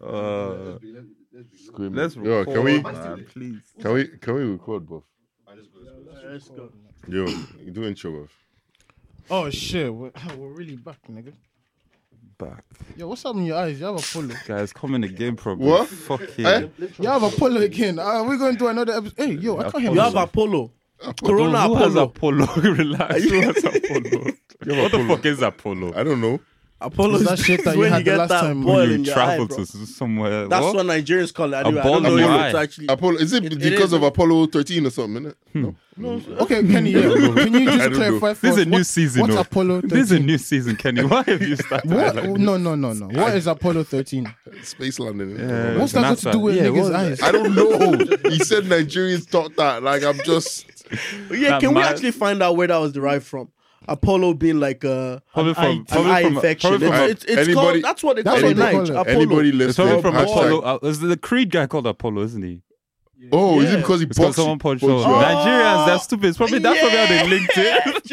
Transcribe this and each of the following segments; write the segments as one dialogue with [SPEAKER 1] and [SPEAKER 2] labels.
[SPEAKER 1] Uh,
[SPEAKER 2] Screaming.
[SPEAKER 1] let's
[SPEAKER 2] Yo,
[SPEAKER 1] record,
[SPEAKER 2] can we
[SPEAKER 1] man, please.
[SPEAKER 2] can we can we record, bro?
[SPEAKER 3] Let's go.
[SPEAKER 2] Yo, you do intro, bro.
[SPEAKER 3] Oh shit, we're, we're really back, nigga.
[SPEAKER 1] Back.
[SPEAKER 3] Yo, what's up in your eyes? You have a polo.
[SPEAKER 1] Guys, come in the game problem.
[SPEAKER 2] What?
[SPEAKER 1] Fucking.
[SPEAKER 2] Eh?
[SPEAKER 3] You have a polo again. Are we going to another episode? Hey, yo, I can't hear
[SPEAKER 4] You have Apollo. Corona
[SPEAKER 1] Who has
[SPEAKER 4] Apollo.
[SPEAKER 1] Apollo? Relax. Who has Apollo? what the
[SPEAKER 2] Apollo?
[SPEAKER 1] fuck is Apollo?
[SPEAKER 2] I don't know.
[SPEAKER 4] Apollo
[SPEAKER 3] Is
[SPEAKER 4] is
[SPEAKER 3] that shit that you
[SPEAKER 4] when
[SPEAKER 3] had
[SPEAKER 4] you
[SPEAKER 3] the
[SPEAKER 4] get
[SPEAKER 3] last
[SPEAKER 4] that
[SPEAKER 3] time?
[SPEAKER 4] boil
[SPEAKER 1] you
[SPEAKER 4] in your
[SPEAKER 1] travel
[SPEAKER 4] eye, bro.
[SPEAKER 1] to somewhere.
[SPEAKER 4] That's
[SPEAKER 1] what?
[SPEAKER 4] what Nigerians call it. I, do. I
[SPEAKER 1] ball
[SPEAKER 4] don't know
[SPEAKER 1] in
[SPEAKER 4] if
[SPEAKER 1] your
[SPEAKER 4] it's
[SPEAKER 1] eye.
[SPEAKER 4] actually.
[SPEAKER 2] Apollo is it, because
[SPEAKER 4] is.
[SPEAKER 2] of Apollo thirteen or something? Innit? No,
[SPEAKER 3] Okay, Kenny, yeah. can you
[SPEAKER 2] I
[SPEAKER 3] just
[SPEAKER 2] don't
[SPEAKER 3] clarify for
[SPEAKER 1] This is
[SPEAKER 3] us
[SPEAKER 1] a new
[SPEAKER 3] what-
[SPEAKER 1] season.
[SPEAKER 3] What's
[SPEAKER 1] oh.
[SPEAKER 3] Apollo 13?
[SPEAKER 1] This is a new season, Kenny. Why have you started?
[SPEAKER 3] what?
[SPEAKER 1] like
[SPEAKER 3] Oh,
[SPEAKER 1] this?
[SPEAKER 3] no, no, no, no. What is Apollo 13?
[SPEAKER 2] space landing. innit?
[SPEAKER 1] Yeah,
[SPEAKER 3] What's that got to
[SPEAKER 1] NASA.
[SPEAKER 3] do with
[SPEAKER 1] Yeah,
[SPEAKER 3] niggas'
[SPEAKER 1] what-
[SPEAKER 3] eyes?
[SPEAKER 2] I don't know. he said Nigerians taught that. Like I'm just
[SPEAKER 4] Yeah,
[SPEAKER 1] That
[SPEAKER 4] can we
[SPEAKER 1] man-
[SPEAKER 4] actually find out where that was derived from? Apollo being like a
[SPEAKER 1] Probably
[SPEAKER 4] an
[SPEAKER 1] from-
[SPEAKER 4] eye,
[SPEAKER 1] probably
[SPEAKER 4] an eye
[SPEAKER 1] from-
[SPEAKER 4] infection.
[SPEAKER 1] probably from
[SPEAKER 4] it's it's, it's
[SPEAKER 2] anybody-
[SPEAKER 4] called. That's what they
[SPEAKER 3] That's
[SPEAKER 4] call it.
[SPEAKER 3] what they
[SPEAKER 4] Nige,
[SPEAKER 3] call it.
[SPEAKER 4] Apollo.
[SPEAKER 2] anybody
[SPEAKER 1] It's
[SPEAKER 2] listening.
[SPEAKER 1] probably from
[SPEAKER 2] hashtag-
[SPEAKER 1] Apollo. Uh, is the Creed guy called Apollo, isn't he?
[SPEAKER 2] Oh, is it
[SPEAKER 4] Yeah.
[SPEAKER 2] because he
[SPEAKER 1] It's because
[SPEAKER 2] boxed?
[SPEAKER 1] someone punched
[SPEAKER 2] punched
[SPEAKER 1] someone.
[SPEAKER 2] you?
[SPEAKER 1] Nigerians,
[SPEAKER 4] Oh!
[SPEAKER 1] they're stupid. It's probably that's probably how they linked it.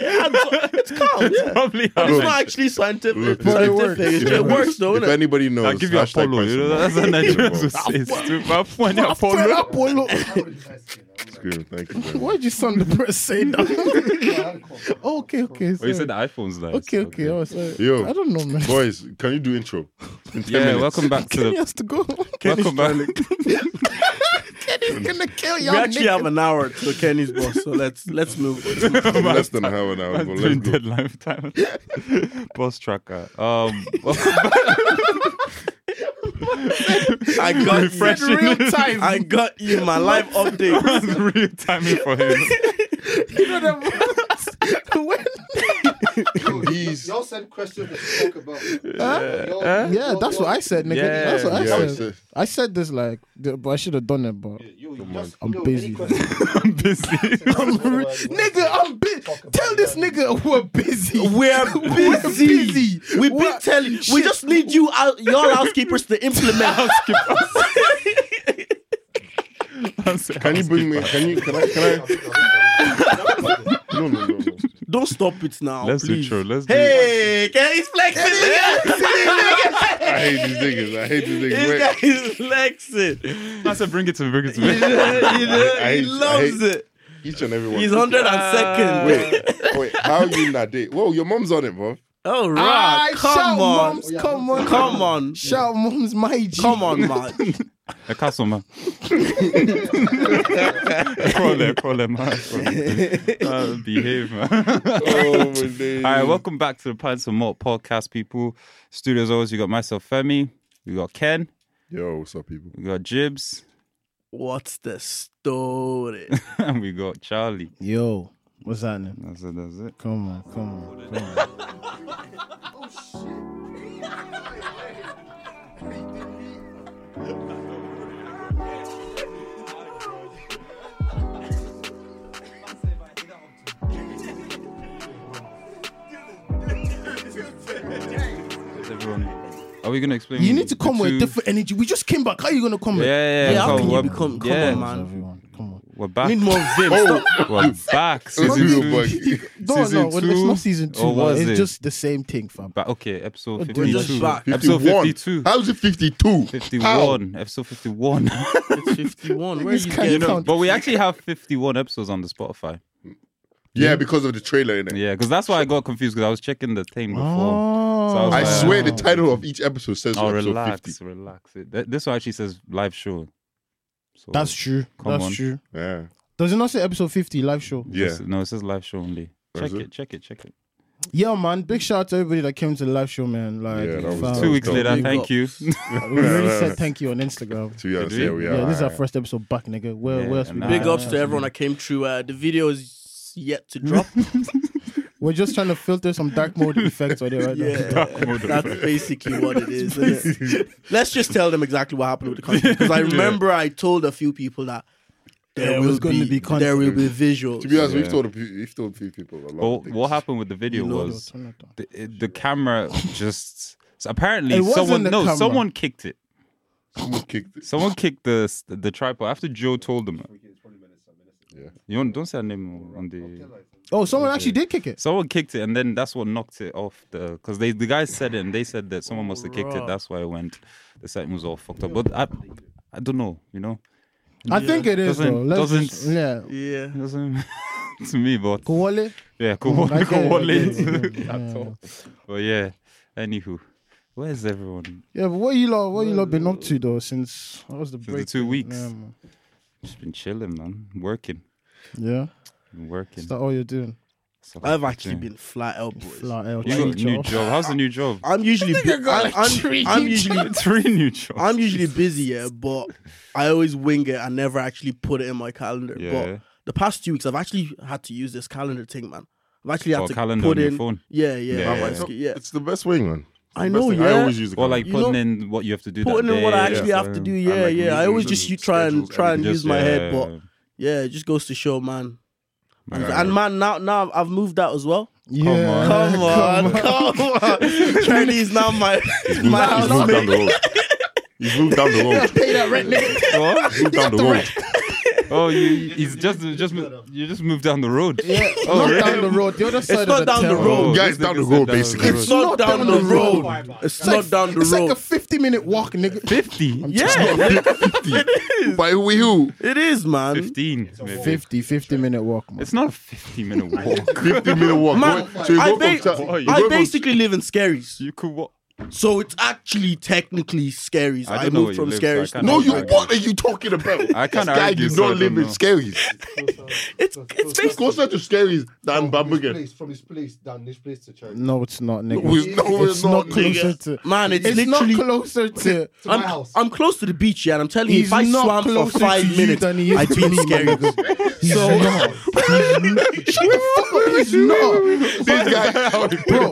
[SPEAKER 4] Yeah, it's calm.
[SPEAKER 1] It's
[SPEAKER 4] Yeah.
[SPEAKER 1] probably how
[SPEAKER 4] But it's
[SPEAKER 1] they-
[SPEAKER 4] not actually scientific.
[SPEAKER 2] Look,
[SPEAKER 4] it's
[SPEAKER 2] but
[SPEAKER 3] it
[SPEAKER 4] scientific.
[SPEAKER 3] works.
[SPEAKER 4] It, it works though,
[SPEAKER 2] If
[SPEAKER 4] innit?
[SPEAKER 2] anybody knows,
[SPEAKER 1] I'll give you
[SPEAKER 2] hashtag
[SPEAKER 1] Apollo. You know,
[SPEAKER 2] personal.
[SPEAKER 1] that's what Nigerians will
[SPEAKER 2] Involved.
[SPEAKER 1] say. Stupid. I'll find
[SPEAKER 3] Fred
[SPEAKER 1] Apollo.
[SPEAKER 3] Apollo.
[SPEAKER 2] Screw, Thank you. very much.
[SPEAKER 3] Why did you sound depressed saying that? okay, okay.
[SPEAKER 1] Oh, you
[SPEAKER 3] sorry.
[SPEAKER 1] said the iPhone's nice.
[SPEAKER 3] Okay, okay. I, was, uh,
[SPEAKER 2] Yo.
[SPEAKER 3] I don't know, man.
[SPEAKER 2] Boys, can you do intro? In 10
[SPEAKER 1] Yeah,
[SPEAKER 2] minutes.
[SPEAKER 1] welcome back to
[SPEAKER 3] Kenny
[SPEAKER 1] the.
[SPEAKER 3] has to go.
[SPEAKER 1] Welcome back.
[SPEAKER 3] Kenny's gonna kill
[SPEAKER 4] We
[SPEAKER 3] y'all.
[SPEAKER 4] actually
[SPEAKER 3] niggas.
[SPEAKER 4] have an hour to Kenny's boss, so let's let's move.
[SPEAKER 2] Less than an hour now.
[SPEAKER 1] I'm
[SPEAKER 2] but let's
[SPEAKER 1] doing
[SPEAKER 2] go.
[SPEAKER 1] dead lifetime. Boss tracker. Um, welcome back.
[SPEAKER 4] I got
[SPEAKER 1] Refreshing.
[SPEAKER 4] You. I got you. My live update.
[SPEAKER 1] That's real timing for him.
[SPEAKER 3] When-
[SPEAKER 2] He's
[SPEAKER 5] Y'all said questions that you talk about.
[SPEAKER 1] Uh,
[SPEAKER 5] Y'all-
[SPEAKER 3] yeah,
[SPEAKER 5] y'all-
[SPEAKER 3] that's what I said, nigga. That's what I
[SPEAKER 2] Yeah, I
[SPEAKER 3] said.
[SPEAKER 2] said-
[SPEAKER 3] I said this like, th- but I should have done it, but
[SPEAKER 5] You, you just,
[SPEAKER 3] I'm
[SPEAKER 5] yo,
[SPEAKER 3] busy,
[SPEAKER 5] any questions-
[SPEAKER 1] I'm busy.
[SPEAKER 3] nigga, I'm busy. Tell this nigga we're busy.
[SPEAKER 4] We're busy. We've been
[SPEAKER 3] We're-
[SPEAKER 4] telling. We just need you, out, y'all housekeepers, to implement.
[SPEAKER 2] Can you bring me? Can you? Can I? Can I? No, no, no, no.
[SPEAKER 4] Don't stop it now,
[SPEAKER 1] Let's do
[SPEAKER 4] please.
[SPEAKER 1] true. Let's do.
[SPEAKER 4] Hey, Kenny's flexing. nigga.
[SPEAKER 2] I hate these niggas. I hate these niggas.
[SPEAKER 4] This
[SPEAKER 2] Wait,
[SPEAKER 4] guy is flexing.
[SPEAKER 1] I said, bring it to me. Bring it to
[SPEAKER 4] You know,
[SPEAKER 1] me.
[SPEAKER 4] you
[SPEAKER 2] I
[SPEAKER 4] know, he
[SPEAKER 2] hate-
[SPEAKER 4] loves
[SPEAKER 2] I hate-
[SPEAKER 4] it.
[SPEAKER 2] each and every one.
[SPEAKER 4] He's hundred and second.
[SPEAKER 2] Wait, wait. How you not date? Whoa, your mom's on it, bro.
[SPEAKER 4] All
[SPEAKER 3] Ah,
[SPEAKER 4] right,
[SPEAKER 3] shout
[SPEAKER 4] Oh, come on,
[SPEAKER 3] moms, come on,
[SPEAKER 4] come on,
[SPEAKER 3] Shout moms, my G.
[SPEAKER 4] come on, man.
[SPEAKER 1] A Eh, castle man. call it, call it, man. Uh, behave, man.
[SPEAKER 2] Oh my days.
[SPEAKER 1] All right, welcome back to the Pints and Malt podcast, people. Studio as always, you got myself, Femi. We got Ken.
[SPEAKER 2] Yo, what's up, people?
[SPEAKER 1] We got Jibs.
[SPEAKER 4] What's the story?
[SPEAKER 1] And we got Charlie.
[SPEAKER 3] Yo, what's happening?
[SPEAKER 1] That's it, that's it.
[SPEAKER 3] Come on, come on.
[SPEAKER 1] Is everyone... Are we going to explain?
[SPEAKER 3] You need to come
[SPEAKER 1] the
[SPEAKER 3] with
[SPEAKER 1] two-
[SPEAKER 3] different energy. We just came back. How you gonna come?
[SPEAKER 1] Yeah,
[SPEAKER 3] with-
[SPEAKER 1] yeah, yeah.
[SPEAKER 4] Yeah, how
[SPEAKER 1] So
[SPEAKER 4] can you
[SPEAKER 1] we're-
[SPEAKER 4] become- come
[SPEAKER 1] yeah,
[SPEAKER 4] on, man.
[SPEAKER 3] Everyone, come on.
[SPEAKER 1] We're back.
[SPEAKER 4] Need more vim. Stop.
[SPEAKER 1] We're back. Season
[SPEAKER 2] Yo,
[SPEAKER 1] two.
[SPEAKER 2] boy.
[SPEAKER 3] No,
[SPEAKER 2] Season
[SPEAKER 3] no, well, it's
[SPEAKER 1] two?
[SPEAKER 3] not season two.
[SPEAKER 1] Or
[SPEAKER 3] man.
[SPEAKER 1] was
[SPEAKER 3] it's
[SPEAKER 1] it?
[SPEAKER 3] just the same thing, fam.
[SPEAKER 1] But okay, episode
[SPEAKER 3] We're just
[SPEAKER 1] 52.
[SPEAKER 4] back.
[SPEAKER 1] Episode
[SPEAKER 2] 51.
[SPEAKER 1] 52.
[SPEAKER 2] How is it 52?
[SPEAKER 1] 51. Episode 51.
[SPEAKER 4] It's fifty-one. Where
[SPEAKER 3] This
[SPEAKER 4] you
[SPEAKER 3] guy
[SPEAKER 4] get?
[SPEAKER 1] you know,
[SPEAKER 3] Count.
[SPEAKER 1] but we actually have 51 episodes on the Spotify.
[SPEAKER 2] Yeah, because of the trailer in it.
[SPEAKER 1] Yeah, because that's why I got confused because I was checking the thing before.
[SPEAKER 3] Oh,
[SPEAKER 1] So I was
[SPEAKER 2] I
[SPEAKER 1] Wow.
[SPEAKER 2] swear the title of each episode says
[SPEAKER 1] oh,
[SPEAKER 2] episode
[SPEAKER 1] relax,
[SPEAKER 2] 50.
[SPEAKER 1] relax. It- th- this one actually says live show. So
[SPEAKER 3] That's true.
[SPEAKER 1] Come
[SPEAKER 3] That's
[SPEAKER 1] on.
[SPEAKER 3] true.
[SPEAKER 2] Yeah.
[SPEAKER 3] Does it not say episode 50 live show?
[SPEAKER 1] it says-
[SPEAKER 2] Yeah.
[SPEAKER 1] no, it says live show only.
[SPEAKER 2] Does
[SPEAKER 1] Check
[SPEAKER 2] it?
[SPEAKER 1] it, check it, check it.
[SPEAKER 3] Yeah, man. Big shout out to everybody that came to the live show, man.
[SPEAKER 2] Yeah,
[SPEAKER 3] Like,
[SPEAKER 2] that was
[SPEAKER 3] fam,
[SPEAKER 2] Oh,
[SPEAKER 1] Two weeks
[SPEAKER 2] dope.
[SPEAKER 1] later,
[SPEAKER 4] Big
[SPEAKER 1] thank
[SPEAKER 4] ups.
[SPEAKER 1] you.
[SPEAKER 3] we already said thank you on Instagram.
[SPEAKER 2] To be honest,
[SPEAKER 1] Did we?
[SPEAKER 2] yeah, we
[SPEAKER 3] Yeah,
[SPEAKER 2] are.
[SPEAKER 3] this is our first episode back, nigga. Where,
[SPEAKER 1] Yeah,
[SPEAKER 3] where else we
[SPEAKER 1] nah.
[SPEAKER 3] been?
[SPEAKER 4] Big ups to everyone that came through. Uh, the video is yet to drop.
[SPEAKER 3] We're just trying to filter some dark mode effects on it right now.
[SPEAKER 4] yeah, that's basically what it is, isn't it? Let's just tell them exactly what happened with the content because I remember I told a few people that there,
[SPEAKER 3] There
[SPEAKER 4] will
[SPEAKER 3] was gonna
[SPEAKER 4] be,
[SPEAKER 3] be content.
[SPEAKER 4] there will be visuals.
[SPEAKER 2] To be honest,
[SPEAKER 1] Yeah.
[SPEAKER 2] we've told a few, we've told a few people a lot.
[SPEAKER 1] Well,
[SPEAKER 2] of things.
[SPEAKER 1] what happened with the video
[SPEAKER 4] You know
[SPEAKER 1] was
[SPEAKER 3] Turn it down.
[SPEAKER 1] the, it- the camera just so apparently
[SPEAKER 3] It wasn't
[SPEAKER 1] someone
[SPEAKER 3] the
[SPEAKER 1] no
[SPEAKER 3] camera.
[SPEAKER 1] someone kicked it.
[SPEAKER 2] Someone kicked it.
[SPEAKER 1] Someone kicked the the tripod after Joe told them.
[SPEAKER 5] It's 20 minutes, something.
[SPEAKER 1] You don't, don't say her name on the
[SPEAKER 3] Oh, someone actually did kick it.
[SPEAKER 1] Someone kicked it, and then that's what knocked it off the. Because they the guys said it, and they said that someone must have kicked it. That's why it went. The setting was all fucked up. But I, I don't know. You know,
[SPEAKER 3] I think it is
[SPEAKER 1] Doesn't-
[SPEAKER 3] though. Let's
[SPEAKER 1] doesn't-
[SPEAKER 3] just- yeah.
[SPEAKER 4] Yeah.
[SPEAKER 1] it doesn't to me. But
[SPEAKER 3] Kowale.
[SPEAKER 1] yeah, go on,
[SPEAKER 3] I get it,
[SPEAKER 1] go
[SPEAKER 3] I
[SPEAKER 1] on,
[SPEAKER 3] get
[SPEAKER 1] Leeds.
[SPEAKER 3] it, yeah, yeah.
[SPEAKER 1] But yeah, anywho, where's everyone?
[SPEAKER 3] Yeah, but what you lot, what you lot been up to though since what was the
[SPEAKER 1] the
[SPEAKER 3] break?
[SPEAKER 1] two weeks.
[SPEAKER 3] Yeah, man.
[SPEAKER 1] Just been chilling, man. Working,
[SPEAKER 3] yeah.
[SPEAKER 1] been working.
[SPEAKER 3] is that all you're doing?
[SPEAKER 1] Stuff
[SPEAKER 4] I've
[SPEAKER 1] like
[SPEAKER 4] actually
[SPEAKER 1] that.
[SPEAKER 4] been flat out, boys.
[SPEAKER 3] Flat out.
[SPEAKER 1] You got a new job? How's the new job?
[SPEAKER 4] I'm usually bu- I'm, I'm, I'm usually
[SPEAKER 1] three new jobs.
[SPEAKER 4] I'm usually busy, yeah, but I always wing it. I never actually put it in my calendar.
[SPEAKER 1] Yeah.
[SPEAKER 4] But the past two weeks, I've actually had to use this calendar thing, man. I've actually had
[SPEAKER 1] Or
[SPEAKER 4] to
[SPEAKER 1] Oh, calendar
[SPEAKER 4] put
[SPEAKER 1] on your
[SPEAKER 4] in.
[SPEAKER 1] phone.
[SPEAKER 4] Yeah, yeah,
[SPEAKER 1] Yeah,
[SPEAKER 4] yeah.
[SPEAKER 1] yeah,
[SPEAKER 4] yeah.
[SPEAKER 1] yeah.
[SPEAKER 2] It's the best way, man.
[SPEAKER 4] I
[SPEAKER 2] Best
[SPEAKER 4] know,
[SPEAKER 2] thing.
[SPEAKER 4] yeah.
[SPEAKER 2] I always use the
[SPEAKER 1] Or like
[SPEAKER 4] You
[SPEAKER 1] putting
[SPEAKER 4] know-
[SPEAKER 1] in what you have to do.
[SPEAKER 4] Putting
[SPEAKER 1] that
[SPEAKER 4] in what I
[SPEAKER 1] day,
[SPEAKER 4] actually have to
[SPEAKER 1] um,
[SPEAKER 4] do. Yeah,
[SPEAKER 2] like
[SPEAKER 4] yeah. I always
[SPEAKER 2] meetings and
[SPEAKER 4] just you try and
[SPEAKER 2] schedules,
[SPEAKER 4] try and
[SPEAKER 2] everything.
[SPEAKER 4] use my head,
[SPEAKER 1] yeah,
[SPEAKER 4] but yeah, it just goes to show, man. And,
[SPEAKER 1] yeah.
[SPEAKER 4] and man, now now I've moved out as well.
[SPEAKER 3] Yeah.
[SPEAKER 4] Come on, come on. Chinese is now my
[SPEAKER 2] He's
[SPEAKER 4] my
[SPEAKER 2] he's moved down
[SPEAKER 4] housemate.
[SPEAKER 2] the road. He's moved down the road. Pay that rent, nigga. Moved down the road.
[SPEAKER 1] Oh, you, he's just just you just moved down the road.
[SPEAKER 3] Yeah, not down the road. The other side
[SPEAKER 4] not
[SPEAKER 3] of the
[SPEAKER 4] down the
[SPEAKER 3] town.
[SPEAKER 4] road.
[SPEAKER 1] Oh,
[SPEAKER 2] Yeah,
[SPEAKER 1] this
[SPEAKER 2] it's down
[SPEAKER 1] nigga
[SPEAKER 2] the
[SPEAKER 1] said down
[SPEAKER 2] road,
[SPEAKER 1] the
[SPEAKER 2] basically.
[SPEAKER 1] road.
[SPEAKER 4] It's not down the road. It's
[SPEAKER 3] It's like-
[SPEAKER 4] not down the
[SPEAKER 3] It's like a
[SPEAKER 4] road.
[SPEAKER 3] 50 minute walk, nigga.
[SPEAKER 1] 50?
[SPEAKER 4] Yeah,
[SPEAKER 2] By who? you?
[SPEAKER 4] it is, man.
[SPEAKER 1] 15. Maybe.
[SPEAKER 3] 50, 50 minute walk, man.
[SPEAKER 1] It's not a 50 minute walk.
[SPEAKER 2] 50 minute walk.
[SPEAKER 4] Man,
[SPEAKER 2] Go- so you
[SPEAKER 4] I,
[SPEAKER 2] go
[SPEAKER 4] ba-
[SPEAKER 2] from Cha- you
[SPEAKER 4] I
[SPEAKER 2] go from
[SPEAKER 4] basically live in Scaries,
[SPEAKER 1] you could walk.
[SPEAKER 4] so it's actually technically Scaries.
[SPEAKER 1] I
[SPEAKER 4] I,
[SPEAKER 1] don't know
[SPEAKER 4] moved
[SPEAKER 1] where
[SPEAKER 4] from
[SPEAKER 1] you live, so I
[SPEAKER 4] Scaries.
[SPEAKER 1] can't
[SPEAKER 2] No,
[SPEAKER 1] Oh
[SPEAKER 2] you.
[SPEAKER 1] my
[SPEAKER 2] What are you talking about?
[SPEAKER 1] I can't
[SPEAKER 2] This guy,
[SPEAKER 1] argue,
[SPEAKER 2] you
[SPEAKER 1] so I
[SPEAKER 2] don't
[SPEAKER 1] don't
[SPEAKER 2] live in
[SPEAKER 1] know.
[SPEAKER 2] Scaries.
[SPEAKER 4] it's it's
[SPEAKER 2] It's
[SPEAKER 4] basically
[SPEAKER 2] closer to Scaries than
[SPEAKER 5] From his
[SPEAKER 2] Bambergen.
[SPEAKER 5] place, from his place, down this place to church.
[SPEAKER 3] No, it's not, nigga.
[SPEAKER 2] No, it's not-
[SPEAKER 3] It's not
[SPEAKER 2] nigga.
[SPEAKER 3] closer to.
[SPEAKER 4] man. It's,
[SPEAKER 3] It's not
[SPEAKER 4] literally.
[SPEAKER 3] closer to.
[SPEAKER 5] To my
[SPEAKER 4] I'm,
[SPEAKER 5] house.
[SPEAKER 4] I'm close to the beach, yeah, and I'm telling you,
[SPEAKER 3] He's
[SPEAKER 4] if I
[SPEAKER 3] not
[SPEAKER 4] swam for
[SPEAKER 3] closer
[SPEAKER 4] five
[SPEAKER 3] to you
[SPEAKER 4] minutes,
[SPEAKER 3] than he is
[SPEAKER 4] I'd
[SPEAKER 3] to
[SPEAKER 4] be in
[SPEAKER 3] me,
[SPEAKER 4] Scaries.
[SPEAKER 3] So it's not,
[SPEAKER 2] This guy,
[SPEAKER 3] bro.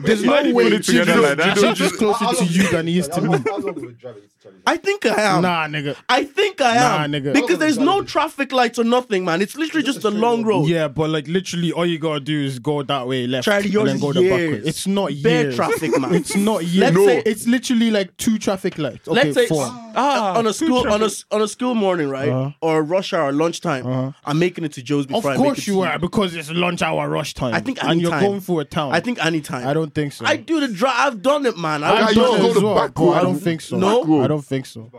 [SPEAKER 3] There's
[SPEAKER 1] Why do
[SPEAKER 3] no
[SPEAKER 1] you
[SPEAKER 3] way
[SPEAKER 1] put it
[SPEAKER 3] Jim
[SPEAKER 1] together like that?
[SPEAKER 3] Jim is closer to you than he is to me.
[SPEAKER 5] How long would driving to church?
[SPEAKER 4] I think I am.
[SPEAKER 3] Nah, nigga.
[SPEAKER 4] I think I am.
[SPEAKER 3] Nah, nigga.
[SPEAKER 4] Because there's no traffic lights or nothing, man. It's literally just a long road.
[SPEAKER 3] Yeah, but like literally, all you gotta do is go that way left,
[SPEAKER 4] Charlie, yours
[SPEAKER 3] and then go
[SPEAKER 4] is
[SPEAKER 3] the back way.
[SPEAKER 4] years.
[SPEAKER 3] It's not
[SPEAKER 4] Bare
[SPEAKER 3] years.
[SPEAKER 4] traffic, man.
[SPEAKER 3] It's not years.
[SPEAKER 4] Let's say-
[SPEAKER 3] it's literally like two traffic lights. Okay,
[SPEAKER 4] Let's say
[SPEAKER 3] four.
[SPEAKER 1] Ah,
[SPEAKER 4] on a school on a s- on a school morning, right?
[SPEAKER 3] Uh-huh.
[SPEAKER 4] Or rush hour, lunchtime. I'm making it to Joe's
[SPEAKER 3] of
[SPEAKER 4] before I make it
[SPEAKER 3] course
[SPEAKER 4] to
[SPEAKER 3] you are because it's lunch hour rush time.
[SPEAKER 4] I think
[SPEAKER 3] and you're
[SPEAKER 4] anytime.
[SPEAKER 3] going through a town.
[SPEAKER 4] I think anytime.
[SPEAKER 3] I don't think so.
[SPEAKER 4] I do the drive. I've done it, man.
[SPEAKER 3] I
[SPEAKER 2] Yeah,
[SPEAKER 4] I've
[SPEAKER 2] you
[SPEAKER 4] done
[SPEAKER 2] don't
[SPEAKER 3] don't,
[SPEAKER 4] it.
[SPEAKER 2] go
[SPEAKER 3] as
[SPEAKER 2] to
[SPEAKER 3] well,
[SPEAKER 2] back
[SPEAKER 3] but I
[SPEAKER 2] road.
[SPEAKER 3] don't think so.
[SPEAKER 4] No?
[SPEAKER 2] Back road.
[SPEAKER 3] I don't think so.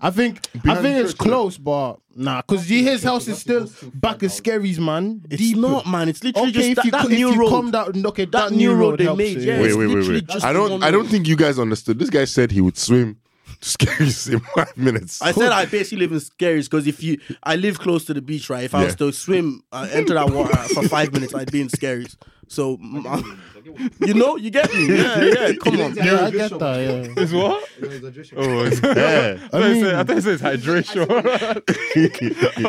[SPEAKER 3] I think I think it's close, but nah, because his house is still back of Scary's, man.
[SPEAKER 4] It's
[SPEAKER 3] Deep.
[SPEAKER 4] not, man. It's literally
[SPEAKER 3] Okay, if
[SPEAKER 4] just that,
[SPEAKER 3] you,
[SPEAKER 4] that
[SPEAKER 3] co- if
[SPEAKER 4] new
[SPEAKER 3] you
[SPEAKER 4] road.
[SPEAKER 3] come that okay, that,
[SPEAKER 4] That new road they
[SPEAKER 3] helps
[SPEAKER 4] made,
[SPEAKER 3] it,
[SPEAKER 4] yeah.
[SPEAKER 2] wait,
[SPEAKER 4] It's
[SPEAKER 2] wait, wait,
[SPEAKER 4] literally
[SPEAKER 2] wait.
[SPEAKER 4] just
[SPEAKER 2] I
[SPEAKER 4] one
[SPEAKER 2] don't, I
[SPEAKER 4] road.
[SPEAKER 2] don't think you guys understood. This guy said he would swim to Scaries in five minutes.
[SPEAKER 4] I said I basically live in Scaries because if you, I live close to the beach, right? If I was
[SPEAKER 2] Yeah.
[SPEAKER 4] to swim, uh, enter that water for five minutes, I'd be in Scaries. So, mm, you know, you get me? Yeah, yeah. Come on.
[SPEAKER 3] Yeah, I get that. Yeah.
[SPEAKER 1] It's what?
[SPEAKER 5] that.
[SPEAKER 1] Oh, it's-
[SPEAKER 2] yeah.
[SPEAKER 1] I, thought you said- I thought you said it's hydration.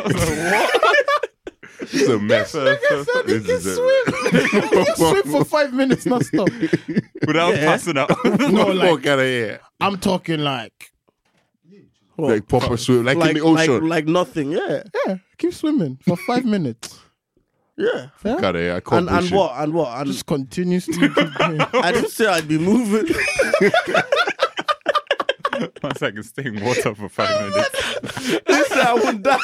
[SPEAKER 2] It's a mess. This is a-
[SPEAKER 3] You swim for five minutes, not stop.
[SPEAKER 1] Without passing out.
[SPEAKER 3] No,
[SPEAKER 2] Fuck
[SPEAKER 3] like
[SPEAKER 2] out of here.
[SPEAKER 3] I'm talking like
[SPEAKER 4] Well,
[SPEAKER 2] Like proper swim, like, in the ocean.
[SPEAKER 4] like, like nothing. Yeah,
[SPEAKER 3] yeah, keep swimming for five minutes.
[SPEAKER 4] yeah.
[SPEAKER 3] Yeah?
[SPEAKER 2] Fuck outta here. I can't
[SPEAKER 4] And and
[SPEAKER 2] bullshit.
[SPEAKER 4] what and what and
[SPEAKER 3] Just continuously. keep going.
[SPEAKER 4] I didn't say I'd be moving.
[SPEAKER 1] One second, stay in water for five minutes.
[SPEAKER 4] Listen, I would die.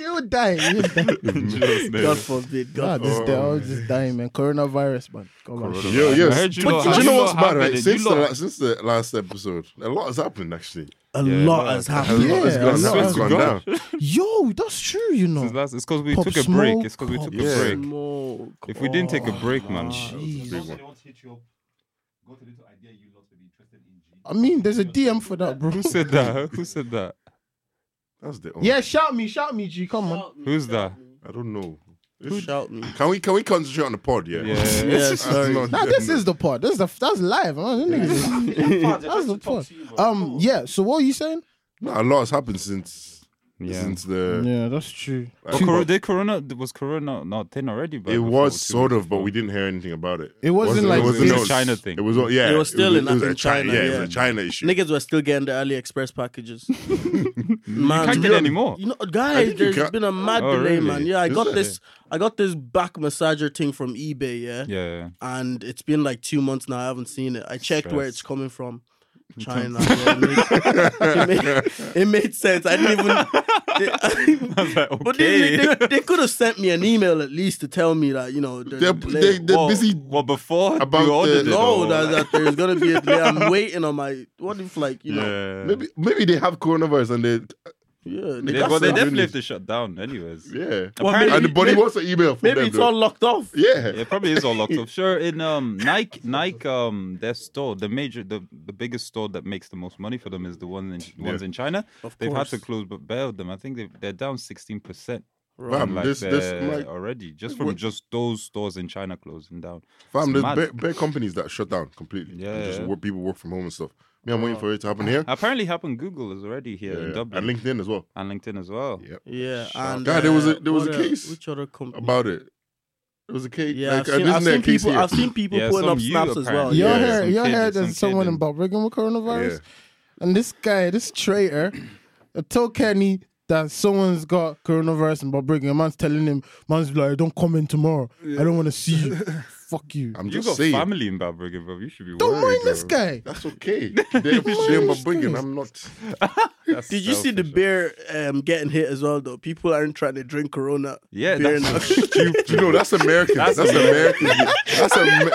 [SPEAKER 3] you would die. You would die.
[SPEAKER 1] Just there.
[SPEAKER 4] God forbid.
[SPEAKER 3] Nah,
[SPEAKER 4] God.
[SPEAKER 3] this, they're all just dying, man. Coronavirus, man. Come on.
[SPEAKER 2] Yo,
[SPEAKER 1] I
[SPEAKER 2] yes.
[SPEAKER 1] heard you
[SPEAKER 2] but
[SPEAKER 1] lot-
[SPEAKER 2] do
[SPEAKER 1] I
[SPEAKER 2] you
[SPEAKER 1] heard
[SPEAKER 2] know
[SPEAKER 1] you
[SPEAKER 2] what's
[SPEAKER 1] lot
[SPEAKER 2] bad,
[SPEAKER 1] happened.
[SPEAKER 2] right?
[SPEAKER 1] You
[SPEAKER 2] Since the,
[SPEAKER 1] lot-
[SPEAKER 2] la- since the last episode, a lot has happened, actually.
[SPEAKER 4] A
[SPEAKER 1] Yeah,
[SPEAKER 4] lot
[SPEAKER 1] no,
[SPEAKER 4] has
[SPEAKER 2] A
[SPEAKER 4] happened.
[SPEAKER 2] lot has
[SPEAKER 3] Yeah,
[SPEAKER 2] gone,
[SPEAKER 3] a lot
[SPEAKER 2] has
[SPEAKER 3] has
[SPEAKER 2] gone
[SPEAKER 1] gone.
[SPEAKER 2] down.
[SPEAKER 3] Yo, that's true. You know.
[SPEAKER 1] Since last- It's because we
[SPEAKER 3] Pop
[SPEAKER 1] took a break.
[SPEAKER 3] Smoke,
[SPEAKER 1] It's because we took
[SPEAKER 2] Yeah.
[SPEAKER 1] a break.
[SPEAKER 4] Smoke.
[SPEAKER 1] If we didn't take a
[SPEAKER 4] Oh,
[SPEAKER 1] break, man.
[SPEAKER 3] Jeez.
[SPEAKER 5] They want to hit you up. Got a little idea you lot would be interested in. G.
[SPEAKER 3] I mean, there's a DM for that, bro.
[SPEAKER 1] Who said that? Who said that?
[SPEAKER 2] That's the only.
[SPEAKER 3] Yeah, shout me, shout me, G. Come on.
[SPEAKER 1] Who's that?
[SPEAKER 2] I don't know.
[SPEAKER 4] shout me.
[SPEAKER 2] Can we can we concentrate on the pod? Yeah.
[SPEAKER 1] Yeah.
[SPEAKER 4] Yeah,
[SPEAKER 2] That's
[SPEAKER 4] sorry.
[SPEAKER 2] not-
[SPEAKER 3] Nah, this is the part. This is the that's live. Man. Them niggas is- That's the part. Um, yeah. So what are you saying?
[SPEAKER 2] Nah, a lot has happened since
[SPEAKER 1] Yeah.
[SPEAKER 2] since the.
[SPEAKER 3] Yeah, that's true.
[SPEAKER 1] But Cor- did Corona was Corona not thin already? But
[SPEAKER 2] It was sort of, but we didn't hear anything about it.
[SPEAKER 3] It wasn't like
[SPEAKER 1] it was
[SPEAKER 3] this-
[SPEAKER 1] a
[SPEAKER 2] announced.
[SPEAKER 1] China thing.
[SPEAKER 2] It was all- yeah.
[SPEAKER 4] It was still in-
[SPEAKER 2] it was a
[SPEAKER 4] in China,
[SPEAKER 2] Yeah, it
[SPEAKER 4] yeah.
[SPEAKER 2] was a China issue.
[SPEAKER 4] Niggas were still getting the AliExpress packages. man,
[SPEAKER 1] can't get any more.
[SPEAKER 4] You know,
[SPEAKER 2] I
[SPEAKER 4] guys,
[SPEAKER 2] think you
[SPEAKER 4] there's
[SPEAKER 2] got-
[SPEAKER 4] been a mad
[SPEAKER 1] Oh,
[SPEAKER 4] delay,
[SPEAKER 1] really?
[SPEAKER 4] man. Yeah, I
[SPEAKER 2] Is
[SPEAKER 4] got
[SPEAKER 2] it?
[SPEAKER 4] this. I got this back massager thing from eBay. Yeah,
[SPEAKER 1] Yeah.
[SPEAKER 4] and it's been like two months now. I haven't seen it. I checked where
[SPEAKER 1] Stress.
[SPEAKER 4] it's coming from. China. yeah, it, made, it, made, it made sense. I didn't even. They,
[SPEAKER 1] Like,
[SPEAKER 4] But they,
[SPEAKER 1] okay.
[SPEAKER 4] they, they could have sent me an email at least to tell me that you know there's
[SPEAKER 2] They're,
[SPEAKER 4] a delay.
[SPEAKER 2] they, they're
[SPEAKER 1] Well-
[SPEAKER 2] busy.
[SPEAKER 1] Well, before
[SPEAKER 2] About
[SPEAKER 1] you ordered
[SPEAKER 2] the-
[SPEAKER 1] it,
[SPEAKER 4] no,
[SPEAKER 1] or-
[SPEAKER 4] that, that there's gonna be a delay. I'm waiting on my what if like you know
[SPEAKER 1] yeah.
[SPEAKER 2] Maybe maybe they have coronavirus and they
[SPEAKER 4] yeah
[SPEAKER 1] They,
[SPEAKER 4] they got
[SPEAKER 1] well, they
[SPEAKER 4] some-
[SPEAKER 1] definitely have
[SPEAKER 2] units.
[SPEAKER 1] to shut down, anyways.
[SPEAKER 2] yeah.
[SPEAKER 4] Well,
[SPEAKER 1] Apparently-
[SPEAKER 2] and the body
[SPEAKER 4] maybe-
[SPEAKER 2] wants an email from
[SPEAKER 4] maybe
[SPEAKER 2] them.
[SPEAKER 4] it's
[SPEAKER 2] though.
[SPEAKER 4] all locked off.
[SPEAKER 2] yeah.
[SPEAKER 1] It probably is all locked up. Sure, in um Nike, Nike, um their store, the major, the, the biggest store that makes the most money for them is the one in ones in China.
[SPEAKER 4] Of
[SPEAKER 1] They've had to
[SPEAKER 4] course.
[SPEAKER 1] close, but bail them. I think they've, they're down sixteen percent.
[SPEAKER 2] Fam,
[SPEAKER 1] like
[SPEAKER 2] this,
[SPEAKER 1] their-
[SPEAKER 2] this, like,
[SPEAKER 1] already just from
[SPEAKER 2] what-
[SPEAKER 1] just those stores in China closing down.
[SPEAKER 2] fam,
[SPEAKER 1] It's
[SPEAKER 2] there's
[SPEAKER 1] mad.
[SPEAKER 2] bare, bare companies that shut down completely. and
[SPEAKER 1] Yeah,
[SPEAKER 2] just
[SPEAKER 1] yeah.
[SPEAKER 2] work, people work from home and stuff. Me, I'm waiting for it to happen here.
[SPEAKER 1] Apparently, happened Google is already here
[SPEAKER 2] Yeah,
[SPEAKER 1] in
[SPEAKER 2] and
[SPEAKER 1] Dublin
[SPEAKER 2] LinkedIn as well
[SPEAKER 1] and LinkedIn as well.
[SPEAKER 2] Yeah.
[SPEAKER 4] Yeah, and
[SPEAKER 2] God, there was a-
[SPEAKER 4] uh,
[SPEAKER 2] there was a
[SPEAKER 4] what el-
[SPEAKER 2] case
[SPEAKER 4] Which other company?
[SPEAKER 2] about it. It was a case.
[SPEAKER 4] yeah,
[SPEAKER 2] like, uh,
[SPEAKER 4] I've seen,
[SPEAKER 2] isn't
[SPEAKER 4] I've
[SPEAKER 2] there a
[SPEAKER 4] seen
[SPEAKER 2] case
[SPEAKER 4] people.
[SPEAKER 2] here?
[SPEAKER 4] I've seen people
[SPEAKER 1] Yeah,
[SPEAKER 4] putting
[SPEAKER 1] some
[SPEAKER 4] up
[SPEAKER 1] you
[SPEAKER 4] snaps as well.
[SPEAKER 1] apparently.
[SPEAKER 3] Y'all
[SPEAKER 2] Yeah,
[SPEAKER 3] heard,
[SPEAKER 1] some
[SPEAKER 3] y'all
[SPEAKER 1] kid
[SPEAKER 3] heard
[SPEAKER 1] did,
[SPEAKER 3] there's
[SPEAKER 1] some kid
[SPEAKER 3] someone in
[SPEAKER 1] did.
[SPEAKER 3] Balbriggan with coronavirus,
[SPEAKER 2] Yeah.
[SPEAKER 3] and this guy, this traitor, uh, told Kenny that someone's got coronavirus in Balbriggan. Man's telling him, man's like, don't come in tomorrow. I don't want to see you. Fuck you.
[SPEAKER 2] I'm
[SPEAKER 1] You
[SPEAKER 2] just
[SPEAKER 1] got
[SPEAKER 2] saying.
[SPEAKER 1] family in Balbriggan, bro. You should be
[SPEAKER 3] don't
[SPEAKER 1] worried.
[SPEAKER 3] mind this
[SPEAKER 1] bro.
[SPEAKER 3] guy.
[SPEAKER 2] That's okay. They're, they're my bringing. I'm not.
[SPEAKER 1] That's
[SPEAKER 4] Did you see the
[SPEAKER 1] selfish.
[SPEAKER 4] beer um, getting hit as well though? People aren't trying to drink Corona.
[SPEAKER 1] Yeah,
[SPEAKER 4] beer
[SPEAKER 1] that's
[SPEAKER 4] now.
[SPEAKER 1] stupid.
[SPEAKER 2] You know, that's American. That's, American. That's a.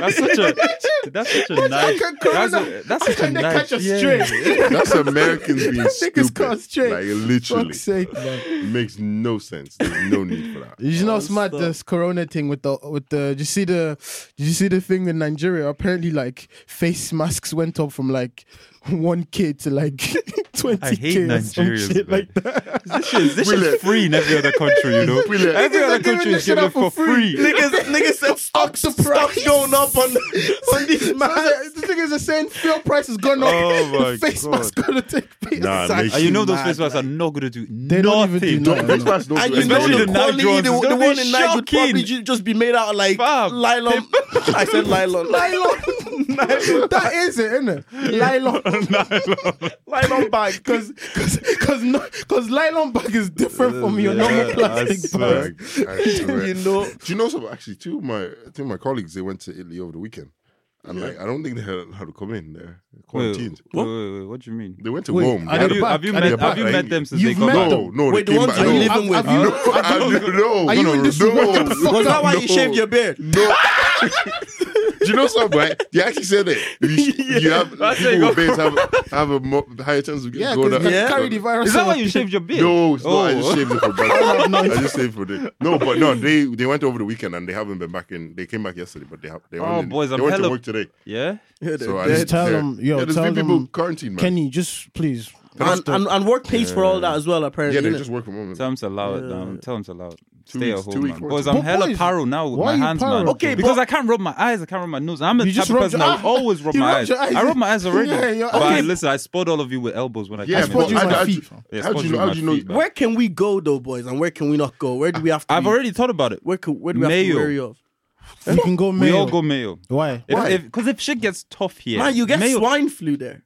[SPEAKER 1] That's such a that's such a nice.
[SPEAKER 3] like a
[SPEAKER 1] that's,
[SPEAKER 3] corona-
[SPEAKER 1] a, that's such a
[SPEAKER 3] They
[SPEAKER 1] nice.
[SPEAKER 3] catch us
[SPEAKER 1] yeah.
[SPEAKER 3] straight.
[SPEAKER 2] That's Americans being
[SPEAKER 3] Niggas
[SPEAKER 2] stupid.
[SPEAKER 3] caught straight.
[SPEAKER 2] Like literally,
[SPEAKER 3] Fuck's sake, man.
[SPEAKER 2] makes no sense. There's no need for that.
[SPEAKER 3] You know,
[SPEAKER 4] Oh,
[SPEAKER 3] smart
[SPEAKER 4] stop.
[SPEAKER 3] this corona thing with the with the. Did you see the? Did you see the thing in Nigeria? Apparently, like face masks went up from like one k to like twenty.
[SPEAKER 1] I hate
[SPEAKER 3] k or some
[SPEAKER 1] Nigerians,
[SPEAKER 3] shit
[SPEAKER 1] man.
[SPEAKER 3] like that.
[SPEAKER 1] This shit, is- this shit
[SPEAKER 2] Brilliant.
[SPEAKER 1] is free in every other country, you know.
[SPEAKER 2] Brilliant.
[SPEAKER 1] Every
[SPEAKER 3] Niggas are
[SPEAKER 1] other
[SPEAKER 3] giving
[SPEAKER 1] country
[SPEAKER 3] this
[SPEAKER 1] is
[SPEAKER 3] shit
[SPEAKER 1] giving
[SPEAKER 3] out
[SPEAKER 1] it for
[SPEAKER 3] for free.
[SPEAKER 1] free.
[SPEAKER 4] niggas, niggas said stop,
[SPEAKER 3] the
[SPEAKER 4] stop
[SPEAKER 3] price.
[SPEAKER 4] going up on on these masks.
[SPEAKER 3] the thing is, saying fuel price has gone up.
[SPEAKER 1] Oh my
[SPEAKER 3] the face
[SPEAKER 1] God.
[SPEAKER 3] mask gonna take place.
[SPEAKER 2] Nah,
[SPEAKER 3] It's
[SPEAKER 2] makes
[SPEAKER 1] And you know those
[SPEAKER 4] Mad,
[SPEAKER 1] face masks are not gonna do
[SPEAKER 3] They don't even do
[SPEAKER 1] nothing.
[SPEAKER 3] nothing.
[SPEAKER 2] Face masks don't
[SPEAKER 4] And
[SPEAKER 2] do
[SPEAKER 4] you know
[SPEAKER 1] Especially
[SPEAKER 4] the,
[SPEAKER 2] anything.
[SPEAKER 1] the
[SPEAKER 4] quality,
[SPEAKER 1] Nigrons,
[SPEAKER 4] the,
[SPEAKER 1] it's
[SPEAKER 4] the
[SPEAKER 1] gonna
[SPEAKER 4] one
[SPEAKER 1] be
[SPEAKER 4] in Niger would probably
[SPEAKER 1] shocking.
[SPEAKER 4] ju- just be made out of like
[SPEAKER 1] Fam.
[SPEAKER 4] nylon. I said nylon.
[SPEAKER 3] Nylon. that is it, isn't it? Nylon.
[SPEAKER 4] nylon bag.
[SPEAKER 3] Because because no, cause nylon bag is different from your
[SPEAKER 1] Yeah,
[SPEAKER 3] normal
[SPEAKER 1] I
[SPEAKER 3] plastic
[SPEAKER 1] swear.
[SPEAKER 3] bag.
[SPEAKER 2] Like, I swear.
[SPEAKER 4] You know,
[SPEAKER 2] Do you know something? Actually, two of my two of my colleagues they went to Italy over the weekend, and like I don't think they had how to come in. They're
[SPEAKER 1] Wait,
[SPEAKER 2] quarantined.
[SPEAKER 1] wait, wait, wait, what do you mean?
[SPEAKER 2] They went to
[SPEAKER 3] Wait,
[SPEAKER 2] Rome. They
[SPEAKER 3] are they
[SPEAKER 1] Have
[SPEAKER 2] had a-
[SPEAKER 1] you,
[SPEAKER 3] back?
[SPEAKER 1] have you
[SPEAKER 3] Are
[SPEAKER 1] met
[SPEAKER 2] they
[SPEAKER 1] have you
[SPEAKER 2] back?
[SPEAKER 1] met them since
[SPEAKER 3] You've
[SPEAKER 1] they got
[SPEAKER 3] met
[SPEAKER 1] back?
[SPEAKER 2] No, no,
[SPEAKER 4] Wait,
[SPEAKER 2] they
[SPEAKER 4] the
[SPEAKER 2] came
[SPEAKER 4] ones
[SPEAKER 2] back.
[SPEAKER 4] you
[SPEAKER 2] No,
[SPEAKER 4] living
[SPEAKER 2] I
[SPEAKER 4] with?
[SPEAKER 2] don't- I don't know.
[SPEAKER 3] Are you in this
[SPEAKER 2] no,
[SPEAKER 3] room? What the fuck?
[SPEAKER 4] was that why
[SPEAKER 2] No.
[SPEAKER 4] you shaved your beard?
[SPEAKER 2] No. Do you know something? Right? They actually said it. You, you have
[SPEAKER 1] That's how you
[SPEAKER 2] people
[SPEAKER 1] go
[SPEAKER 2] with beards have have a mo- higher chance of
[SPEAKER 3] Yeah,
[SPEAKER 2] going
[SPEAKER 3] because
[SPEAKER 2] up.
[SPEAKER 3] they
[SPEAKER 4] Yeah.
[SPEAKER 3] carry the virus.
[SPEAKER 1] Is that why
[SPEAKER 3] out.
[SPEAKER 1] you shaved your beard?
[SPEAKER 2] No, it's not. I just
[SPEAKER 1] Oh.
[SPEAKER 2] saved it for back. I just saved for the no, but no, they they went over the weekend and they haven't been back in. They came back yesterday, but they have. They
[SPEAKER 1] Oh,
[SPEAKER 2] went in-
[SPEAKER 1] boys,
[SPEAKER 2] they
[SPEAKER 1] I'm
[SPEAKER 2] went to
[SPEAKER 1] hella-
[SPEAKER 2] work today.
[SPEAKER 1] Yeah.
[SPEAKER 2] So I
[SPEAKER 4] They're
[SPEAKER 2] just
[SPEAKER 3] Tell
[SPEAKER 2] yeah.
[SPEAKER 3] them, yo,
[SPEAKER 2] Yeah, there's
[SPEAKER 3] tell
[SPEAKER 2] been people
[SPEAKER 3] them,
[SPEAKER 2] quarantined, man.
[SPEAKER 3] Kenny, just please.
[SPEAKER 4] and, and, and work pays for all that as well, apparently.
[SPEAKER 2] yeah, they
[SPEAKER 4] innit?
[SPEAKER 2] just work from home.
[SPEAKER 1] Tell them to allow it down. Tell them to allow it.
[SPEAKER 2] Two
[SPEAKER 1] Stay
[SPEAKER 2] weeks-
[SPEAKER 1] at
[SPEAKER 2] two
[SPEAKER 1] home,
[SPEAKER 2] weeks
[SPEAKER 1] man.
[SPEAKER 2] work.
[SPEAKER 1] Boys, I'm
[SPEAKER 3] But
[SPEAKER 1] hella
[SPEAKER 3] boys,
[SPEAKER 1] paro now with
[SPEAKER 3] why
[SPEAKER 1] my
[SPEAKER 3] are you
[SPEAKER 1] hands,
[SPEAKER 3] paro?
[SPEAKER 1] man.
[SPEAKER 3] Okay,
[SPEAKER 1] because I can't rub my eyes. I can't rub my nose. I'm a
[SPEAKER 3] You
[SPEAKER 1] type
[SPEAKER 3] just
[SPEAKER 1] of
[SPEAKER 3] rubbed
[SPEAKER 1] person
[SPEAKER 3] your-
[SPEAKER 1] that will always rub
[SPEAKER 3] You
[SPEAKER 1] my
[SPEAKER 3] rubbed
[SPEAKER 1] eyes.
[SPEAKER 3] your eyes.
[SPEAKER 1] I rub my eyes already.
[SPEAKER 3] Yeah, yeah.
[SPEAKER 1] But
[SPEAKER 3] Okay.
[SPEAKER 1] listen, I spot all of you with elbows when I
[SPEAKER 2] Yeah,
[SPEAKER 1] came
[SPEAKER 3] Spot
[SPEAKER 2] but
[SPEAKER 3] you
[SPEAKER 1] in.
[SPEAKER 3] with
[SPEAKER 2] I-
[SPEAKER 3] my
[SPEAKER 2] I-
[SPEAKER 3] feet.
[SPEAKER 1] Yeah,
[SPEAKER 2] How do
[SPEAKER 1] spot
[SPEAKER 2] you
[SPEAKER 1] you
[SPEAKER 2] know- how
[SPEAKER 1] with
[SPEAKER 2] do you
[SPEAKER 1] my
[SPEAKER 2] know-
[SPEAKER 1] feet, man.
[SPEAKER 4] Where can we go though, boys? And where can we not go? Where do we have to?
[SPEAKER 1] I've
[SPEAKER 4] be-
[SPEAKER 1] already thought about it.
[SPEAKER 4] Where, can, where do we have to
[SPEAKER 1] Mayo.
[SPEAKER 4] be wary of?
[SPEAKER 3] You can go
[SPEAKER 1] We
[SPEAKER 3] mayo.
[SPEAKER 1] all go mayo.
[SPEAKER 3] Why?
[SPEAKER 1] Because if, 'cause if shit gets tough here,
[SPEAKER 4] Man, you get
[SPEAKER 1] mayo,
[SPEAKER 4] swine flu there.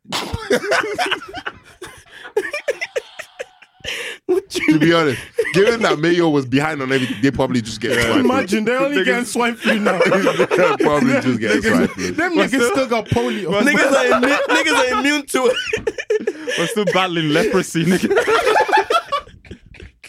[SPEAKER 4] Would you
[SPEAKER 2] to be honest, given that Mayo was behind on everything, they probably just get swine flu.
[SPEAKER 3] they're only getting swine flu now.
[SPEAKER 2] They'll probably just get swine flu.
[SPEAKER 3] Them niggas still got polio.
[SPEAKER 4] niggas, are immu- niggas are immune to it.
[SPEAKER 1] We're still battling leprosy, nigga.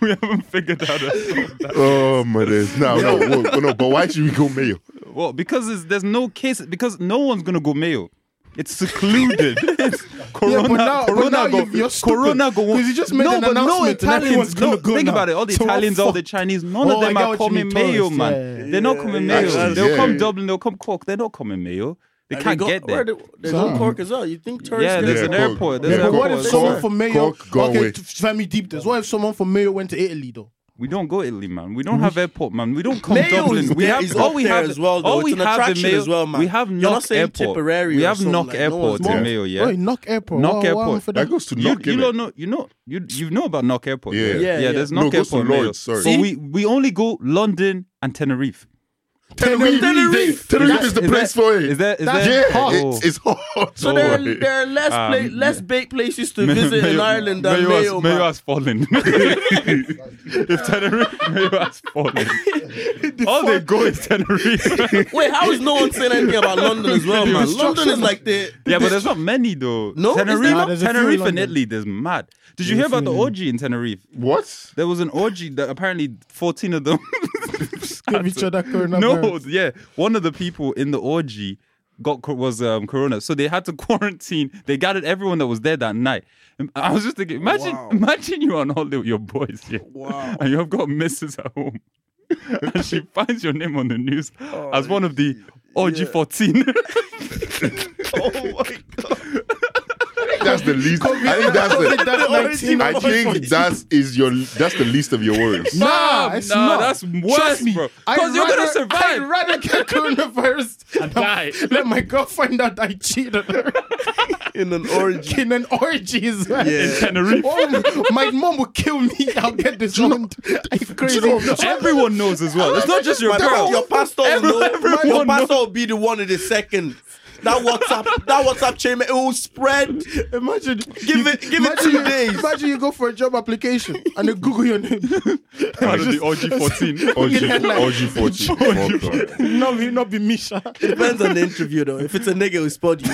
[SPEAKER 1] we haven't figured out that.
[SPEAKER 2] Oh my days! No, no, no, no. But why should we go Mayo?
[SPEAKER 1] Well, because it's, there's no case, because no one's gonna go mayo. It's secluded. It's corona,
[SPEAKER 3] yeah, but now,
[SPEAKER 1] corona
[SPEAKER 3] but now
[SPEAKER 1] go,
[SPEAKER 3] you're stupid.
[SPEAKER 1] corona go.
[SPEAKER 3] Because you just made
[SPEAKER 1] no,
[SPEAKER 3] an
[SPEAKER 1] but no
[SPEAKER 3] announcement and everyone's
[SPEAKER 1] Italians.
[SPEAKER 3] gonna
[SPEAKER 1] No,
[SPEAKER 3] go
[SPEAKER 1] think
[SPEAKER 3] now.
[SPEAKER 1] about it. All the
[SPEAKER 3] So what
[SPEAKER 1] Italians, all the
[SPEAKER 3] fuck?
[SPEAKER 1] Chinese, none
[SPEAKER 3] Oh,
[SPEAKER 1] of them
[SPEAKER 3] I get
[SPEAKER 1] are
[SPEAKER 3] what you
[SPEAKER 1] coming
[SPEAKER 3] mean,
[SPEAKER 1] mayo,
[SPEAKER 3] tourists,
[SPEAKER 1] man.
[SPEAKER 3] yeah, yeah.
[SPEAKER 1] They're not coming mayo.
[SPEAKER 2] Actually,
[SPEAKER 1] they'll
[SPEAKER 2] yeah.
[SPEAKER 1] come Dublin. They'll come Cork. They're not coming mayo. They
[SPEAKER 4] And
[SPEAKER 1] can't
[SPEAKER 4] they go-
[SPEAKER 1] get
[SPEAKER 4] where
[SPEAKER 1] there.
[SPEAKER 4] do- There's
[SPEAKER 3] So-
[SPEAKER 4] no Cork as well. You think tourists
[SPEAKER 1] Yeah,
[SPEAKER 4] get
[SPEAKER 1] there's
[SPEAKER 4] there?
[SPEAKER 1] an
[SPEAKER 2] Cork.
[SPEAKER 1] airport. There's
[SPEAKER 2] Yeah,
[SPEAKER 3] Yeah,
[SPEAKER 1] an
[SPEAKER 3] but
[SPEAKER 1] airport.
[SPEAKER 3] what
[SPEAKER 2] Cork,
[SPEAKER 3] if someone
[SPEAKER 2] Cork,
[SPEAKER 3] from Mayo?
[SPEAKER 2] Cork, go
[SPEAKER 3] okay,
[SPEAKER 2] away.
[SPEAKER 3] t- family deep this. What if someone from Mayo went to Italy though?
[SPEAKER 1] We don't go Italy, man. We don't have airport, man. We don't come
[SPEAKER 4] Mayo
[SPEAKER 1] Dublin.
[SPEAKER 4] is
[SPEAKER 1] we
[SPEAKER 4] there-
[SPEAKER 1] have
[SPEAKER 4] is
[SPEAKER 1] all
[SPEAKER 4] up
[SPEAKER 1] we
[SPEAKER 4] there
[SPEAKER 1] have
[SPEAKER 4] as well, though.
[SPEAKER 1] All we
[SPEAKER 4] It's an
[SPEAKER 1] have in
[SPEAKER 4] attraction
[SPEAKER 1] Mayo
[SPEAKER 4] as well, man.
[SPEAKER 1] We have
[SPEAKER 4] You're
[SPEAKER 1] Knock
[SPEAKER 4] not saying
[SPEAKER 1] Airport.
[SPEAKER 4] Tipperary
[SPEAKER 1] we
[SPEAKER 4] or
[SPEAKER 1] have
[SPEAKER 4] something
[SPEAKER 1] Knock
[SPEAKER 4] like- no
[SPEAKER 1] Airport
[SPEAKER 4] one's
[SPEAKER 1] in
[SPEAKER 2] there.
[SPEAKER 1] Mayo. Yeah,
[SPEAKER 3] Wait, knock airport.
[SPEAKER 1] Knock
[SPEAKER 3] What- what
[SPEAKER 1] Airport.
[SPEAKER 3] happened for
[SPEAKER 2] That
[SPEAKER 3] that?
[SPEAKER 2] goes to
[SPEAKER 1] you,
[SPEAKER 2] knock
[SPEAKER 1] you
[SPEAKER 2] in
[SPEAKER 1] don't know. You know. You you know about Knock Airport.
[SPEAKER 2] Yeah.
[SPEAKER 1] yeah.
[SPEAKER 4] Yeah,
[SPEAKER 1] there's
[SPEAKER 2] yeah. No,
[SPEAKER 1] Knock
[SPEAKER 2] it goes to
[SPEAKER 1] Airport. in Mayo.
[SPEAKER 2] Lloyd's, sorry.
[SPEAKER 1] So we we only go London and Tenerife.
[SPEAKER 2] Tenerife.
[SPEAKER 4] Tenerife.
[SPEAKER 2] Tenerife is the
[SPEAKER 1] Is
[SPEAKER 2] place
[SPEAKER 1] that-
[SPEAKER 2] for it.
[SPEAKER 1] Is there? Is
[SPEAKER 3] That's
[SPEAKER 1] there?
[SPEAKER 2] yeah,
[SPEAKER 3] hot.
[SPEAKER 2] It's, it's hot.
[SPEAKER 4] So
[SPEAKER 2] Oh,
[SPEAKER 4] there,
[SPEAKER 2] right.
[SPEAKER 4] there are less
[SPEAKER 1] Um,
[SPEAKER 4] pla- less big places to visit in Ireland than
[SPEAKER 1] Mayo,
[SPEAKER 4] Mayo.
[SPEAKER 1] has, Mayo
[SPEAKER 4] man.
[SPEAKER 1] has fallen. if Tenerife, Mayo has fallen. All they go is Tenerife.
[SPEAKER 4] Wait, how is no one saying anything about London as well, man? London is like the
[SPEAKER 1] yeah, but there's not many though.
[SPEAKER 4] No, is there
[SPEAKER 1] Tenerife,
[SPEAKER 4] not?
[SPEAKER 3] There's a few in
[SPEAKER 1] Tenerife in
[SPEAKER 3] London.
[SPEAKER 1] Italy, there's mad. Did you hear about the orgy in Tenerife?
[SPEAKER 2] What?
[SPEAKER 1] There was an orgy that apparently 14 of them.
[SPEAKER 3] Give each other coronavirus.
[SPEAKER 1] no, yeah, one of the people in the orgy got co- was um, corona, so they had to quarantine. They gathered everyone that was there that night. And I was just thinking, imagine, imagine you on holiday with your boys, yeah,
[SPEAKER 4] Wow.
[SPEAKER 1] and you've got missus at home, and she finds your name on the news as one of the orgy 14.
[SPEAKER 2] That's the least. I think that's the. I think that is your. That's the least of your worries.
[SPEAKER 3] Nah,
[SPEAKER 1] Fam,
[SPEAKER 3] it's
[SPEAKER 1] nah,
[SPEAKER 3] not.
[SPEAKER 1] that's
[SPEAKER 3] Trust
[SPEAKER 1] worse,
[SPEAKER 3] me,
[SPEAKER 1] bro.
[SPEAKER 3] I'd
[SPEAKER 1] 'Cause you're gonna
[SPEAKER 3] rather-
[SPEAKER 1] survive.
[SPEAKER 3] I'd rather get coronavirus and
[SPEAKER 1] die.
[SPEAKER 3] Let my girl find out I cheated on her
[SPEAKER 4] in an orgy.
[SPEAKER 3] in an orgy as well.
[SPEAKER 1] In Tenerife.
[SPEAKER 3] Oh, my mom will kill me. I'll get disowned. Are you crazy?
[SPEAKER 1] Everyone knows as well. It's not just your
[SPEAKER 4] But
[SPEAKER 1] girl.
[SPEAKER 4] Your pastor, will
[SPEAKER 1] Every-
[SPEAKER 4] know,
[SPEAKER 1] everyone
[SPEAKER 4] your
[SPEAKER 1] knows.
[SPEAKER 4] pastor will be the one in the second. That WhatsApp, that WhatsApp chain, it will spread.
[SPEAKER 3] Imagine.
[SPEAKER 4] Give it, give it two
[SPEAKER 3] you,
[SPEAKER 4] days.
[SPEAKER 3] Imagine you go for a job application and they Google your name.
[SPEAKER 1] Out of the orgy 14.
[SPEAKER 2] OG, OG 40. Fuck,
[SPEAKER 3] not, be- not be Misha.
[SPEAKER 4] Depends on the interview, though. If it's a nigga, it'll spot you.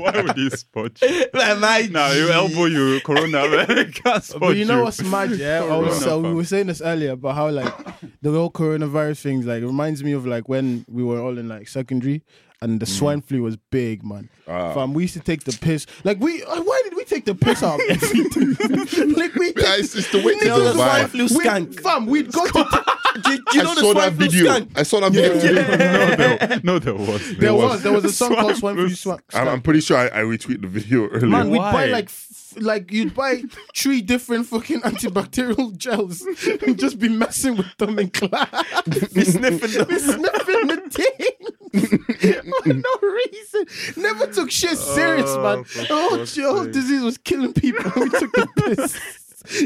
[SPEAKER 1] Why would he spot you?
[SPEAKER 4] like, my
[SPEAKER 1] Nah, you
[SPEAKER 4] G.
[SPEAKER 1] elbow you, Corona, man. It Can't spot
[SPEAKER 3] But you know
[SPEAKER 1] you.
[SPEAKER 3] what's mad? Yeah, I was,
[SPEAKER 1] Corona,
[SPEAKER 3] uh, we
[SPEAKER 1] fam.
[SPEAKER 3] were saying this earlier about how like the whole coronavirus things like it reminds me of like when we were all in like secondary and the swine flu was big, man. Fam, we used to take the piss. Like we, uh, why did we take the piss out? of everything? like we,
[SPEAKER 2] Yeah, it's just the way
[SPEAKER 3] Niggas
[SPEAKER 2] they
[SPEAKER 4] Yo, the swine
[SPEAKER 2] survive.
[SPEAKER 4] flu
[SPEAKER 3] we-
[SPEAKER 4] skank.
[SPEAKER 3] fam, we'd go to.
[SPEAKER 4] Do you- do you
[SPEAKER 2] I
[SPEAKER 4] know the
[SPEAKER 2] saw that
[SPEAKER 4] swine flu
[SPEAKER 2] video.
[SPEAKER 4] skank?
[SPEAKER 2] I saw that video. today.
[SPEAKER 1] no, there, no, there was.
[SPEAKER 3] There
[SPEAKER 2] was-
[SPEAKER 3] was there was a song
[SPEAKER 1] Swine
[SPEAKER 3] called Swine
[SPEAKER 1] flu
[SPEAKER 3] Flu Swan.
[SPEAKER 2] I'm, I'm pretty sure I, I retweeted the video earlier.
[SPEAKER 3] Man, we'd
[SPEAKER 1] Why?
[SPEAKER 3] buy like f- like you'd buy three different fucking antibacterial gels and just be messing with them in class. be sniffing them. Be sniffing the thing. For no reason. Never took shit serious, man. The whole, the whole disease was killing people. we took the piss.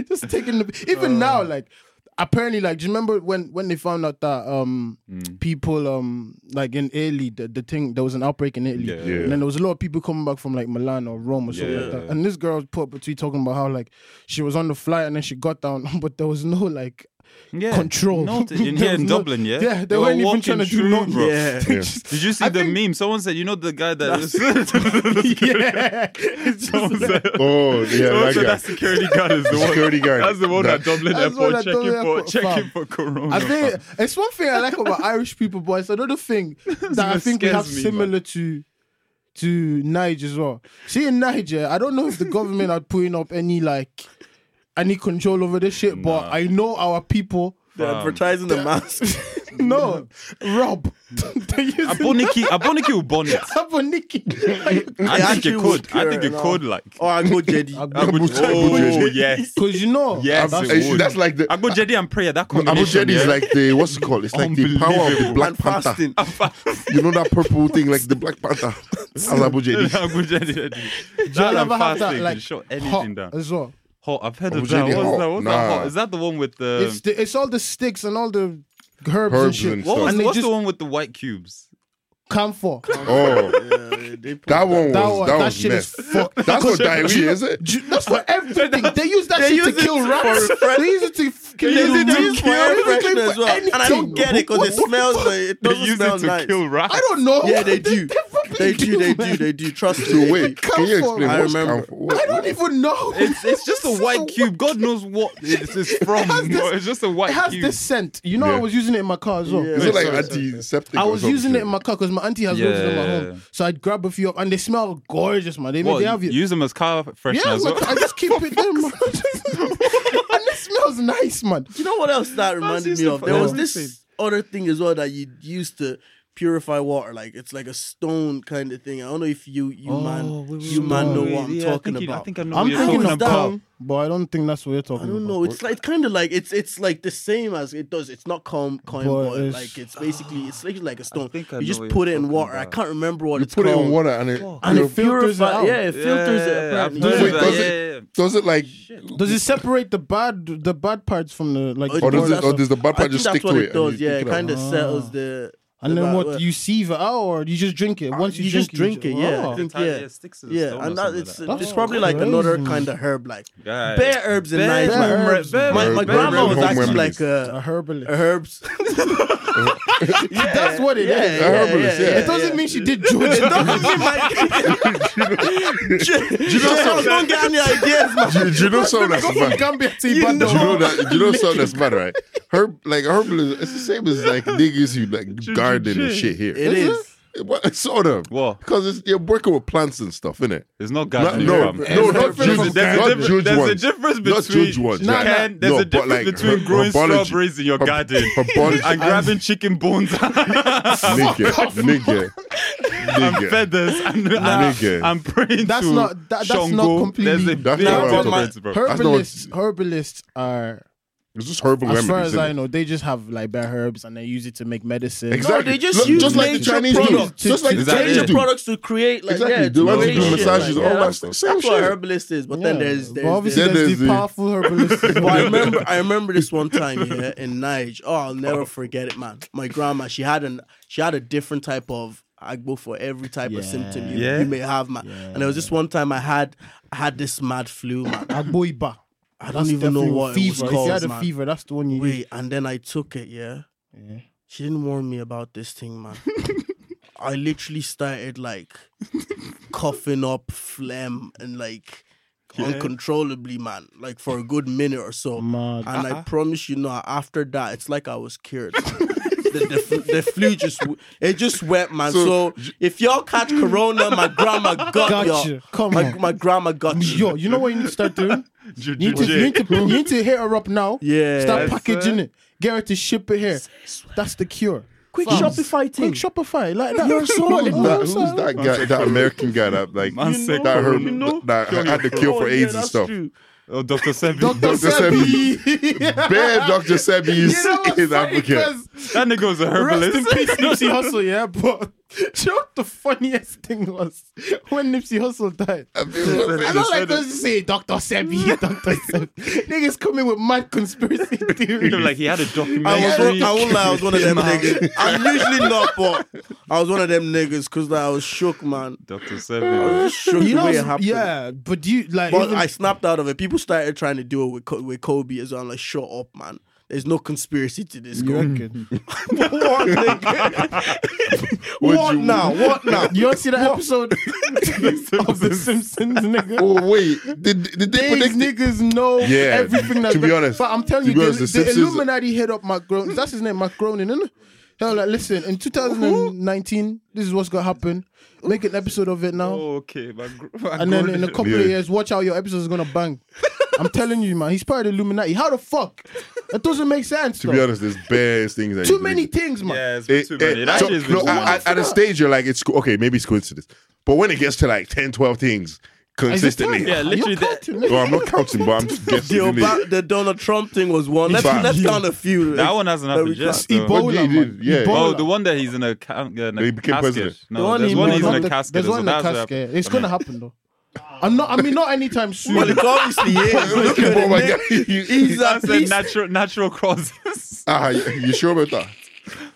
[SPEAKER 3] Just taking the even now, like apparently, like do you remember when when they found out that um people um like in Italy the, the thing there was an outbreak in Italy
[SPEAKER 1] Yeah.
[SPEAKER 2] Yeah.
[SPEAKER 3] and then there was a lot of people coming back from like Milan or Rome or something like that.
[SPEAKER 1] Yeah.
[SPEAKER 3] And this girl put up a tweet talking about how like she was on the flight and then she got down, but there was no like
[SPEAKER 1] Yeah.
[SPEAKER 3] control.
[SPEAKER 1] Not in
[SPEAKER 3] There
[SPEAKER 1] here in
[SPEAKER 3] was no-
[SPEAKER 1] Dublin, yeah?
[SPEAKER 3] Yeah, they, weren't even trying to do nothing.
[SPEAKER 1] bro.
[SPEAKER 4] Yeah.
[SPEAKER 1] Did you see
[SPEAKER 3] I
[SPEAKER 1] the
[SPEAKER 3] think-
[SPEAKER 1] meme? Someone said, you know the guy that is.
[SPEAKER 3] yeah, it's just
[SPEAKER 1] Someone said,
[SPEAKER 2] oh,
[SPEAKER 1] someone
[SPEAKER 2] yeah, that
[SPEAKER 1] said
[SPEAKER 2] guy.
[SPEAKER 1] that security guard is the one.
[SPEAKER 2] Security guard.
[SPEAKER 1] That's the one
[SPEAKER 2] That-
[SPEAKER 1] at Dublin
[SPEAKER 3] That's the one
[SPEAKER 1] Airport checking for
[SPEAKER 3] at Dublin Airport,
[SPEAKER 1] checking
[SPEAKER 3] fam.
[SPEAKER 1] for Corona.
[SPEAKER 3] I think it's one thing I like about Irish people, but it's another thing that I
[SPEAKER 1] what
[SPEAKER 3] think we have
[SPEAKER 1] scares me,
[SPEAKER 3] similar to to Niger as well. See in Niger, I don't know if the government are putting up any like any control over this shit, but I know our people.
[SPEAKER 4] They're advertising the mask.
[SPEAKER 3] No, Rob, they use
[SPEAKER 1] Aboniki, Aboniki will bonnet.
[SPEAKER 3] Aboniki.
[SPEAKER 1] I think
[SPEAKER 4] actually
[SPEAKER 1] it could.
[SPEAKER 4] would
[SPEAKER 1] I think it
[SPEAKER 4] cure,
[SPEAKER 1] could, like.
[SPEAKER 4] or Oh, I go Jedi.
[SPEAKER 1] Abu- Oh, yes.
[SPEAKER 3] Because you know,
[SPEAKER 1] Yes,
[SPEAKER 3] that's-
[SPEAKER 1] it
[SPEAKER 2] That's,
[SPEAKER 1] would.
[SPEAKER 2] that's like the.
[SPEAKER 1] Abu Jedi and prayer, that combination.
[SPEAKER 2] Abu Jedi
[SPEAKER 1] yeah?
[SPEAKER 2] is like the what's it called? It's like the power of the Black
[SPEAKER 4] and
[SPEAKER 2] Panther.
[SPEAKER 4] fasting.
[SPEAKER 2] You know that purple thing, like the Black Panther. That's Abu Jedi.
[SPEAKER 1] Abu Jedi. That
[SPEAKER 3] you'll
[SPEAKER 1] and
[SPEAKER 3] never have
[SPEAKER 1] fasting
[SPEAKER 3] that
[SPEAKER 1] can
[SPEAKER 3] like
[SPEAKER 1] shut
[SPEAKER 3] hot
[SPEAKER 1] anything down.
[SPEAKER 3] as well.
[SPEAKER 1] Hot. I've heard
[SPEAKER 2] Abu
[SPEAKER 1] of that.
[SPEAKER 2] Jedi
[SPEAKER 1] What's
[SPEAKER 2] hot.
[SPEAKER 1] that? What's
[SPEAKER 2] Nah.
[SPEAKER 1] that hot? Is that the one with
[SPEAKER 4] Um,
[SPEAKER 1] the?
[SPEAKER 3] It's the, it's all the sticks and all the herbs, and
[SPEAKER 2] Herbs
[SPEAKER 3] shit.
[SPEAKER 2] and
[SPEAKER 1] what was,
[SPEAKER 2] stuff.
[SPEAKER 3] they
[SPEAKER 1] what's
[SPEAKER 3] just
[SPEAKER 1] the one with the white cubes?
[SPEAKER 3] camphor.
[SPEAKER 2] Oh, that one was
[SPEAKER 3] That
[SPEAKER 2] that,
[SPEAKER 3] one, that,
[SPEAKER 2] was
[SPEAKER 3] shit
[SPEAKER 2] mess.
[SPEAKER 3] is fucked.
[SPEAKER 2] That's not diarrhea, is it?
[SPEAKER 3] Ju- That's for everything. They use that shit
[SPEAKER 4] use
[SPEAKER 3] to kill rats. they use it to f- kill
[SPEAKER 4] They use it
[SPEAKER 3] little kids.
[SPEAKER 4] to for
[SPEAKER 3] They
[SPEAKER 4] air
[SPEAKER 3] use it
[SPEAKER 4] freshener as
[SPEAKER 3] for
[SPEAKER 4] well. And I don't
[SPEAKER 3] anything.
[SPEAKER 4] get it because
[SPEAKER 3] What
[SPEAKER 4] it
[SPEAKER 3] the
[SPEAKER 4] smells.
[SPEAKER 3] fuck?
[SPEAKER 4] like, It
[SPEAKER 1] They
[SPEAKER 4] doesn't
[SPEAKER 1] use
[SPEAKER 4] smell
[SPEAKER 1] it to
[SPEAKER 4] nice.
[SPEAKER 1] kill rats.
[SPEAKER 3] I don't know.
[SPEAKER 4] Yeah, they do.
[SPEAKER 3] fucking
[SPEAKER 4] They do, they do,
[SPEAKER 3] man.
[SPEAKER 4] they do. Trust
[SPEAKER 2] So
[SPEAKER 4] me.
[SPEAKER 2] wait, can you explain?
[SPEAKER 4] I
[SPEAKER 2] what's
[SPEAKER 4] remember.
[SPEAKER 2] camphor? What-
[SPEAKER 3] I don't even know.
[SPEAKER 1] It's, it's just a
[SPEAKER 3] This is
[SPEAKER 1] white cube. God knows what it's, it's from.
[SPEAKER 3] has
[SPEAKER 1] No,
[SPEAKER 3] this-
[SPEAKER 1] it's just a white
[SPEAKER 3] It has
[SPEAKER 1] cube.
[SPEAKER 3] this scent. You know, I
[SPEAKER 2] Yeah.
[SPEAKER 3] was using it in my car as well.
[SPEAKER 4] Yeah.
[SPEAKER 2] Is it like
[SPEAKER 4] Sorry,
[SPEAKER 2] antiseptic?
[SPEAKER 3] I
[SPEAKER 2] or
[SPEAKER 3] was
[SPEAKER 2] some
[SPEAKER 3] using it
[SPEAKER 2] shit?
[SPEAKER 3] in my car because my auntie has loads of them at
[SPEAKER 1] Yeah.
[SPEAKER 3] home. So I'd grab a few up, and they smell gorgeous, man. They,
[SPEAKER 1] What,
[SPEAKER 3] they have it.
[SPEAKER 1] use them as car freshener
[SPEAKER 3] yeah,
[SPEAKER 1] as well.
[SPEAKER 3] man, I just keep it there, man. and it smells nice, man.
[SPEAKER 4] Do you know what else that reminded
[SPEAKER 1] used
[SPEAKER 4] me
[SPEAKER 1] to
[SPEAKER 4] of?
[SPEAKER 1] for
[SPEAKER 4] There was
[SPEAKER 1] everything.
[SPEAKER 4] this other thing as well that you used to. purify water. Like it's like a stone kind of thing. I don't know if you you man you man know
[SPEAKER 1] Oh, wait,
[SPEAKER 4] what I'm
[SPEAKER 1] yeah, I
[SPEAKER 4] talking
[SPEAKER 1] think you-
[SPEAKER 4] about.
[SPEAKER 1] I think I know
[SPEAKER 3] I'm
[SPEAKER 1] what you're
[SPEAKER 3] thinking
[SPEAKER 1] talking
[SPEAKER 3] of
[SPEAKER 1] about.
[SPEAKER 3] that, but I don't think that's what you're talking
[SPEAKER 4] I
[SPEAKER 3] about.
[SPEAKER 4] don't know. It's like kind of like it's it's like the same as it does. It's not calm coin
[SPEAKER 3] But
[SPEAKER 4] but
[SPEAKER 3] it's-
[SPEAKER 4] like it's basically it's like, like a stone.
[SPEAKER 1] think I
[SPEAKER 4] you
[SPEAKER 1] know
[SPEAKER 4] just
[SPEAKER 1] what
[SPEAKER 4] put
[SPEAKER 1] you're
[SPEAKER 4] it in
[SPEAKER 1] talking
[SPEAKER 4] water. I
[SPEAKER 1] about.
[SPEAKER 4] can't remember what
[SPEAKER 2] You
[SPEAKER 4] it's
[SPEAKER 2] put it
[SPEAKER 4] called.
[SPEAKER 2] in water and it.
[SPEAKER 4] And
[SPEAKER 2] you
[SPEAKER 4] it
[SPEAKER 2] know,
[SPEAKER 4] filters it out. Yeah, it filters it.
[SPEAKER 1] Yeah, I've
[SPEAKER 4] Apparently.
[SPEAKER 1] heard
[SPEAKER 2] Wait,
[SPEAKER 1] of
[SPEAKER 2] does
[SPEAKER 1] that.
[SPEAKER 2] it-
[SPEAKER 1] Yeah.
[SPEAKER 2] does it like, Oh,
[SPEAKER 3] Does it separate the bad the bad parts from the like?
[SPEAKER 4] Or
[SPEAKER 2] or does
[SPEAKER 3] the
[SPEAKER 2] it,
[SPEAKER 3] good
[SPEAKER 2] or
[SPEAKER 3] stuff?
[SPEAKER 2] does the bad
[SPEAKER 4] I
[SPEAKER 2] part
[SPEAKER 4] think
[SPEAKER 2] just stick
[SPEAKER 4] that's what
[SPEAKER 2] to
[SPEAKER 4] it,
[SPEAKER 2] it?
[SPEAKER 4] does. Yeah, it
[SPEAKER 2] it
[SPEAKER 4] kind of
[SPEAKER 3] Ah.
[SPEAKER 4] settles the.
[SPEAKER 3] and
[SPEAKER 4] the
[SPEAKER 3] then
[SPEAKER 4] bad-
[SPEAKER 3] what? You sieve it out, or you just drink it? Once you,
[SPEAKER 4] you
[SPEAKER 3] drink
[SPEAKER 4] just drink it, yeah.
[SPEAKER 3] Oh.
[SPEAKER 4] I think,
[SPEAKER 1] Entirely,
[SPEAKER 4] yeah.
[SPEAKER 1] it sticks to the
[SPEAKER 4] Yeah,
[SPEAKER 1] stone or
[SPEAKER 4] and that,
[SPEAKER 1] something like
[SPEAKER 4] it's
[SPEAKER 1] that.
[SPEAKER 4] it's
[SPEAKER 3] That's
[SPEAKER 4] probably like another
[SPEAKER 3] crazy.
[SPEAKER 4] kind of herb, like
[SPEAKER 1] Guys.
[SPEAKER 4] bare herbs and
[SPEAKER 1] Bare
[SPEAKER 4] knives.
[SPEAKER 3] Bare
[SPEAKER 4] man.
[SPEAKER 3] herbs.
[SPEAKER 1] Bare-
[SPEAKER 4] My,
[SPEAKER 1] bare-
[SPEAKER 4] my
[SPEAKER 1] bare
[SPEAKER 4] grandma was
[SPEAKER 1] home
[SPEAKER 4] actually
[SPEAKER 2] remedies.
[SPEAKER 4] like
[SPEAKER 3] A
[SPEAKER 4] a,
[SPEAKER 3] herbalist.
[SPEAKER 4] a herbs.
[SPEAKER 3] That's what it is.
[SPEAKER 4] Yeah, yeah,
[SPEAKER 2] herbalist, yeah.
[SPEAKER 3] It doesn't mean she did George.
[SPEAKER 4] you don't get any ideas, man.
[SPEAKER 2] Do, do you know something that's
[SPEAKER 3] Go from
[SPEAKER 2] bad? Do
[SPEAKER 3] Gambia to
[SPEAKER 2] you
[SPEAKER 3] Ibadan.
[SPEAKER 2] know that? Do you know something that's bad, right? Herb, like herbalism, it's the same as like niggas who like garden and shit here.
[SPEAKER 4] It is.
[SPEAKER 2] What, sort of.
[SPEAKER 1] What?
[SPEAKER 2] Because it's you're working with plants and stuff, isn't it?
[SPEAKER 1] There's no
[SPEAKER 2] No,
[SPEAKER 1] guys in
[SPEAKER 2] no,
[SPEAKER 1] Iran.
[SPEAKER 2] no, not Jews.
[SPEAKER 3] There's a
[SPEAKER 2] Not
[SPEAKER 3] difference-
[SPEAKER 1] there's a
[SPEAKER 2] Jews
[SPEAKER 1] difference
[SPEAKER 2] ones.
[SPEAKER 1] between-
[SPEAKER 2] not Jews ones.
[SPEAKER 3] Nah,
[SPEAKER 2] yeah.
[SPEAKER 1] Ken, there's
[SPEAKER 2] No,
[SPEAKER 1] a
[SPEAKER 2] but
[SPEAKER 1] difference
[SPEAKER 2] like
[SPEAKER 1] between
[SPEAKER 2] her-
[SPEAKER 1] growing
[SPEAKER 2] herbology-
[SPEAKER 1] strawberries in your
[SPEAKER 2] her-
[SPEAKER 1] garden
[SPEAKER 2] herbology-
[SPEAKER 1] and grabbing chicken bones
[SPEAKER 2] nigga, nigga,
[SPEAKER 1] and
[SPEAKER 2] nigga.
[SPEAKER 1] feathers and,
[SPEAKER 2] Nigga.
[SPEAKER 1] and, and praying
[SPEAKER 3] That's
[SPEAKER 1] to
[SPEAKER 3] not- that- that's not
[SPEAKER 1] Shango.
[SPEAKER 3] completely-
[SPEAKER 1] There's a
[SPEAKER 2] That's
[SPEAKER 1] big
[SPEAKER 2] not what I'm
[SPEAKER 1] difference,
[SPEAKER 2] talking
[SPEAKER 1] bro.
[SPEAKER 2] about. That's not
[SPEAKER 3] Herbalists,
[SPEAKER 2] what-
[SPEAKER 3] herbalists are,
[SPEAKER 2] It's just herbal
[SPEAKER 3] as
[SPEAKER 2] remedies.
[SPEAKER 3] far as
[SPEAKER 2] innit?
[SPEAKER 3] I know, they just have like bare herbs and they use it to make medicine.
[SPEAKER 2] Exactly.
[SPEAKER 4] No, they just
[SPEAKER 2] Look,
[SPEAKER 4] use
[SPEAKER 2] just like the
[SPEAKER 4] nature
[SPEAKER 2] Chinese do.
[SPEAKER 4] products
[SPEAKER 2] Just like the
[SPEAKER 1] Is that
[SPEAKER 2] Chinese
[SPEAKER 1] it?
[SPEAKER 2] do.
[SPEAKER 4] products to create like
[SPEAKER 2] Exactly,
[SPEAKER 4] yeah,
[SPEAKER 2] the
[SPEAKER 4] to
[SPEAKER 2] ones
[SPEAKER 4] create
[SPEAKER 2] who do
[SPEAKER 4] shit,
[SPEAKER 2] massages,
[SPEAKER 4] like,
[SPEAKER 2] all
[SPEAKER 4] yeah,
[SPEAKER 2] that
[SPEAKER 4] that's-
[SPEAKER 2] stuff. Same
[SPEAKER 4] That's what a
[SPEAKER 2] shit.
[SPEAKER 4] herbalist is. But
[SPEAKER 3] Yeah.
[SPEAKER 4] then there's
[SPEAKER 3] But
[SPEAKER 4] there's
[SPEAKER 3] obviously
[SPEAKER 4] this-
[SPEAKER 2] Then
[SPEAKER 3] there's,
[SPEAKER 2] there's
[SPEAKER 3] the
[SPEAKER 2] the-
[SPEAKER 3] powerful herbalists.
[SPEAKER 4] But I remember, I remember this one time yeah, in Nige. Oh, I'll never forget it, man. My grandma, she had an, she had a different type of agbo for every type of
[SPEAKER 3] Yeah.
[SPEAKER 4] symptom you,
[SPEAKER 1] Yeah.
[SPEAKER 4] you may have, man. And there was this one time I had, I had this mad flu, man.
[SPEAKER 3] Agboiba.
[SPEAKER 4] I don't even know what
[SPEAKER 3] fever.
[SPEAKER 4] it was
[SPEAKER 3] If
[SPEAKER 4] called,
[SPEAKER 3] you had a
[SPEAKER 4] man.
[SPEAKER 3] fever, that's the one you
[SPEAKER 4] Wait, and then I took it, yeah.
[SPEAKER 3] Yeah.
[SPEAKER 4] She didn't warn me about this thing, man. I literally started like coughing up phlegm and like uncontrollably, man, like for a good minute or so.
[SPEAKER 3] Mad. Uh-huh.
[SPEAKER 4] And I promise you, now after that, it's like I was cured. the, the, fl- the flu just w- it just went, man. So,
[SPEAKER 2] So-
[SPEAKER 4] if y'all catch corona, my grandma got,
[SPEAKER 3] Got
[SPEAKER 4] y'all.
[SPEAKER 3] you. Come
[SPEAKER 4] my,
[SPEAKER 3] on.
[SPEAKER 4] my grandma got you.
[SPEAKER 3] Yo, you know what you need to start doing?
[SPEAKER 1] Ju-
[SPEAKER 3] You need, to,
[SPEAKER 1] ju-
[SPEAKER 3] you, need to, you need to hit her up now.
[SPEAKER 4] Yeah.
[SPEAKER 3] Start
[SPEAKER 4] Yes,
[SPEAKER 3] packaging it. Get her to ship it here. That's the cure.
[SPEAKER 4] Quick
[SPEAKER 3] Fam.
[SPEAKER 4] Shopify thing.
[SPEAKER 3] Quick Shopify. Like that.
[SPEAKER 4] You're so-
[SPEAKER 3] Like
[SPEAKER 2] Who's
[SPEAKER 3] that.
[SPEAKER 2] that,
[SPEAKER 3] Who's
[SPEAKER 2] who's that guy? That American guy that like
[SPEAKER 1] Man said
[SPEAKER 2] that herb
[SPEAKER 1] corona.
[SPEAKER 2] that had the cure for AIDS and stuff.
[SPEAKER 1] Oh, Dr. Sebi.
[SPEAKER 2] Dr. Sebi. Bare Dr. Sebi is in Africa.
[SPEAKER 1] That nigga was a
[SPEAKER 3] Rest in
[SPEAKER 1] herbalist.
[SPEAKER 3] peace, Nipsey Hussle, yeah, but you know what the funniest thing was when Nipsey Hussle died.
[SPEAKER 2] I mean,
[SPEAKER 3] I
[SPEAKER 1] They
[SPEAKER 3] don't
[SPEAKER 1] said
[SPEAKER 3] like those who say Dr. Sebi, Dr. Sebi. Niggas coming with mad conspiracy
[SPEAKER 1] You
[SPEAKER 3] theories.
[SPEAKER 1] know, like he had a
[SPEAKER 4] I was
[SPEAKER 1] documentary.
[SPEAKER 4] one, I won't lie, I was one of them niggas. I'm usually not, but I was one of them niggas because like, I was shook, man.
[SPEAKER 1] Dr.
[SPEAKER 4] I
[SPEAKER 1] Sebi.
[SPEAKER 4] was shook the way it happened.
[SPEAKER 3] yeah, but do you like?
[SPEAKER 4] But
[SPEAKER 3] even-
[SPEAKER 4] I snapped out of it. People started trying to do it with, Co- with Kobe as well. I'm like, shut up, man. There's no conspiracy to this.
[SPEAKER 3] you
[SPEAKER 4] Kobe.
[SPEAKER 3] reckon?
[SPEAKER 4] what nigga? what
[SPEAKER 2] you-
[SPEAKER 4] now? What now?
[SPEAKER 3] You don't see that episode of The Simpsons, nigga?
[SPEAKER 2] oh wait, did, did they
[SPEAKER 3] These
[SPEAKER 2] predict it?
[SPEAKER 3] niggas know
[SPEAKER 2] Yeah,
[SPEAKER 3] everything. That's
[SPEAKER 2] to be
[SPEAKER 3] going-
[SPEAKER 2] honest-
[SPEAKER 3] But I'm telling
[SPEAKER 2] to
[SPEAKER 3] you,
[SPEAKER 2] be
[SPEAKER 3] the,
[SPEAKER 2] honest, The
[SPEAKER 3] the
[SPEAKER 2] Simpsons-
[SPEAKER 3] Illuminati hit up Mark Groening. That's his name, Mark Groening, isn't it? They're like, listen, in 2019, this is what's gonna happen. Make an episode of it now,
[SPEAKER 1] Oh, okay. my gr- my
[SPEAKER 3] and then in a
[SPEAKER 1] goodness.
[SPEAKER 3] couple of
[SPEAKER 2] Yeah.
[SPEAKER 3] years, watch how your episode is gonna bang. I'm telling you, man, he's part of the Illuminati. How the fuck? That doesn't make sense.
[SPEAKER 2] To
[SPEAKER 3] though.
[SPEAKER 2] be honest, there's bare things. that
[SPEAKER 3] too
[SPEAKER 2] you
[SPEAKER 3] many
[SPEAKER 2] believe.
[SPEAKER 3] things, man.
[SPEAKER 1] Yeah, it's
[SPEAKER 2] It-
[SPEAKER 1] too
[SPEAKER 2] it-
[SPEAKER 1] many. It
[SPEAKER 2] eh, so-
[SPEAKER 1] actually is
[SPEAKER 2] no,
[SPEAKER 1] been too
[SPEAKER 2] I- I-
[SPEAKER 1] many.
[SPEAKER 2] at a stage you're like, it's co- okay, maybe it's coincidence, but when it gets to like 10, 12 things
[SPEAKER 3] Is it
[SPEAKER 2] consistently,
[SPEAKER 3] time?
[SPEAKER 1] Yeah, literally
[SPEAKER 3] You're
[SPEAKER 1] the-
[SPEAKER 3] counting, nigga.
[SPEAKER 2] well, I'm not counting, but I'm just
[SPEAKER 4] The,
[SPEAKER 2] guessing. innit?
[SPEAKER 4] Oba- the Donald Trump thing was one. Let's,
[SPEAKER 2] Fam.
[SPEAKER 4] let's down a few. like,
[SPEAKER 1] That one hasn't
[SPEAKER 4] that we
[SPEAKER 1] happened yet.
[SPEAKER 4] can't-
[SPEAKER 1] so-
[SPEAKER 3] Ebola,
[SPEAKER 2] What did he
[SPEAKER 3] man.
[SPEAKER 2] do? Oh, Yeah.
[SPEAKER 3] Ebola.
[SPEAKER 1] Oh, the one that he's in a, ca- in a
[SPEAKER 2] He became
[SPEAKER 1] casket.
[SPEAKER 2] president.
[SPEAKER 1] No, there's
[SPEAKER 4] he-
[SPEAKER 1] one
[SPEAKER 4] no,
[SPEAKER 1] he's
[SPEAKER 4] not
[SPEAKER 1] in
[SPEAKER 3] the-
[SPEAKER 1] a casket.
[SPEAKER 3] There's one in a
[SPEAKER 1] another-
[SPEAKER 3] casket. It's gonna happen though. I'm not. I mean, not anytime soon.
[SPEAKER 4] Well, it obviously is. Look
[SPEAKER 2] Looking
[SPEAKER 4] at
[SPEAKER 2] for
[SPEAKER 4] it,
[SPEAKER 2] oh my
[SPEAKER 4] nigga.
[SPEAKER 2] guy.
[SPEAKER 4] He's a
[SPEAKER 1] That's a
[SPEAKER 4] beast.
[SPEAKER 1] natural natural causes.
[SPEAKER 2] Ah, you you sure about that?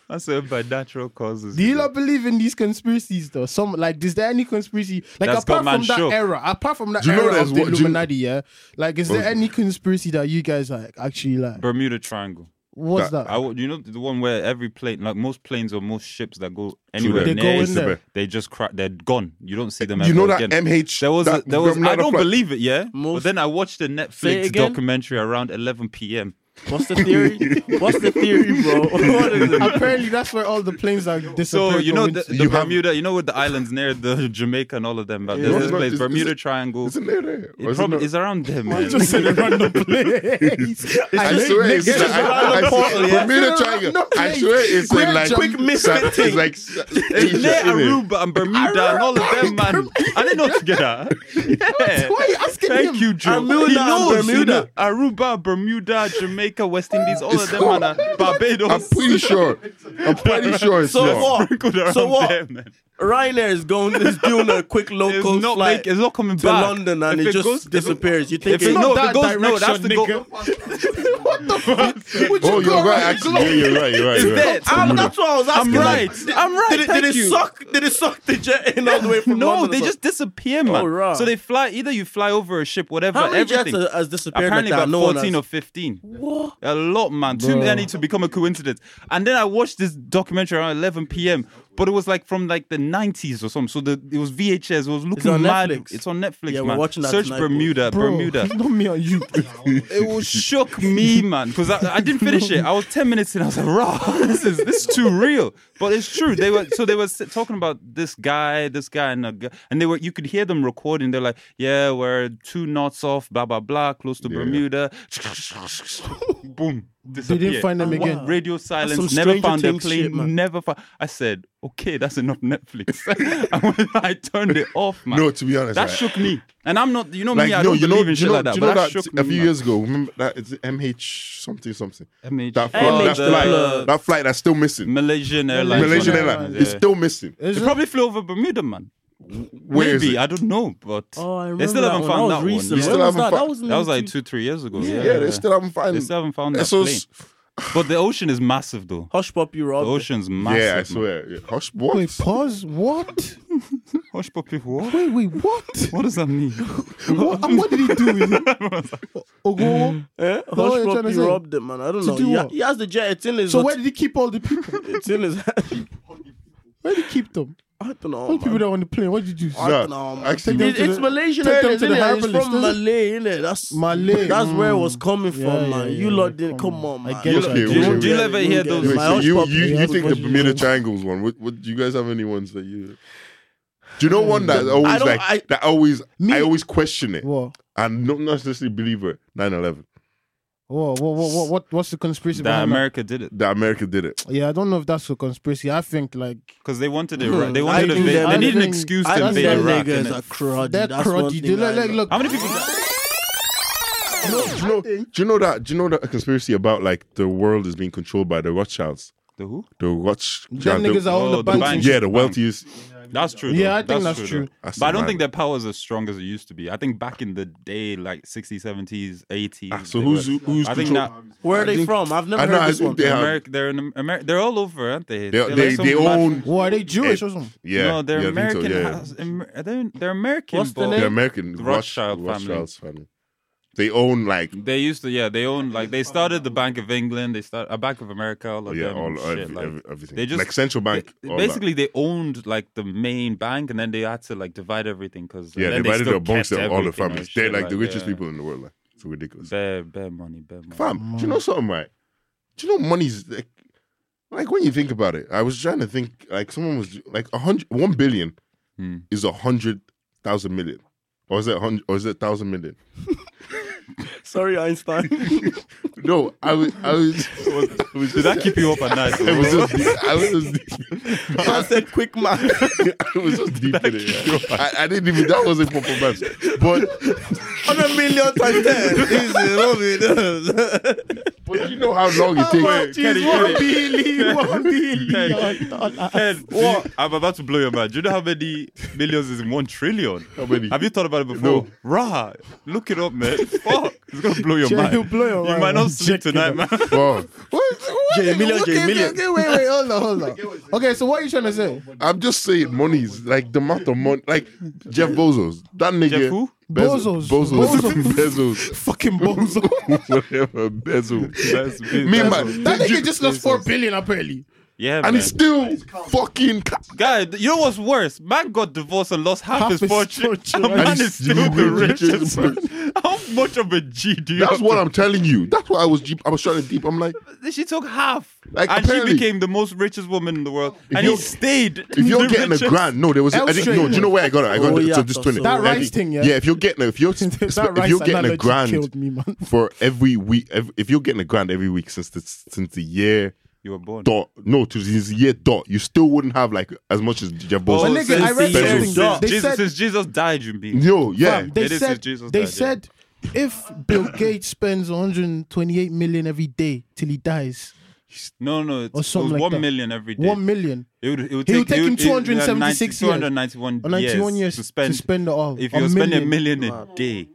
[SPEAKER 1] That's a by natural causes.
[SPEAKER 3] Do you not believe in these conspiracies though? Some like is there any conspiracy like
[SPEAKER 1] That's
[SPEAKER 3] apart
[SPEAKER 1] got man
[SPEAKER 3] from that
[SPEAKER 1] shook.
[SPEAKER 3] era, apart from that
[SPEAKER 2] Do you know
[SPEAKER 3] era
[SPEAKER 2] there's
[SPEAKER 3] of the
[SPEAKER 2] what- do you- Oh.
[SPEAKER 3] Illuminati, yeah? Like is there any conspiracy that you guys like actually like?
[SPEAKER 1] Bermuda Triangle.
[SPEAKER 3] What's
[SPEAKER 2] that-
[SPEAKER 3] that?
[SPEAKER 1] I would- you know the one where every plane, like most planes or most ships that go anywhere
[SPEAKER 2] They
[SPEAKER 1] near,
[SPEAKER 3] go in
[SPEAKER 1] East-
[SPEAKER 3] there.
[SPEAKER 1] they just crack. They're gone. You don't see them.
[SPEAKER 2] you
[SPEAKER 1] ever
[SPEAKER 2] know that
[SPEAKER 1] again.
[SPEAKER 2] MH.
[SPEAKER 1] There was, a,
[SPEAKER 2] that
[SPEAKER 1] there was. I
[SPEAKER 2] Bermuda
[SPEAKER 1] don't
[SPEAKER 2] flight-
[SPEAKER 1] believe it, yeah.
[SPEAKER 4] Most-
[SPEAKER 1] but then I watched the
[SPEAKER 4] Say it
[SPEAKER 1] Netflix
[SPEAKER 4] again?
[SPEAKER 1] documentary around 11 p.m.
[SPEAKER 4] What's the theory? What's the theory, bro? What is it?
[SPEAKER 3] Apparently, that's where all the planes are disappeared.
[SPEAKER 1] So you know
[SPEAKER 3] going
[SPEAKER 1] the,
[SPEAKER 3] to.
[SPEAKER 1] the
[SPEAKER 2] You have-
[SPEAKER 1] Bermuda, you know with the islands near the Jamaica and all of them, but
[SPEAKER 2] Yeah.
[SPEAKER 1] there's this
[SPEAKER 2] It's not-
[SPEAKER 1] place,
[SPEAKER 2] it's- it's-
[SPEAKER 1] Bermuda Triangle.
[SPEAKER 2] Isn't there eh? there? Or
[SPEAKER 1] It
[SPEAKER 2] is it
[SPEAKER 1] probably
[SPEAKER 2] not-
[SPEAKER 1] is around there,
[SPEAKER 3] I
[SPEAKER 1] man.
[SPEAKER 3] just said a random place.
[SPEAKER 2] I swear it's like, I, I, see- Bermuda Triangle. I swear it's in like
[SPEAKER 4] quick misfit
[SPEAKER 2] South-
[SPEAKER 4] thing.
[SPEAKER 2] It's like South Asia,
[SPEAKER 1] It's near
[SPEAKER 2] isn't it?
[SPEAKER 1] Aruba and Bermuda and all of them, man. I didn't know together. Yeah.
[SPEAKER 3] Why are you asking
[SPEAKER 1] Thank
[SPEAKER 3] him?
[SPEAKER 1] you, Joe.
[SPEAKER 4] Bermuda
[SPEAKER 1] he
[SPEAKER 4] and
[SPEAKER 1] knows, you
[SPEAKER 4] Bermuda.
[SPEAKER 1] know, Aruba, Bermuda, Jamaica, West Indies, all of
[SPEAKER 2] It's
[SPEAKER 1] them, man. are
[SPEAKER 2] I'm
[SPEAKER 1] Barbados.
[SPEAKER 2] pretty sure. I'm pretty sure it's
[SPEAKER 4] So
[SPEAKER 2] not.
[SPEAKER 4] what?
[SPEAKER 1] sprinkled around
[SPEAKER 4] So what?
[SPEAKER 1] there, man.
[SPEAKER 4] Ryanair is going is doing a quick
[SPEAKER 1] It's
[SPEAKER 4] local
[SPEAKER 1] not
[SPEAKER 4] flight
[SPEAKER 1] make, it's not coming
[SPEAKER 4] to
[SPEAKER 1] back
[SPEAKER 4] London and
[SPEAKER 1] If
[SPEAKER 4] it, just
[SPEAKER 1] goes- if it-
[SPEAKER 4] disappears. You think
[SPEAKER 1] If it,
[SPEAKER 4] it's
[SPEAKER 1] no, if
[SPEAKER 3] not
[SPEAKER 1] it
[SPEAKER 3] that
[SPEAKER 1] goes no, that's
[SPEAKER 3] direction,
[SPEAKER 1] the go.
[SPEAKER 3] nigga.
[SPEAKER 2] Oh, you're right. Actually, yeah, you're right. You're right.
[SPEAKER 1] It's
[SPEAKER 2] you're
[SPEAKER 1] there.
[SPEAKER 2] right.
[SPEAKER 4] I'm, that's what I was asking.
[SPEAKER 1] I'm
[SPEAKER 4] like,
[SPEAKER 1] right. I'm right.
[SPEAKER 4] Did it, did
[SPEAKER 1] thank
[SPEAKER 4] it
[SPEAKER 1] you.
[SPEAKER 4] suck? Did it suck the jet in all the way from
[SPEAKER 1] No,
[SPEAKER 4] London? or
[SPEAKER 1] they
[SPEAKER 4] something?
[SPEAKER 1] just disappear, man.
[SPEAKER 4] Oh, right.
[SPEAKER 1] So they fly either you fly over a ship, whatever.
[SPEAKER 4] how many
[SPEAKER 1] everything.
[SPEAKER 4] jets has- has disappeared?
[SPEAKER 1] Apparently
[SPEAKER 4] like that?
[SPEAKER 1] about
[SPEAKER 4] no one has-
[SPEAKER 1] fourteen or fifteen. A lot, man. Too many to become a coincidence. And then I watched this documentary around eleven p.m. But it was like from like the nineties or something. So the it was VHS. It was looking
[SPEAKER 4] on
[SPEAKER 1] mad.
[SPEAKER 4] Netflix?
[SPEAKER 1] It's on Netflix,
[SPEAKER 4] Yeah,
[SPEAKER 1] man.
[SPEAKER 4] we're watching that
[SPEAKER 1] Search
[SPEAKER 4] tonight,
[SPEAKER 1] Bermuda,
[SPEAKER 3] Bro,
[SPEAKER 1] Bermuda.
[SPEAKER 3] Not me on you.
[SPEAKER 1] It was shook me, man, because I, I didn't finish it. I was ten minutes in. I was like, "Raw, this is this is too real." But it's true. They were so they were s- talking about this guy, this guy, and a guy, and they were you could hear them recording. They're like, "Yeah, we're two knots off, blah blah blah, close to Bermuda." Boom.
[SPEAKER 3] They didn't
[SPEAKER 1] disappear.
[SPEAKER 3] find them again.
[SPEAKER 4] Wow.
[SPEAKER 1] Radio
[SPEAKER 4] some
[SPEAKER 1] silence. Never
[SPEAKER 4] Stranger
[SPEAKER 1] found their
[SPEAKER 4] Things
[SPEAKER 1] plane.
[SPEAKER 4] shit, man.
[SPEAKER 1] never found. I said, "Okay, that's enough Netflix." And when I turned it off, man.
[SPEAKER 2] No, to be honest,
[SPEAKER 1] that
[SPEAKER 2] right.
[SPEAKER 1] shook me. And I'm not. You know
[SPEAKER 2] Like
[SPEAKER 1] me. I
[SPEAKER 2] no,
[SPEAKER 1] don't
[SPEAKER 2] you know,
[SPEAKER 1] believe in
[SPEAKER 2] you
[SPEAKER 1] shit
[SPEAKER 2] know,
[SPEAKER 1] like that.
[SPEAKER 2] you
[SPEAKER 1] But
[SPEAKER 2] know
[SPEAKER 1] that
[SPEAKER 2] that,
[SPEAKER 1] shook me.
[SPEAKER 2] a few
[SPEAKER 1] man.
[SPEAKER 2] years ago. Remember that it's MH something something.
[SPEAKER 1] MH.
[SPEAKER 2] That flight, that
[SPEAKER 4] MH,
[SPEAKER 2] flight,
[SPEAKER 4] uh,
[SPEAKER 2] that flight that's still missing.
[SPEAKER 1] Malaysian Airlines.
[SPEAKER 2] Malaysian
[SPEAKER 1] one of
[SPEAKER 2] Airlines.
[SPEAKER 1] them,
[SPEAKER 2] It's
[SPEAKER 1] yeah.
[SPEAKER 2] still missing.
[SPEAKER 1] They
[SPEAKER 3] Is it?
[SPEAKER 1] probably flew over Bermuda, man.
[SPEAKER 2] Where is
[SPEAKER 1] Maybe
[SPEAKER 2] it?
[SPEAKER 1] I don't know, but
[SPEAKER 4] Oh, I remember
[SPEAKER 1] they still
[SPEAKER 4] that
[SPEAKER 1] haven't
[SPEAKER 4] one.
[SPEAKER 1] found
[SPEAKER 4] that
[SPEAKER 1] that
[SPEAKER 4] was
[SPEAKER 1] one.
[SPEAKER 4] recent.
[SPEAKER 2] You
[SPEAKER 1] Yeah.
[SPEAKER 2] still
[SPEAKER 4] When was
[SPEAKER 2] haven't
[SPEAKER 4] that?
[SPEAKER 2] found-
[SPEAKER 4] was
[SPEAKER 1] That was
[SPEAKER 4] maybe
[SPEAKER 1] like two, three years ago.
[SPEAKER 2] Yeah,
[SPEAKER 1] Yeah,
[SPEAKER 2] they still haven't
[SPEAKER 1] They
[SPEAKER 2] found.
[SPEAKER 1] still haven't found that
[SPEAKER 2] It's so
[SPEAKER 1] plane.
[SPEAKER 2] s-
[SPEAKER 1] But the ocean is massive, though.
[SPEAKER 4] Hush puppy,
[SPEAKER 1] The
[SPEAKER 4] Rob.
[SPEAKER 1] ocean's massive.
[SPEAKER 2] Yeah, I
[SPEAKER 1] man.
[SPEAKER 2] swear. Yeah. Hush, what?
[SPEAKER 3] Wait, pause. What?
[SPEAKER 1] Hush puppy, what?
[SPEAKER 3] Wait, wait, what?
[SPEAKER 1] What does that mean?
[SPEAKER 3] what, and what did he do? with it? Ogo.
[SPEAKER 4] Eh?
[SPEAKER 3] what you're
[SPEAKER 4] Hush
[SPEAKER 3] trying to
[SPEAKER 4] puppy
[SPEAKER 3] say?
[SPEAKER 4] robbed it, man. I don't
[SPEAKER 3] To
[SPEAKER 4] know.
[SPEAKER 3] do
[SPEAKER 4] He, ha-
[SPEAKER 3] what?
[SPEAKER 4] he has the jet. It's in his.
[SPEAKER 3] So where did he keep all the people?
[SPEAKER 4] it's in his.
[SPEAKER 3] Where did he keep them?
[SPEAKER 4] I don't know.
[SPEAKER 3] All the
[SPEAKER 4] man.
[SPEAKER 3] people that were on the plane. What did you do?
[SPEAKER 2] Nah,
[SPEAKER 4] I don't know. man.
[SPEAKER 2] actually,
[SPEAKER 3] Take
[SPEAKER 4] It-
[SPEAKER 3] them to
[SPEAKER 4] it's
[SPEAKER 3] the-
[SPEAKER 4] Malaysian
[SPEAKER 3] take them
[SPEAKER 4] Airlines,
[SPEAKER 3] to the
[SPEAKER 4] innit? It's
[SPEAKER 3] hyperlist,
[SPEAKER 4] from
[SPEAKER 3] doesn't it?
[SPEAKER 4] Malay, innit? That's
[SPEAKER 3] Malay,
[SPEAKER 4] That's where it
[SPEAKER 3] mm.
[SPEAKER 4] was coming from,
[SPEAKER 3] Yeah,
[SPEAKER 4] man.
[SPEAKER 3] yeah,
[SPEAKER 4] you
[SPEAKER 3] yeah,
[SPEAKER 4] lot didn't
[SPEAKER 3] come
[SPEAKER 4] come
[SPEAKER 3] on.
[SPEAKER 4] on,
[SPEAKER 3] I
[SPEAKER 4] man.
[SPEAKER 3] get
[SPEAKER 2] You it, lot- I
[SPEAKER 1] do,
[SPEAKER 2] get
[SPEAKER 1] you,
[SPEAKER 2] it.
[SPEAKER 1] do you ever hear
[SPEAKER 4] Wait, so
[SPEAKER 1] those?
[SPEAKER 2] Wait,
[SPEAKER 4] My
[SPEAKER 2] so
[SPEAKER 4] hush
[SPEAKER 2] you,
[SPEAKER 4] puppy
[SPEAKER 2] you, you
[SPEAKER 4] has
[SPEAKER 2] think
[SPEAKER 4] what
[SPEAKER 2] the
[SPEAKER 4] you
[SPEAKER 2] Bermuda
[SPEAKER 4] want.
[SPEAKER 2] Triangle's one? What, what do you guys have any ones that you? Do you know one that
[SPEAKER 4] I
[SPEAKER 2] always
[SPEAKER 4] don't-
[SPEAKER 2] like
[SPEAKER 4] I-
[SPEAKER 2] that always
[SPEAKER 3] Me-
[SPEAKER 2] I always question it
[SPEAKER 3] mm. What?
[SPEAKER 2] and not necessarily believe it. 9-11.
[SPEAKER 3] Whoa, whoa, whoa, whoa, what, what's the conspiracy
[SPEAKER 1] That
[SPEAKER 3] behind
[SPEAKER 1] America did it
[SPEAKER 2] That America did it.
[SPEAKER 3] that? Yeah, I don't know if that's a conspiracy. I think like
[SPEAKER 1] because they wanted it.
[SPEAKER 4] Hmm.
[SPEAKER 1] Right? They
[SPEAKER 4] I
[SPEAKER 1] wanted to
[SPEAKER 4] think
[SPEAKER 1] invade.
[SPEAKER 4] that-
[SPEAKER 1] They
[SPEAKER 4] I
[SPEAKER 1] need an
[SPEAKER 3] think-
[SPEAKER 1] excuse
[SPEAKER 3] I
[SPEAKER 1] to
[SPEAKER 3] think
[SPEAKER 1] invade
[SPEAKER 3] that
[SPEAKER 1] Iraq.
[SPEAKER 4] niggas
[SPEAKER 1] innit?
[SPEAKER 4] are cruddy.
[SPEAKER 3] that
[SPEAKER 4] That's one
[SPEAKER 3] cruddy.
[SPEAKER 4] thing
[SPEAKER 3] Look,
[SPEAKER 4] I
[SPEAKER 3] look,
[SPEAKER 4] know.
[SPEAKER 3] look.
[SPEAKER 1] How many people?
[SPEAKER 2] Do you know? Do you know that? Do you know that conspiracy about like the world is being controlled by the Rothschilds?
[SPEAKER 1] The who?
[SPEAKER 2] The Rothschilds.
[SPEAKER 3] Them niggas are all
[SPEAKER 1] oh,
[SPEAKER 3] the
[SPEAKER 1] the
[SPEAKER 3] banks.
[SPEAKER 1] banks.
[SPEAKER 3] and
[SPEAKER 2] yeah,
[SPEAKER 3] shit.
[SPEAKER 2] the wealthiest.
[SPEAKER 1] That's true.
[SPEAKER 3] Yeah,
[SPEAKER 1] though.
[SPEAKER 3] I think that's true.
[SPEAKER 1] though.
[SPEAKER 2] That's
[SPEAKER 1] but I don't
[SPEAKER 2] mad.
[SPEAKER 1] think their power is as strong as it used to be. I think back in the day, like 60s, 70s, 80s.
[SPEAKER 2] Ah, so
[SPEAKER 1] they
[SPEAKER 2] who's
[SPEAKER 1] were-
[SPEAKER 2] who- who's
[SPEAKER 1] I think
[SPEAKER 2] control-
[SPEAKER 1] now
[SPEAKER 4] Where are they from? I've never
[SPEAKER 2] I know.
[SPEAKER 4] heard
[SPEAKER 2] I
[SPEAKER 4] this one.
[SPEAKER 2] think they have.
[SPEAKER 1] America, they're in Amer- they're all over, aren't they?
[SPEAKER 2] They
[SPEAKER 1] They're
[SPEAKER 2] they,
[SPEAKER 1] like some
[SPEAKER 2] they
[SPEAKER 1] mad-
[SPEAKER 2] own.
[SPEAKER 3] Whoa, are they Jewish or something?
[SPEAKER 2] Yeah.
[SPEAKER 1] no, they're
[SPEAKER 2] yeah, I think so,
[SPEAKER 1] American.
[SPEAKER 2] yeah.
[SPEAKER 1] house- Amer- are they, they're American.
[SPEAKER 4] What's the
[SPEAKER 1] but
[SPEAKER 4] name?
[SPEAKER 2] They're American.
[SPEAKER 1] The
[SPEAKER 2] Rothsch-
[SPEAKER 1] Rothschild family.
[SPEAKER 2] Rothschilds family. They own like
[SPEAKER 1] They used to, yeah. They own like they started the Bank of England. They start a Bank of America. All of
[SPEAKER 2] oh, yeah,
[SPEAKER 1] them.
[SPEAKER 2] all
[SPEAKER 1] and
[SPEAKER 2] every,
[SPEAKER 1] shit, like,
[SPEAKER 2] every- everything.
[SPEAKER 1] they just
[SPEAKER 2] like central bank.
[SPEAKER 1] They-
[SPEAKER 2] all that.
[SPEAKER 1] basically, they owned like the main bank, and then they had to like divide everything because
[SPEAKER 2] yeah,
[SPEAKER 1] then
[SPEAKER 2] divided
[SPEAKER 1] they still
[SPEAKER 2] amongst
[SPEAKER 1] kept
[SPEAKER 2] them, all the
[SPEAKER 1] everything and
[SPEAKER 2] families.
[SPEAKER 1] shit,
[SPEAKER 2] They're like the richest
[SPEAKER 1] yeah.
[SPEAKER 2] people in the world. Like it's ridiculous.
[SPEAKER 1] Bare, bare money, bare money.
[SPEAKER 2] Fam, do you know something, right? Do you know money's like, like when you think about it? I was trying to think. Like someone was like a hundred, one billion
[SPEAKER 1] Hmm.
[SPEAKER 2] is a hundred thousand million, or is it a hundred, or is it a thousand million?
[SPEAKER 4] Sorry, Einstein.
[SPEAKER 2] No, I was, I was, I was
[SPEAKER 1] Did that keep you up at night?
[SPEAKER 2] I
[SPEAKER 1] bro?
[SPEAKER 2] was just, I was just deep.
[SPEAKER 4] I said quick man.
[SPEAKER 2] I was just deep in it. yeah. I, I didn't even. That wasn't proper maths, but
[SPEAKER 4] 100 million times 10. Easy, love it.
[SPEAKER 2] But you know how long
[SPEAKER 1] Oh,
[SPEAKER 2] it takes.
[SPEAKER 1] Kenny, Kenny.
[SPEAKER 3] One billion.
[SPEAKER 1] Ken, Ken, do you- I'm about to blow your mind. Do you know how many millions is in one trillion?
[SPEAKER 2] How many?
[SPEAKER 1] Have you thought about it before?
[SPEAKER 2] No.
[SPEAKER 1] Rah, look it up, man. Fuck, it's gonna blow your
[SPEAKER 3] Yeah,
[SPEAKER 1] mind.
[SPEAKER 3] it'll blow your
[SPEAKER 1] you
[SPEAKER 3] mind,
[SPEAKER 1] might
[SPEAKER 3] man.
[SPEAKER 1] not sleep
[SPEAKER 3] Check it
[SPEAKER 1] tonight, man.
[SPEAKER 2] Fuck.
[SPEAKER 4] J Million, J Million.
[SPEAKER 3] Okay, wait, wait, hold on, hold on. Okay, so what are you trying to say?
[SPEAKER 2] I'm just saying, money's like the amount of money, like Jeff Bezos, that nigga.
[SPEAKER 1] Jeff who?
[SPEAKER 2] Bezos.
[SPEAKER 3] Bozos.
[SPEAKER 2] Bezos. Bezos.
[SPEAKER 3] Fucking bozo.
[SPEAKER 2] Whatever. Bezos.
[SPEAKER 1] That's big.
[SPEAKER 2] Me and my
[SPEAKER 3] That
[SPEAKER 2] did
[SPEAKER 3] nigga
[SPEAKER 2] you-
[SPEAKER 3] just lost four billion apparently.
[SPEAKER 1] Yeah,
[SPEAKER 2] and
[SPEAKER 1] man.
[SPEAKER 2] it's still fucking. Ca-
[SPEAKER 1] Guy, you know what's worse? Man got divorced and lost half,
[SPEAKER 3] Half
[SPEAKER 1] his
[SPEAKER 3] his
[SPEAKER 1] fortune. And
[SPEAKER 3] fortune, right?
[SPEAKER 1] man
[SPEAKER 2] And
[SPEAKER 1] is
[SPEAKER 2] still
[SPEAKER 1] still the
[SPEAKER 2] the
[SPEAKER 1] richest
[SPEAKER 2] richest
[SPEAKER 1] man. How much of a G do you
[SPEAKER 2] That's
[SPEAKER 1] have
[SPEAKER 2] what
[SPEAKER 1] to-
[SPEAKER 2] I'm telling you. That's what I was. Deep, I was trying to deep. I'm like,
[SPEAKER 1] She took half.
[SPEAKER 2] Like,
[SPEAKER 1] and
[SPEAKER 2] apparently-
[SPEAKER 1] she became the most richest woman in the world.
[SPEAKER 2] If
[SPEAKER 1] and he
[SPEAKER 2] you're-
[SPEAKER 1] stayed.
[SPEAKER 2] if you're
[SPEAKER 1] the
[SPEAKER 2] getting
[SPEAKER 1] richest.
[SPEAKER 2] a grand, no, there was. I didn't
[SPEAKER 3] Elstree.
[SPEAKER 2] know. Do you know where I got it? I got
[SPEAKER 4] Oh,
[SPEAKER 2] it.
[SPEAKER 4] yeah,
[SPEAKER 2] so just twenty.
[SPEAKER 3] That rice
[SPEAKER 2] Every-
[SPEAKER 3] thing, yeah.
[SPEAKER 2] Yeah, if you're getting, a, if you're,
[SPEAKER 3] that
[SPEAKER 2] if
[SPEAKER 3] rice
[SPEAKER 2] you're getting a
[SPEAKER 3] analogy
[SPEAKER 2] grand
[SPEAKER 3] killed me, man.
[SPEAKER 2] for every week, ev if you're getting a grand every week since the since the year
[SPEAKER 1] You were born.
[SPEAKER 2] dot, no, to this year dot, you still wouldn't have like as much as Jeff
[SPEAKER 3] But
[SPEAKER 1] Oh,
[SPEAKER 2] Bezos.
[SPEAKER 3] nigga, I
[SPEAKER 1] since
[SPEAKER 3] read
[SPEAKER 1] the
[SPEAKER 2] something.
[SPEAKER 1] year
[SPEAKER 2] They
[SPEAKER 1] dot.
[SPEAKER 3] said-
[SPEAKER 1] Jesus, since Jesus died, you mean.
[SPEAKER 2] No, yeah,
[SPEAKER 3] Fam, they
[SPEAKER 1] It is
[SPEAKER 3] said
[SPEAKER 1] his Jesus
[SPEAKER 3] they
[SPEAKER 1] dad, yeah.
[SPEAKER 3] said if Bill Gates spends 128 million every day till he dies,
[SPEAKER 1] No, no, it's,
[SPEAKER 3] Or
[SPEAKER 1] it was
[SPEAKER 3] something like
[SPEAKER 1] one
[SPEAKER 3] that.
[SPEAKER 1] million every day.
[SPEAKER 3] one million
[SPEAKER 1] it would, it would
[SPEAKER 3] He
[SPEAKER 1] take,
[SPEAKER 3] would take
[SPEAKER 1] it
[SPEAKER 3] him
[SPEAKER 1] it would-
[SPEAKER 3] 276
[SPEAKER 1] 90 291
[SPEAKER 3] or 91 years,
[SPEAKER 1] to spend.
[SPEAKER 3] it all.
[SPEAKER 1] if you're spending a million a day,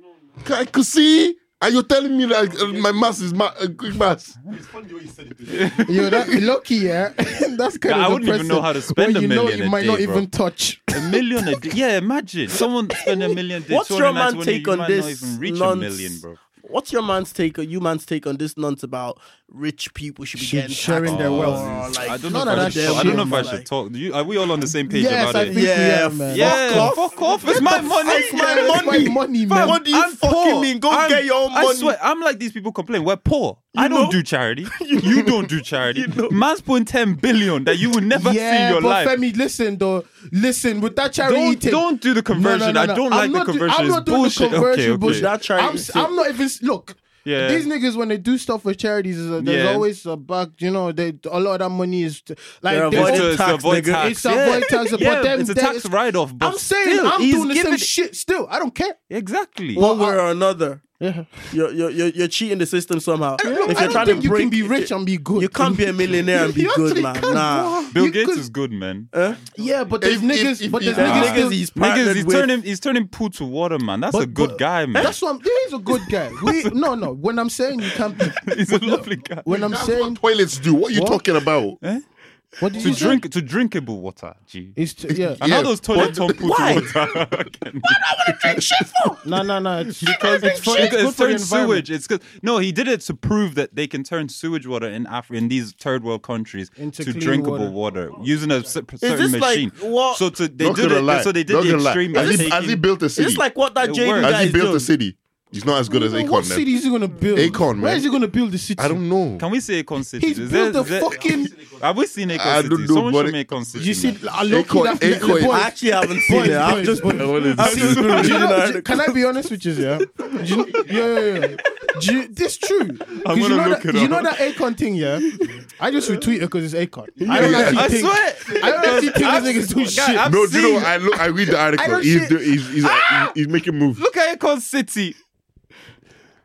[SPEAKER 2] I could see. Are you telling me like uh, my mass is ma- uh, quick mass?
[SPEAKER 5] It's funny the way you said it today.
[SPEAKER 3] Yo, that lucky, yeah. That's kind
[SPEAKER 1] I
[SPEAKER 3] of
[SPEAKER 1] wouldn't even
[SPEAKER 3] depressing.
[SPEAKER 1] know how to spend
[SPEAKER 3] Or
[SPEAKER 1] a
[SPEAKER 3] you know
[SPEAKER 1] million
[SPEAKER 3] you
[SPEAKER 1] a
[SPEAKER 3] might
[SPEAKER 1] day,
[SPEAKER 3] not
[SPEAKER 1] bro.
[SPEAKER 3] even touch.
[SPEAKER 1] a million a day. Yeah, imagine someone spend a million a day.
[SPEAKER 4] What's your man
[SPEAKER 1] 291,
[SPEAKER 4] take
[SPEAKER 1] you
[SPEAKER 4] on
[SPEAKER 1] might
[SPEAKER 4] this
[SPEAKER 1] Not even reach a
[SPEAKER 4] nonce?
[SPEAKER 1] million, bro.
[SPEAKER 4] What's your man's take on you man's take on this nonsense about rich people should be
[SPEAKER 3] Should
[SPEAKER 4] getting
[SPEAKER 3] sharing
[SPEAKER 4] taxed
[SPEAKER 3] their
[SPEAKER 4] more,
[SPEAKER 3] wealth.
[SPEAKER 4] Like,
[SPEAKER 1] Oh, I don't know.
[SPEAKER 3] none
[SPEAKER 1] If
[SPEAKER 3] of
[SPEAKER 1] I,
[SPEAKER 3] that
[SPEAKER 1] should, talk- I
[SPEAKER 3] shit,
[SPEAKER 1] don't know if I
[SPEAKER 3] man.
[SPEAKER 1] should talk. Do you, are we all on the same page
[SPEAKER 3] Yes,
[SPEAKER 1] about
[SPEAKER 3] I
[SPEAKER 1] it?
[SPEAKER 3] think we
[SPEAKER 4] Yeah,
[SPEAKER 3] are, man.
[SPEAKER 1] yeah,
[SPEAKER 4] Fuck
[SPEAKER 1] fuck off. It's my money.
[SPEAKER 4] It's my
[SPEAKER 3] It's
[SPEAKER 4] money.
[SPEAKER 3] my money,
[SPEAKER 1] Fam,
[SPEAKER 3] man.
[SPEAKER 4] What do you
[SPEAKER 1] I'm
[SPEAKER 4] fucking
[SPEAKER 1] poor.
[SPEAKER 4] mean? Go
[SPEAKER 1] I'm-
[SPEAKER 4] get your own
[SPEAKER 1] I
[SPEAKER 4] money.
[SPEAKER 1] swear, I'm like these people complain. We're poor. I don't
[SPEAKER 4] know?
[SPEAKER 1] do charity. you don't do charity. Man's putting 10 billion that you will never
[SPEAKER 3] yeah,
[SPEAKER 1] see in your
[SPEAKER 3] but
[SPEAKER 1] life.
[SPEAKER 3] Femi, listen though, listen with that charity.
[SPEAKER 1] don't,
[SPEAKER 3] thing-
[SPEAKER 1] don't do the conversion. I don't like
[SPEAKER 3] I'm
[SPEAKER 1] the
[SPEAKER 3] not do-
[SPEAKER 1] conversion.
[SPEAKER 3] I'm not
[SPEAKER 1] it's
[SPEAKER 3] doing
[SPEAKER 1] bullshit.
[SPEAKER 3] the conversion
[SPEAKER 1] okay, okay.
[SPEAKER 3] bullshit.
[SPEAKER 4] That charity
[SPEAKER 3] I'm,
[SPEAKER 4] shit.
[SPEAKER 3] I'm not even look.
[SPEAKER 1] Yeah.
[SPEAKER 3] These niggas when they do stuff for charities, is a- there's
[SPEAKER 1] Yeah.
[SPEAKER 3] always a back. You know, they a lot of that money is t- like
[SPEAKER 4] They're
[SPEAKER 3] they
[SPEAKER 1] It's
[SPEAKER 3] all-
[SPEAKER 4] avoiding
[SPEAKER 1] to- it's to
[SPEAKER 4] tax,
[SPEAKER 1] avoid
[SPEAKER 4] nigga.
[SPEAKER 1] tax.
[SPEAKER 3] It's avoid
[SPEAKER 1] yeah.
[SPEAKER 3] tax, but
[SPEAKER 1] yeah,
[SPEAKER 3] them-
[SPEAKER 1] it's a
[SPEAKER 3] they-
[SPEAKER 1] tax write-off. But
[SPEAKER 3] I'm saying
[SPEAKER 1] still,
[SPEAKER 3] I'm
[SPEAKER 1] he's
[SPEAKER 3] doing the same
[SPEAKER 1] giving-
[SPEAKER 3] shit. Still, I don't care.
[SPEAKER 1] Exactly.
[SPEAKER 4] one way or another.
[SPEAKER 3] Yeah.
[SPEAKER 4] You're, you're, you're, you're cheating the system somehow.
[SPEAKER 3] Look,
[SPEAKER 4] if
[SPEAKER 3] I
[SPEAKER 4] you're
[SPEAKER 3] don't
[SPEAKER 4] trying
[SPEAKER 3] think
[SPEAKER 4] to break,
[SPEAKER 3] you can be rich and be good.
[SPEAKER 4] you can't be a millionaire and be
[SPEAKER 3] You
[SPEAKER 4] good,
[SPEAKER 3] actually
[SPEAKER 4] man.
[SPEAKER 3] can't,
[SPEAKER 4] Nah.
[SPEAKER 3] bro.
[SPEAKER 1] Bill
[SPEAKER 3] You
[SPEAKER 1] Gates
[SPEAKER 3] could-
[SPEAKER 1] is good, man.
[SPEAKER 4] Huh?
[SPEAKER 3] Yeah, but there's
[SPEAKER 2] If-
[SPEAKER 3] niggas.
[SPEAKER 2] if- if
[SPEAKER 3] but
[SPEAKER 2] he-
[SPEAKER 3] there's
[SPEAKER 4] There's
[SPEAKER 1] Nah.
[SPEAKER 3] niggas.
[SPEAKER 4] niggas
[SPEAKER 3] Still,
[SPEAKER 4] he's
[SPEAKER 1] Niggas,
[SPEAKER 4] partnered
[SPEAKER 1] he's
[SPEAKER 4] with.
[SPEAKER 1] turning, he's turning poo to water, man. That's a
[SPEAKER 3] But-
[SPEAKER 1] good
[SPEAKER 3] but-
[SPEAKER 1] guy, man.
[SPEAKER 3] that's what I'm. He's a good guy. We, no, no. When I'm saying you can't be.
[SPEAKER 1] he's a lovely guy.
[SPEAKER 3] When I'm
[SPEAKER 2] That's
[SPEAKER 3] saying
[SPEAKER 2] what toilets do. What are you
[SPEAKER 3] What?
[SPEAKER 2] talking about?
[SPEAKER 3] what do you
[SPEAKER 1] To
[SPEAKER 3] say?
[SPEAKER 1] drink, to drinkable water. Gee.
[SPEAKER 3] It's t- yeah.
[SPEAKER 1] And how
[SPEAKER 2] Yeah,
[SPEAKER 1] does toilet turn poo
[SPEAKER 4] why?
[SPEAKER 1] to water? Again.
[SPEAKER 3] No, no, no. It's
[SPEAKER 1] because it's, for, it's,
[SPEAKER 3] good for the
[SPEAKER 1] turned
[SPEAKER 3] environment.
[SPEAKER 1] sewage. It's good. No, he did it to prove that they can turn sewage water in Africa, in these third world countries,
[SPEAKER 3] Into
[SPEAKER 1] to
[SPEAKER 3] clean
[SPEAKER 1] drinkable water, using a cer- certain
[SPEAKER 4] this like
[SPEAKER 1] machine.
[SPEAKER 4] what-
[SPEAKER 1] So to, they
[SPEAKER 2] Not
[SPEAKER 1] did
[SPEAKER 2] gonna
[SPEAKER 1] it.
[SPEAKER 2] lie.
[SPEAKER 1] So they did
[SPEAKER 2] Not
[SPEAKER 1] the
[SPEAKER 2] gonna lie.
[SPEAKER 1] extreme. by
[SPEAKER 2] Has he,
[SPEAKER 1] taking-
[SPEAKER 2] has he built a city?
[SPEAKER 4] It's like what that
[SPEAKER 1] It
[SPEAKER 4] JD
[SPEAKER 1] works.
[SPEAKER 4] guy
[SPEAKER 2] Has
[SPEAKER 4] is
[SPEAKER 2] he built
[SPEAKER 4] doing.
[SPEAKER 2] a city? He's not as good as
[SPEAKER 3] But What
[SPEAKER 2] Akon. then.
[SPEAKER 3] city is he gonna build?
[SPEAKER 2] Akon,
[SPEAKER 3] Where
[SPEAKER 2] man.
[SPEAKER 3] is he gonna build the city?
[SPEAKER 2] I don't know.
[SPEAKER 1] Can we say Akon City?
[SPEAKER 3] He's
[SPEAKER 1] Is
[SPEAKER 3] built
[SPEAKER 1] there-
[SPEAKER 3] a
[SPEAKER 1] is there-
[SPEAKER 3] fucking.
[SPEAKER 1] Have we seen Akon
[SPEAKER 2] I don't
[SPEAKER 1] City?
[SPEAKER 2] know,
[SPEAKER 1] Someone
[SPEAKER 2] but
[SPEAKER 1] should
[SPEAKER 2] it-
[SPEAKER 1] make Akon City.
[SPEAKER 3] You see,
[SPEAKER 1] man.
[SPEAKER 3] I look
[SPEAKER 2] Akon-
[SPEAKER 3] that the
[SPEAKER 2] Akon-
[SPEAKER 3] boy-
[SPEAKER 4] I actually haven't seen
[SPEAKER 3] Boys,
[SPEAKER 4] it. I've
[SPEAKER 3] boys,
[SPEAKER 4] just
[SPEAKER 3] boys.
[SPEAKER 4] I've just been
[SPEAKER 3] Do you
[SPEAKER 4] reading
[SPEAKER 3] know-
[SPEAKER 4] that.
[SPEAKER 3] do- can I be honest with you? Yeah, Do you, yeah, yeah. yeah. Do you, this true. 'Cause you
[SPEAKER 1] gonna
[SPEAKER 3] know
[SPEAKER 1] look
[SPEAKER 3] that,
[SPEAKER 1] it
[SPEAKER 3] You know
[SPEAKER 1] up.
[SPEAKER 3] that Akon thing, yeah. I just retweet it because it's Akon. I don't actually
[SPEAKER 1] I
[SPEAKER 3] think.
[SPEAKER 1] swear.
[SPEAKER 3] I don't actually think this nigga's doing
[SPEAKER 1] Guy,
[SPEAKER 3] shit.
[SPEAKER 1] I've
[SPEAKER 2] No, do you know?
[SPEAKER 1] seen-
[SPEAKER 2] what? I look. I read the article.
[SPEAKER 3] don't
[SPEAKER 2] He's,
[SPEAKER 3] see- Ah!
[SPEAKER 2] do- he's, he's, he's, he's making moves.
[SPEAKER 1] Look at Akon City.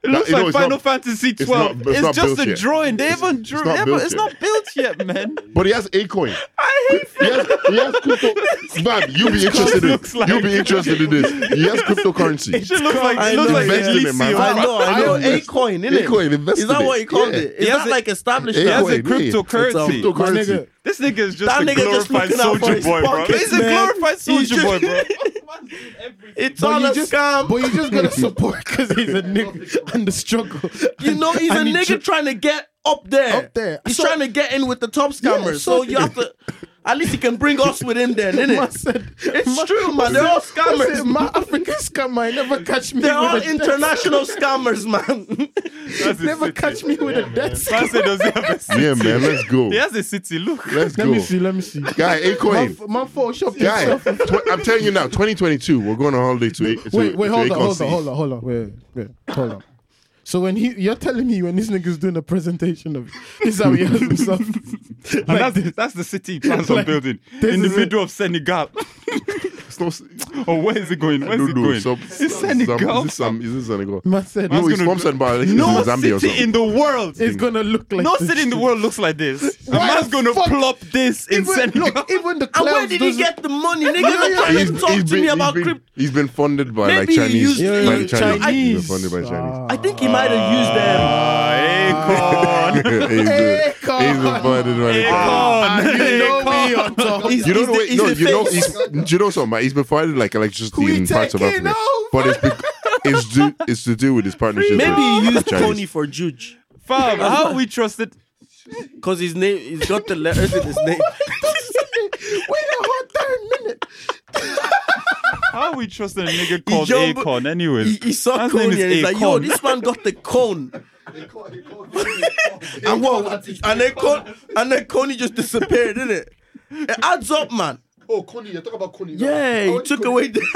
[SPEAKER 1] It looks
[SPEAKER 2] you know,
[SPEAKER 1] like
[SPEAKER 2] it's
[SPEAKER 1] Final
[SPEAKER 2] not-
[SPEAKER 1] Fantasy
[SPEAKER 2] not-
[SPEAKER 1] 12. It's,
[SPEAKER 2] it's not
[SPEAKER 1] just
[SPEAKER 2] built
[SPEAKER 1] a
[SPEAKER 2] yet.
[SPEAKER 1] drawing. They haven't
[SPEAKER 2] it's
[SPEAKER 1] drew.
[SPEAKER 2] not
[SPEAKER 1] they haven't-
[SPEAKER 2] built
[SPEAKER 1] It's
[SPEAKER 2] yet.
[SPEAKER 1] not built yet, man.
[SPEAKER 2] But he has a coin.
[SPEAKER 1] I hate
[SPEAKER 2] He has, he has crypto. Man, you'll be interested in
[SPEAKER 1] looks like-
[SPEAKER 2] You'll be interested in this. He has cryptocurrency.
[SPEAKER 1] She looks like
[SPEAKER 4] I
[SPEAKER 1] she looks
[SPEAKER 4] know.
[SPEAKER 1] like
[SPEAKER 2] Invest in it, man.
[SPEAKER 1] Elysium.
[SPEAKER 4] I know, I know.
[SPEAKER 2] Invest-
[SPEAKER 4] A coin, innit?
[SPEAKER 2] Acoin, invest
[SPEAKER 4] Is that
[SPEAKER 2] in it.
[SPEAKER 4] what he called
[SPEAKER 2] Yeah.
[SPEAKER 4] it? Is
[SPEAKER 1] He has
[SPEAKER 4] that
[SPEAKER 1] a-
[SPEAKER 4] like established?
[SPEAKER 1] He
[SPEAKER 2] Yeah.
[SPEAKER 4] now?
[SPEAKER 1] has a
[SPEAKER 2] Wait, wait.
[SPEAKER 1] cryptocurrency.
[SPEAKER 4] It's
[SPEAKER 3] My
[SPEAKER 2] Cryptocurrency.
[SPEAKER 3] nigga,
[SPEAKER 1] This nigga is just
[SPEAKER 4] That
[SPEAKER 1] a
[SPEAKER 4] nigga just
[SPEAKER 1] glorified
[SPEAKER 4] looking out for
[SPEAKER 1] soldier
[SPEAKER 4] his
[SPEAKER 1] boy, bro.
[SPEAKER 4] pockets,
[SPEAKER 1] He's a
[SPEAKER 4] man.
[SPEAKER 1] glorified
[SPEAKER 4] He's
[SPEAKER 1] soldier boy,
[SPEAKER 4] just-
[SPEAKER 1] bro.
[SPEAKER 4] It's
[SPEAKER 3] But
[SPEAKER 4] all
[SPEAKER 3] you
[SPEAKER 4] a
[SPEAKER 3] just-
[SPEAKER 4] scam.
[SPEAKER 3] but you just gotta support because he's a nigga and the struggle.
[SPEAKER 4] You know, he's a
[SPEAKER 3] And he
[SPEAKER 4] nigga
[SPEAKER 3] ju-
[SPEAKER 4] trying to get up there.
[SPEAKER 3] Up there.
[SPEAKER 4] He's
[SPEAKER 3] So-
[SPEAKER 4] trying to get in with the top scammers.
[SPEAKER 3] Yeah,
[SPEAKER 4] so,
[SPEAKER 3] so-
[SPEAKER 4] you have to. At least he can bring us within there,
[SPEAKER 3] Man
[SPEAKER 4] innit?
[SPEAKER 3] said-
[SPEAKER 4] It's true, man. They're all
[SPEAKER 3] That's it,
[SPEAKER 4] scammers.
[SPEAKER 3] My African scammer, he never catch me.
[SPEAKER 4] They're
[SPEAKER 3] with
[SPEAKER 4] all
[SPEAKER 3] a death-
[SPEAKER 4] international scammers, man.
[SPEAKER 1] That's his
[SPEAKER 3] Never
[SPEAKER 1] city.
[SPEAKER 3] catch me with a death. scam.
[SPEAKER 1] Man said, does he have a city?
[SPEAKER 2] Yeah, man. Let's go.
[SPEAKER 1] He has a city. Look.
[SPEAKER 2] Let's
[SPEAKER 3] Let
[SPEAKER 2] go.
[SPEAKER 3] me see. Let me see.
[SPEAKER 2] Guy,
[SPEAKER 3] Man,
[SPEAKER 2] Acoin.
[SPEAKER 3] f- man Photoshop
[SPEAKER 2] Guy,
[SPEAKER 3] himself.
[SPEAKER 2] tw- I'm telling you now, 2022, we're going on holiday to A- to-
[SPEAKER 3] Wait, wait,
[SPEAKER 2] to
[SPEAKER 3] hold on,
[SPEAKER 2] Akon
[SPEAKER 3] hold
[SPEAKER 2] City.
[SPEAKER 3] on, hold on, hold on. Wait, wait, hold on. So when he, you're telling me when this nigga's doing a presentation of, this is how he has himself.
[SPEAKER 1] And that's, that's the city he plans on
[SPEAKER 3] Like,
[SPEAKER 1] building
[SPEAKER 3] this
[SPEAKER 1] in the
[SPEAKER 3] is it.
[SPEAKER 1] middle of Senegal.
[SPEAKER 2] It's not, I
[SPEAKER 1] Oh, where is it going? Where is
[SPEAKER 2] don't
[SPEAKER 1] it
[SPEAKER 2] know,
[SPEAKER 1] going?
[SPEAKER 2] some- some-
[SPEAKER 1] it's Senegal.
[SPEAKER 2] Is it some- is it Senegal?
[SPEAKER 3] Man said,
[SPEAKER 2] No, he's
[SPEAKER 1] gonna
[SPEAKER 2] from
[SPEAKER 1] do-
[SPEAKER 2] Senegal. He's in
[SPEAKER 1] no
[SPEAKER 2] Zambia or
[SPEAKER 1] city in
[SPEAKER 2] something.
[SPEAKER 1] the world.
[SPEAKER 3] it's gonna look like.
[SPEAKER 1] No
[SPEAKER 3] this
[SPEAKER 1] city in the
[SPEAKER 3] shit.
[SPEAKER 1] world looks like this. A
[SPEAKER 3] Why
[SPEAKER 1] man's
[SPEAKER 3] the
[SPEAKER 1] gonna
[SPEAKER 3] fuck-
[SPEAKER 1] plop this in
[SPEAKER 3] Even,
[SPEAKER 1] Senegal.
[SPEAKER 3] look, even the
[SPEAKER 4] And
[SPEAKER 3] clouds.
[SPEAKER 4] where did he
[SPEAKER 3] doesn't-
[SPEAKER 4] get the money? Nigga, you're trying to talk to me about
[SPEAKER 2] he's been,
[SPEAKER 4] crypto.
[SPEAKER 2] he's been funded by
[SPEAKER 4] Maybe
[SPEAKER 2] like
[SPEAKER 4] he
[SPEAKER 2] Chinese.
[SPEAKER 4] used-
[SPEAKER 2] by
[SPEAKER 4] yeah,
[SPEAKER 2] the Chinese.
[SPEAKER 3] Chinese.
[SPEAKER 2] He's been funded by Chinese.
[SPEAKER 4] I think he might have used
[SPEAKER 1] Uh,
[SPEAKER 4] them.
[SPEAKER 1] Ah, Akon.
[SPEAKER 2] he's, been, he's been funded by the Chinese.
[SPEAKER 4] Ah,
[SPEAKER 1] Akon.
[SPEAKER 3] You know me
[SPEAKER 1] Akon.
[SPEAKER 3] on top.
[SPEAKER 4] He's-
[SPEAKER 2] You don't
[SPEAKER 4] he's
[SPEAKER 2] know,
[SPEAKER 4] the-
[SPEAKER 2] wait,
[SPEAKER 4] he's
[SPEAKER 2] no,
[SPEAKER 4] the
[SPEAKER 2] you know,
[SPEAKER 4] face.
[SPEAKER 2] he's, do you know something. man? He's been funded like electricity
[SPEAKER 3] We
[SPEAKER 2] in parts of
[SPEAKER 3] taking
[SPEAKER 2] Africa, but it's, bec- it's, do, it's to do with his partnership.
[SPEAKER 4] Maybe
[SPEAKER 2] with
[SPEAKER 4] he used
[SPEAKER 2] Chinese.
[SPEAKER 4] Tony for Juge.
[SPEAKER 1] Fam, how we trusted
[SPEAKER 4] Cause his name, he's got the letters in his name.
[SPEAKER 1] How are we trusting a nigga called
[SPEAKER 4] Yo, but-
[SPEAKER 1] Akon anyways?
[SPEAKER 4] He, he saw
[SPEAKER 1] Man's
[SPEAKER 4] Coney
[SPEAKER 1] name
[SPEAKER 4] and
[SPEAKER 1] is
[SPEAKER 4] he's like, yo,
[SPEAKER 1] Akon.
[SPEAKER 4] this man got the cone. and what? And then Con, and then Coney just disappeared, didn't it? It adds up, man.
[SPEAKER 3] Oh, Coney, you're talking about Coney. now.
[SPEAKER 4] Yeah,
[SPEAKER 3] I
[SPEAKER 4] he
[SPEAKER 3] want
[SPEAKER 4] took
[SPEAKER 3] Coney.
[SPEAKER 4] away the.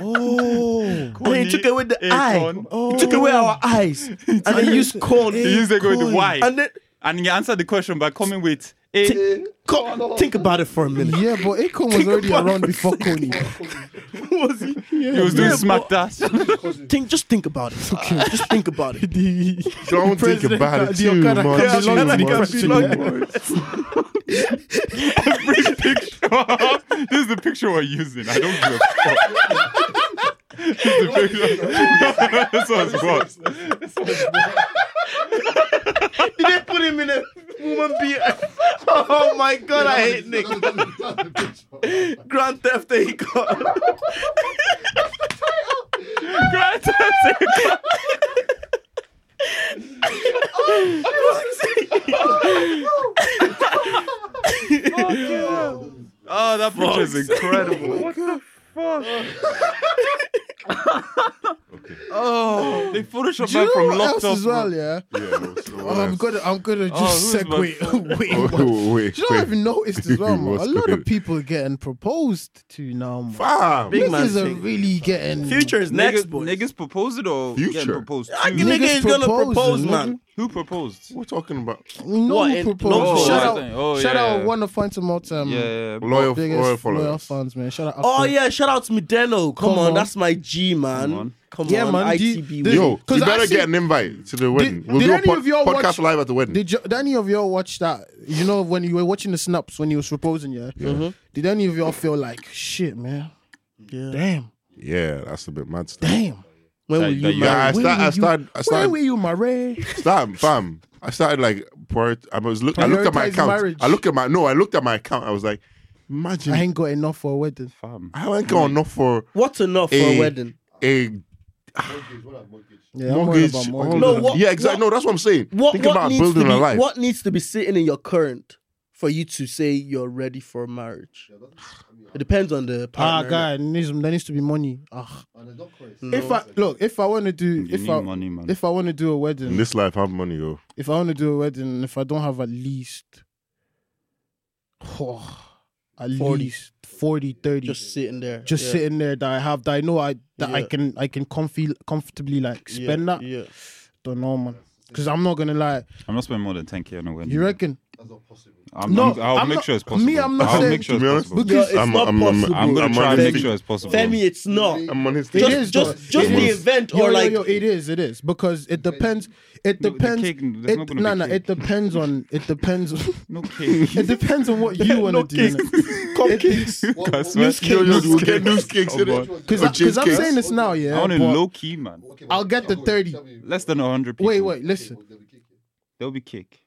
[SPEAKER 4] oh, and he took away the eye.
[SPEAKER 1] Akon.
[SPEAKER 4] He took away our eyes, and then used corn.
[SPEAKER 1] He used to go with the Y.
[SPEAKER 4] And then
[SPEAKER 1] And you answered the question by coming with A.
[SPEAKER 4] Co- think about it for a minute.
[SPEAKER 3] Yeah, but Akon was already
[SPEAKER 4] about it
[SPEAKER 3] around
[SPEAKER 4] for a
[SPEAKER 3] before Coney.
[SPEAKER 4] was he?
[SPEAKER 1] He was doing
[SPEAKER 4] Yeah,
[SPEAKER 1] smack
[SPEAKER 4] but-
[SPEAKER 1] that.
[SPEAKER 4] Think, just think about it. Uh, Just think about it.
[SPEAKER 2] Don't think about it
[SPEAKER 3] the
[SPEAKER 2] too
[SPEAKER 3] Okada
[SPEAKER 2] much.
[SPEAKER 3] can be
[SPEAKER 2] Too
[SPEAKER 3] long,
[SPEAKER 2] much.
[SPEAKER 3] it
[SPEAKER 2] Too
[SPEAKER 3] can be long.
[SPEAKER 2] much.
[SPEAKER 1] this is the picture we're using. I don't give a fuck. this is the picture. this one's what?
[SPEAKER 4] Did they put him in a woman beer? Oh my god, I hate Nick. Grand Theft Auto.
[SPEAKER 1] Grand Theft Auto. Oh, that picture is incredible. What the fuck? Oh, they photoshopped
[SPEAKER 3] Do
[SPEAKER 1] that
[SPEAKER 3] you know
[SPEAKER 1] from
[SPEAKER 3] what
[SPEAKER 1] locked
[SPEAKER 3] else
[SPEAKER 1] up.
[SPEAKER 3] as well, yeah? Oh,
[SPEAKER 2] Yeah, so what
[SPEAKER 3] I'm
[SPEAKER 2] else?
[SPEAKER 3] gonna, I'm gonna just
[SPEAKER 1] who's
[SPEAKER 3] segue. Wait,
[SPEAKER 2] Oh,
[SPEAKER 3] what?
[SPEAKER 2] wait,
[SPEAKER 3] Do you know what I've
[SPEAKER 2] wait.
[SPEAKER 3] noticed as well, man? A
[SPEAKER 2] What's
[SPEAKER 3] lot of
[SPEAKER 2] good?
[SPEAKER 3] people are getting proposed to now, man.
[SPEAKER 2] Fam.
[SPEAKER 4] Big man
[SPEAKER 3] Niggas are
[SPEAKER 4] thing.
[SPEAKER 3] really getting
[SPEAKER 4] Future is next,
[SPEAKER 1] niggas,
[SPEAKER 4] boy.
[SPEAKER 1] niggas proposed it or
[SPEAKER 2] Future.
[SPEAKER 1] getting proposed to?
[SPEAKER 4] I can- nigga
[SPEAKER 3] Niggas
[SPEAKER 4] is gonna
[SPEAKER 3] proposing,
[SPEAKER 4] propose,
[SPEAKER 3] nigga.
[SPEAKER 4] man.
[SPEAKER 1] Who proposed?
[SPEAKER 2] We're talking about
[SPEAKER 3] No
[SPEAKER 4] What, in-
[SPEAKER 3] proposal.
[SPEAKER 4] Oh,
[SPEAKER 3] shout
[SPEAKER 4] I
[SPEAKER 3] out,
[SPEAKER 1] think- oh,
[SPEAKER 3] shout
[SPEAKER 1] yeah,
[SPEAKER 3] out.
[SPEAKER 1] yeah.
[SPEAKER 3] Want to find some out? Um,
[SPEAKER 1] Yeah, yeah, yeah.
[SPEAKER 2] loyal,
[SPEAKER 3] biggest
[SPEAKER 2] loyal
[SPEAKER 3] loyal
[SPEAKER 2] followers.
[SPEAKER 3] fans, man. Shout out.
[SPEAKER 4] Oh
[SPEAKER 3] Afro.
[SPEAKER 4] yeah, shout out to Mideno. Come,
[SPEAKER 3] Come
[SPEAKER 4] on,
[SPEAKER 3] on.
[SPEAKER 4] that's my G
[SPEAKER 1] Come
[SPEAKER 4] man.
[SPEAKER 1] on.
[SPEAKER 4] Come on,
[SPEAKER 3] Yeah, man, D-
[SPEAKER 4] ITB.
[SPEAKER 3] D-
[SPEAKER 2] Yo, you
[SPEAKER 3] 'Cause I
[SPEAKER 2] better
[SPEAKER 3] see-
[SPEAKER 2] get an invite to the wedding. we'll
[SPEAKER 3] did
[SPEAKER 2] do a
[SPEAKER 3] any
[SPEAKER 2] pod-
[SPEAKER 3] of y'all
[SPEAKER 2] podcast
[SPEAKER 3] watch-
[SPEAKER 2] live at the wedding.
[SPEAKER 3] Did, you, did any of y'all watch that? You know when you were watching the snaps when he was proposing, yeah.
[SPEAKER 4] Mm-hmm.
[SPEAKER 3] Did any of y'all feel like shit, man?
[SPEAKER 4] Yeah.
[SPEAKER 3] Damn,
[SPEAKER 2] yeah, that's a bit mad stuff.
[SPEAKER 3] damn.
[SPEAKER 4] When
[SPEAKER 1] That-
[SPEAKER 4] will
[SPEAKER 1] that
[SPEAKER 4] you
[SPEAKER 1] you-
[SPEAKER 4] marry?
[SPEAKER 2] Yeah, I,
[SPEAKER 3] When
[SPEAKER 2] start,
[SPEAKER 3] will
[SPEAKER 2] I
[SPEAKER 3] you-
[SPEAKER 2] started. I
[SPEAKER 3] Where were
[SPEAKER 2] started.
[SPEAKER 3] you, Marie?
[SPEAKER 2] Start, fam. I started like. Prior, I was look. I looked at my
[SPEAKER 3] Prioritize
[SPEAKER 2] account.
[SPEAKER 3] marriage.
[SPEAKER 2] I looked at my no. I looked at my account. I was like, imagine
[SPEAKER 3] I
[SPEAKER 2] I,
[SPEAKER 3] ain't got enough for a wedding.
[SPEAKER 1] Fam.
[SPEAKER 2] ain't got enough for
[SPEAKER 4] What's enough for a
[SPEAKER 2] Eh,
[SPEAKER 4] wedding?
[SPEAKER 2] a
[SPEAKER 3] Yeah, I'm worried
[SPEAKER 2] mortgage.
[SPEAKER 3] about
[SPEAKER 2] or-
[SPEAKER 3] mortgage.
[SPEAKER 4] No, what-
[SPEAKER 2] yeah, exactly. No, that's what I'm saying.
[SPEAKER 4] What,
[SPEAKER 2] Think
[SPEAKER 4] what
[SPEAKER 2] about
[SPEAKER 4] needs
[SPEAKER 2] building
[SPEAKER 4] to be,
[SPEAKER 2] a life.
[SPEAKER 4] What needs to be sitting in your current for you to say you're ready for marriage? It depends on the
[SPEAKER 3] Ah,
[SPEAKER 4] partner.
[SPEAKER 3] God, needs, there needs to be money. Ah.
[SPEAKER 4] No.
[SPEAKER 3] If I look, if I want to do,
[SPEAKER 1] You
[SPEAKER 3] if
[SPEAKER 1] need
[SPEAKER 3] I,
[SPEAKER 1] money, man.
[SPEAKER 3] if I want to do a
[SPEAKER 2] In
[SPEAKER 3] wedding,
[SPEAKER 2] this life, have money, yo.
[SPEAKER 3] if I want to do a wedding, if I don't have at least, at
[SPEAKER 4] 40.
[SPEAKER 3] least 40, 30, just,
[SPEAKER 4] just sitting there, yeah.
[SPEAKER 3] sitting there that I have that I know I that I
[SPEAKER 4] Yeah.
[SPEAKER 3] can I can comfy, comfortably like
[SPEAKER 4] Yeah,
[SPEAKER 3] spend that.
[SPEAKER 4] Yeah.
[SPEAKER 3] Don't know, man. Because I'm not gonna lie,
[SPEAKER 1] I'm not spending more than 10k on a wedding.
[SPEAKER 3] you reckon?
[SPEAKER 1] I'm,
[SPEAKER 3] No,
[SPEAKER 1] I'm, I'll
[SPEAKER 3] I'm
[SPEAKER 1] make
[SPEAKER 3] not-
[SPEAKER 1] sure it's possible.
[SPEAKER 3] me, I'm not
[SPEAKER 1] I'll
[SPEAKER 3] saying-
[SPEAKER 1] make sure it's
[SPEAKER 2] To be honest,
[SPEAKER 1] possible.
[SPEAKER 4] Yo, it's
[SPEAKER 2] I'm-
[SPEAKER 4] not
[SPEAKER 2] I'm- I'm-
[SPEAKER 4] possible.
[SPEAKER 1] I'm gonna
[SPEAKER 2] I'm
[SPEAKER 1] try
[SPEAKER 2] on
[SPEAKER 1] and
[SPEAKER 2] his
[SPEAKER 1] make
[SPEAKER 2] thing.
[SPEAKER 1] sure it's possible.
[SPEAKER 4] Femi, it's not.
[SPEAKER 2] I'm on his.
[SPEAKER 4] Just,
[SPEAKER 2] thing.
[SPEAKER 3] is,
[SPEAKER 4] just,
[SPEAKER 3] though.
[SPEAKER 4] just
[SPEAKER 3] It
[SPEAKER 4] the
[SPEAKER 2] is.
[SPEAKER 4] event
[SPEAKER 3] Yo,
[SPEAKER 4] or
[SPEAKER 3] yo,
[SPEAKER 4] like
[SPEAKER 3] yo, it is, it is because it depends. It
[SPEAKER 1] No, the
[SPEAKER 3] depends.
[SPEAKER 1] cake- there's
[SPEAKER 3] it,
[SPEAKER 1] not gonna
[SPEAKER 3] no,
[SPEAKER 1] be
[SPEAKER 3] no,
[SPEAKER 1] cake.
[SPEAKER 3] it depends on. It depends. on-
[SPEAKER 1] No cake.
[SPEAKER 3] it depends on what you want to do.
[SPEAKER 4] cake.
[SPEAKER 3] innit?
[SPEAKER 4] cupcakes.
[SPEAKER 1] That's
[SPEAKER 2] Yo,
[SPEAKER 1] what-
[SPEAKER 2] yo, yo, we'll get news cakes
[SPEAKER 1] Oh,
[SPEAKER 2] in
[SPEAKER 1] God.
[SPEAKER 2] it.
[SPEAKER 3] Because
[SPEAKER 2] Or
[SPEAKER 3] I'm
[SPEAKER 2] cheesecakes.
[SPEAKER 3] saying this now, yeah.
[SPEAKER 1] I want it
[SPEAKER 3] but
[SPEAKER 1] low key, man.
[SPEAKER 3] I'll get the 30.
[SPEAKER 1] Less than 100 people.
[SPEAKER 3] Wait, wait, listen.
[SPEAKER 1] There'll be cake.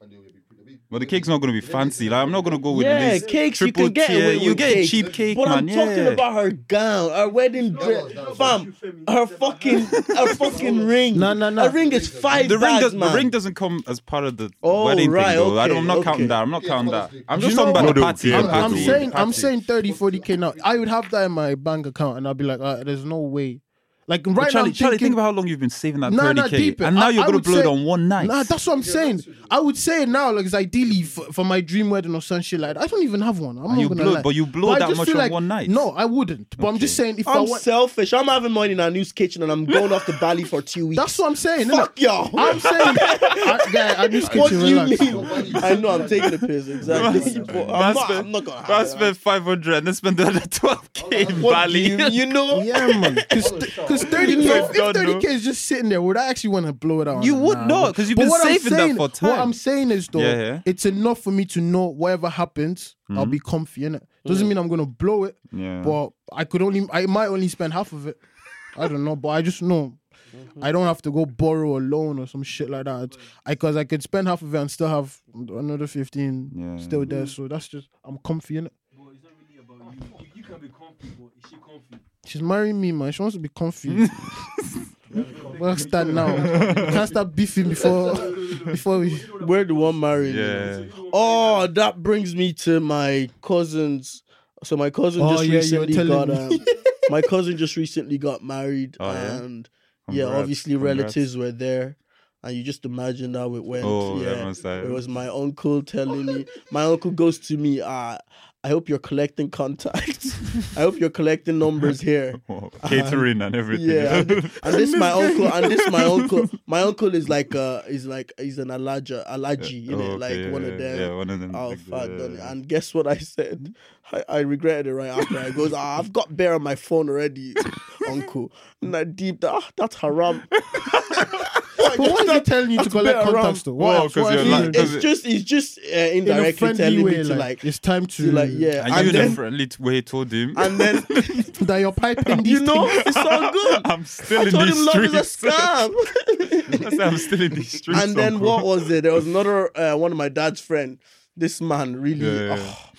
[SPEAKER 1] But the cake's not going to be fancy. Like, I'm not going to go with
[SPEAKER 4] Yeah,
[SPEAKER 1] this
[SPEAKER 4] cakes, you
[SPEAKER 1] triple
[SPEAKER 4] can get
[SPEAKER 1] tier.
[SPEAKER 4] away
[SPEAKER 1] you
[SPEAKER 4] with
[SPEAKER 1] get
[SPEAKER 4] cake.
[SPEAKER 1] cheap cake,
[SPEAKER 4] But
[SPEAKER 1] man.
[SPEAKER 4] I'm talking
[SPEAKER 1] yeah.
[SPEAKER 4] about her gown, her wedding dress, fam. Her fucking, her fucking ring.
[SPEAKER 3] No, no, no.
[SPEAKER 4] Her ring is five
[SPEAKER 1] the ring,
[SPEAKER 4] bags,
[SPEAKER 1] does,
[SPEAKER 4] man.
[SPEAKER 1] the ring doesn't come as part of the
[SPEAKER 4] Oh,
[SPEAKER 1] wedding
[SPEAKER 4] right,
[SPEAKER 1] thing, though. I
[SPEAKER 4] okay,
[SPEAKER 1] don't, I'm not
[SPEAKER 4] okay.
[SPEAKER 1] counting that. I'm not counting that. I'm just
[SPEAKER 3] You know
[SPEAKER 1] talking about
[SPEAKER 2] what?
[SPEAKER 1] the party.
[SPEAKER 2] No,
[SPEAKER 1] the
[SPEAKER 2] no,
[SPEAKER 1] party,
[SPEAKER 3] I'm
[SPEAKER 1] the
[SPEAKER 3] saying I'm
[SPEAKER 1] party.
[SPEAKER 3] saying 30, 40k now. I would have that in my bank account and I'll be like, uh, there's no way. Like right
[SPEAKER 1] But Charlie,
[SPEAKER 3] now,
[SPEAKER 1] Charlie,
[SPEAKER 3] I'm thinking,
[SPEAKER 1] think about how long you've been saving that
[SPEAKER 3] Nah, nah,
[SPEAKER 1] 30k,
[SPEAKER 3] deep it.
[SPEAKER 1] and now
[SPEAKER 3] I-
[SPEAKER 1] you're
[SPEAKER 3] I
[SPEAKER 1] gonna
[SPEAKER 3] would
[SPEAKER 1] blow it
[SPEAKER 3] say-
[SPEAKER 1] on one night.
[SPEAKER 3] Nah, that's what I'm saying. I would say it now, like it's ideally for, for my dream wedding or some shit like that. I don't even have one. I'm
[SPEAKER 1] And
[SPEAKER 3] not
[SPEAKER 1] you
[SPEAKER 3] gonna
[SPEAKER 1] blow-
[SPEAKER 3] lie.
[SPEAKER 1] but you blow
[SPEAKER 3] I
[SPEAKER 1] that
[SPEAKER 3] just
[SPEAKER 1] much
[SPEAKER 3] feel
[SPEAKER 1] on
[SPEAKER 3] like-
[SPEAKER 1] one night.
[SPEAKER 3] No, I wouldn't. But I'm just saying if i
[SPEAKER 4] I'm
[SPEAKER 3] want,
[SPEAKER 4] selfish. I'm having money in our news kitchen, and I'm going off to Bali for two weeks.
[SPEAKER 3] that's what I'm saying. innit?
[SPEAKER 4] Fuck y'all.
[SPEAKER 3] I'm saying, I, yeah, I just
[SPEAKER 4] what
[SPEAKER 3] get you
[SPEAKER 4] do you
[SPEAKER 3] Ah, relax.
[SPEAKER 4] mean? I know I'm taking the piss, exactly. but I'm,
[SPEAKER 1] Man
[SPEAKER 4] not,
[SPEAKER 1] spent-
[SPEAKER 4] I'm not gonna
[SPEAKER 1] Man
[SPEAKER 4] have it.
[SPEAKER 1] spent 500 and then spent the other 12k in
[SPEAKER 4] What
[SPEAKER 1] Bali.
[SPEAKER 4] do You, you know,
[SPEAKER 3] Yeah, man. Because 30
[SPEAKER 1] You
[SPEAKER 3] k,
[SPEAKER 1] know,
[SPEAKER 3] if
[SPEAKER 1] God,
[SPEAKER 3] 30
[SPEAKER 1] no.
[SPEAKER 3] k is just sitting there, would I actually want to blow it out?
[SPEAKER 1] You would
[SPEAKER 3] Nah,
[SPEAKER 1] not,
[SPEAKER 3] but-
[SPEAKER 1] 'cause you've
[SPEAKER 3] but
[SPEAKER 1] been
[SPEAKER 3] what I'm
[SPEAKER 1] saving that
[SPEAKER 3] saying-
[SPEAKER 1] for
[SPEAKER 3] What
[SPEAKER 1] time.
[SPEAKER 3] I'm saying is though,
[SPEAKER 1] Yeah, Hmm. yeah.
[SPEAKER 3] it's enough for me to know whatever happens, I'll be comfy in it. Doesn't mean I'm gonna blow it,
[SPEAKER 1] Yeah.
[SPEAKER 3] but I could only, I might only spend half of it. I don't know, but I just know.
[SPEAKER 5] Mm-hmm.
[SPEAKER 3] I don't have to go borrow a loan or some shit like that. Because I, could spend half of it and still have another 15
[SPEAKER 1] Yeah.
[SPEAKER 3] still there. So that's just, I'm comfy in it.
[SPEAKER 5] But it's not really about you. You, you can be comfy, but is she comfy?
[SPEAKER 3] She's marrying me, man. She wants to be comfy. Well, start now. You can't start beefing before before we.
[SPEAKER 4] Where do one marry?
[SPEAKER 1] Yeah.
[SPEAKER 4] Oh, that brings me to my cousins. So my cousin
[SPEAKER 3] Oh,
[SPEAKER 4] just
[SPEAKER 3] yeah, you were
[SPEAKER 4] recently
[SPEAKER 3] telling
[SPEAKER 4] got
[SPEAKER 3] me.
[SPEAKER 4] um, my cousin just recently got married
[SPEAKER 1] Oh, yeah?
[SPEAKER 4] and yeah,
[SPEAKER 1] Congrats,
[SPEAKER 4] obviously
[SPEAKER 1] congrats.
[SPEAKER 4] relatives were there. And you just imagine how it went.
[SPEAKER 1] Oh,
[SPEAKER 4] yeah.
[SPEAKER 1] everyone's like-
[SPEAKER 4] It was my uncle telling me. My uncle goes to me, uh, I hope you're collecting contacts. I hope you're collecting numbers here.
[SPEAKER 1] Wow. Catering and everything.
[SPEAKER 4] Yeah, and, and this my uncle, and this my uncle. My uncle is like uh, is like he's an alaja, alaji, you
[SPEAKER 1] Oh,
[SPEAKER 4] know,
[SPEAKER 1] okay,
[SPEAKER 4] like
[SPEAKER 1] yeah,
[SPEAKER 4] one
[SPEAKER 1] yeah,
[SPEAKER 4] of them.
[SPEAKER 1] Yeah, one of them.
[SPEAKER 4] Oh
[SPEAKER 1] like, uh,
[SPEAKER 4] fuck!
[SPEAKER 1] yeah.
[SPEAKER 4] done it. And guess what I said? I, I regretted it right after. I goes, ah, I've got bear on my phone already, uncle. And I deep that ah, that's haram.
[SPEAKER 3] But why is he telling you to
[SPEAKER 4] that's
[SPEAKER 3] collect
[SPEAKER 4] better
[SPEAKER 3] contacts
[SPEAKER 4] around.
[SPEAKER 3] though?
[SPEAKER 1] Well,
[SPEAKER 3] else-
[SPEAKER 1] 'cause
[SPEAKER 3] what
[SPEAKER 1] you're
[SPEAKER 3] else
[SPEAKER 1] like-
[SPEAKER 3] is
[SPEAKER 1] because
[SPEAKER 3] it?
[SPEAKER 4] it's
[SPEAKER 1] it-
[SPEAKER 4] just it's just uh,
[SPEAKER 3] in a
[SPEAKER 4] indirectly
[SPEAKER 3] friendly
[SPEAKER 4] telling
[SPEAKER 3] way,
[SPEAKER 4] me to
[SPEAKER 3] like,
[SPEAKER 4] like,
[SPEAKER 3] it's time to
[SPEAKER 4] to like yeah,
[SPEAKER 1] And, you
[SPEAKER 4] and
[SPEAKER 1] in a
[SPEAKER 4] then
[SPEAKER 1] friendly way told him.
[SPEAKER 4] and then
[SPEAKER 3] that you're piping these
[SPEAKER 4] you know
[SPEAKER 3] things.
[SPEAKER 4] it's all good.
[SPEAKER 1] I'm still
[SPEAKER 4] I
[SPEAKER 1] in
[SPEAKER 4] told
[SPEAKER 1] these
[SPEAKER 4] him love
[SPEAKER 1] streets.
[SPEAKER 4] is a scam.
[SPEAKER 1] I said, I'm still in these streets.
[SPEAKER 4] and then
[SPEAKER 1] uncle.
[SPEAKER 4] what was it? There was another uh, one of my dad's friend. This man really,
[SPEAKER 1] Yeah, yeah,
[SPEAKER 4] oh,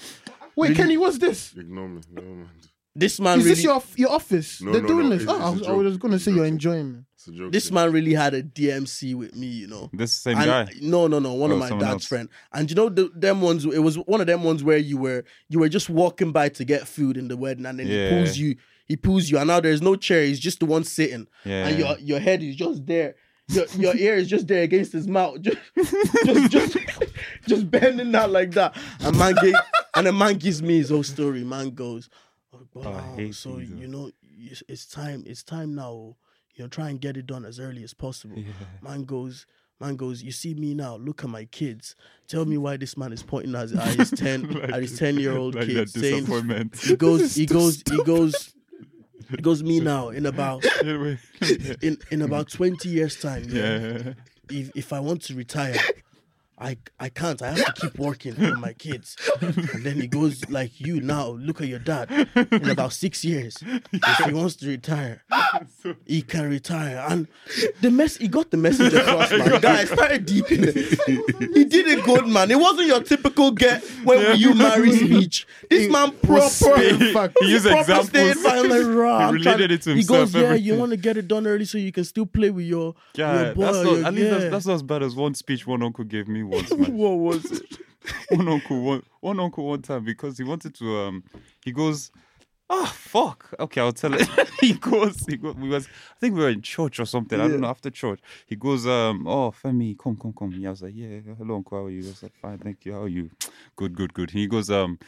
[SPEAKER 3] Wait, Kenny, what's this?
[SPEAKER 2] Ignore me. No, man.
[SPEAKER 4] this man
[SPEAKER 3] Is
[SPEAKER 4] really,
[SPEAKER 3] this your your office?
[SPEAKER 2] No,
[SPEAKER 3] They're
[SPEAKER 2] no,
[SPEAKER 3] doing
[SPEAKER 2] no,
[SPEAKER 3] this.
[SPEAKER 2] it's-
[SPEAKER 3] Oh, I
[SPEAKER 2] it's a
[SPEAKER 3] was, I was
[SPEAKER 2] joke.
[SPEAKER 3] gonna say
[SPEAKER 2] It's a
[SPEAKER 3] you're
[SPEAKER 2] joke.
[SPEAKER 3] enjoying. Man.
[SPEAKER 2] It's a joke.
[SPEAKER 4] this man really had a DMC with me, you know.
[SPEAKER 1] This same
[SPEAKER 4] and,
[SPEAKER 1] guy.
[SPEAKER 4] No, no, no. One
[SPEAKER 1] Oh,
[SPEAKER 4] of my
[SPEAKER 1] someone
[SPEAKER 4] dad's
[SPEAKER 1] else.
[SPEAKER 4] friend. And you know the, them ones. It was one of them ones where you were you were just walking by to get food in the wedding, and then
[SPEAKER 1] Yeah.
[SPEAKER 4] he pulls you. He pulls you, and now there's no chair. He's just the one sitting,
[SPEAKER 1] Yeah.
[SPEAKER 4] and your your head is just there. Your, your ear is just there against his mouth, just just just, just bending out like that. And man gave, and the man gives me his whole story. Man goes, oh,
[SPEAKER 1] I
[SPEAKER 4] wow,
[SPEAKER 1] hate
[SPEAKER 4] so
[SPEAKER 1] these, uh,
[SPEAKER 4] you know it's, it's time. It's time now. You know, try and get it done as early as possible. Man goes, man goes, you see me now, look at my kids. Tell me why this man is pointing at, at his 10 at his 10 year old
[SPEAKER 1] like
[SPEAKER 4] kid
[SPEAKER 1] that
[SPEAKER 4] saying
[SPEAKER 1] disappointment.
[SPEAKER 4] he goes, he goes, he goes, he goes me now in about
[SPEAKER 1] Anyway.
[SPEAKER 4] in, in about 20 years time. yeah.
[SPEAKER 1] yeah.
[SPEAKER 4] If if I want to retire, I I can't. I have to keep working for my kids. And then he goes like you now, look at your dad. In about six years, if he wants to retire, he can retire. And the mess he got the message across, man. Guy, it's very deep in it. He did it good, man. It wasn't your typical get when will you marry speech. This man proper
[SPEAKER 1] He used
[SPEAKER 4] proper stated by him,
[SPEAKER 1] examples.
[SPEAKER 4] like, "Rah,
[SPEAKER 1] He
[SPEAKER 4] I'm
[SPEAKER 1] related
[SPEAKER 4] trying-"
[SPEAKER 1] it to
[SPEAKER 4] He goes,
[SPEAKER 1] himself,
[SPEAKER 4] yeah, you
[SPEAKER 1] everything."
[SPEAKER 4] want to get it done early so you can still play with your,
[SPEAKER 1] Yeah,
[SPEAKER 4] your boy.
[SPEAKER 1] that's not,
[SPEAKER 4] your-
[SPEAKER 1] at least
[SPEAKER 4] yeah."
[SPEAKER 1] that's, that's not as bad as one speech one uncle gave me once. Man.
[SPEAKER 4] what was it?
[SPEAKER 1] one uncle, one, one uncle, one time because he wanted to. Um, he goes, ah, fuck. Okay, I'll tell it. he goes, he goes. We was, I think we were in church or something. I don't know. After church, he goes, um, oh, Femi, come, come, come. Yeah, I was like, yeah, hello, uncle, how are you? I was like, fine, thank you. How are you? Good, good, good. He goes, um.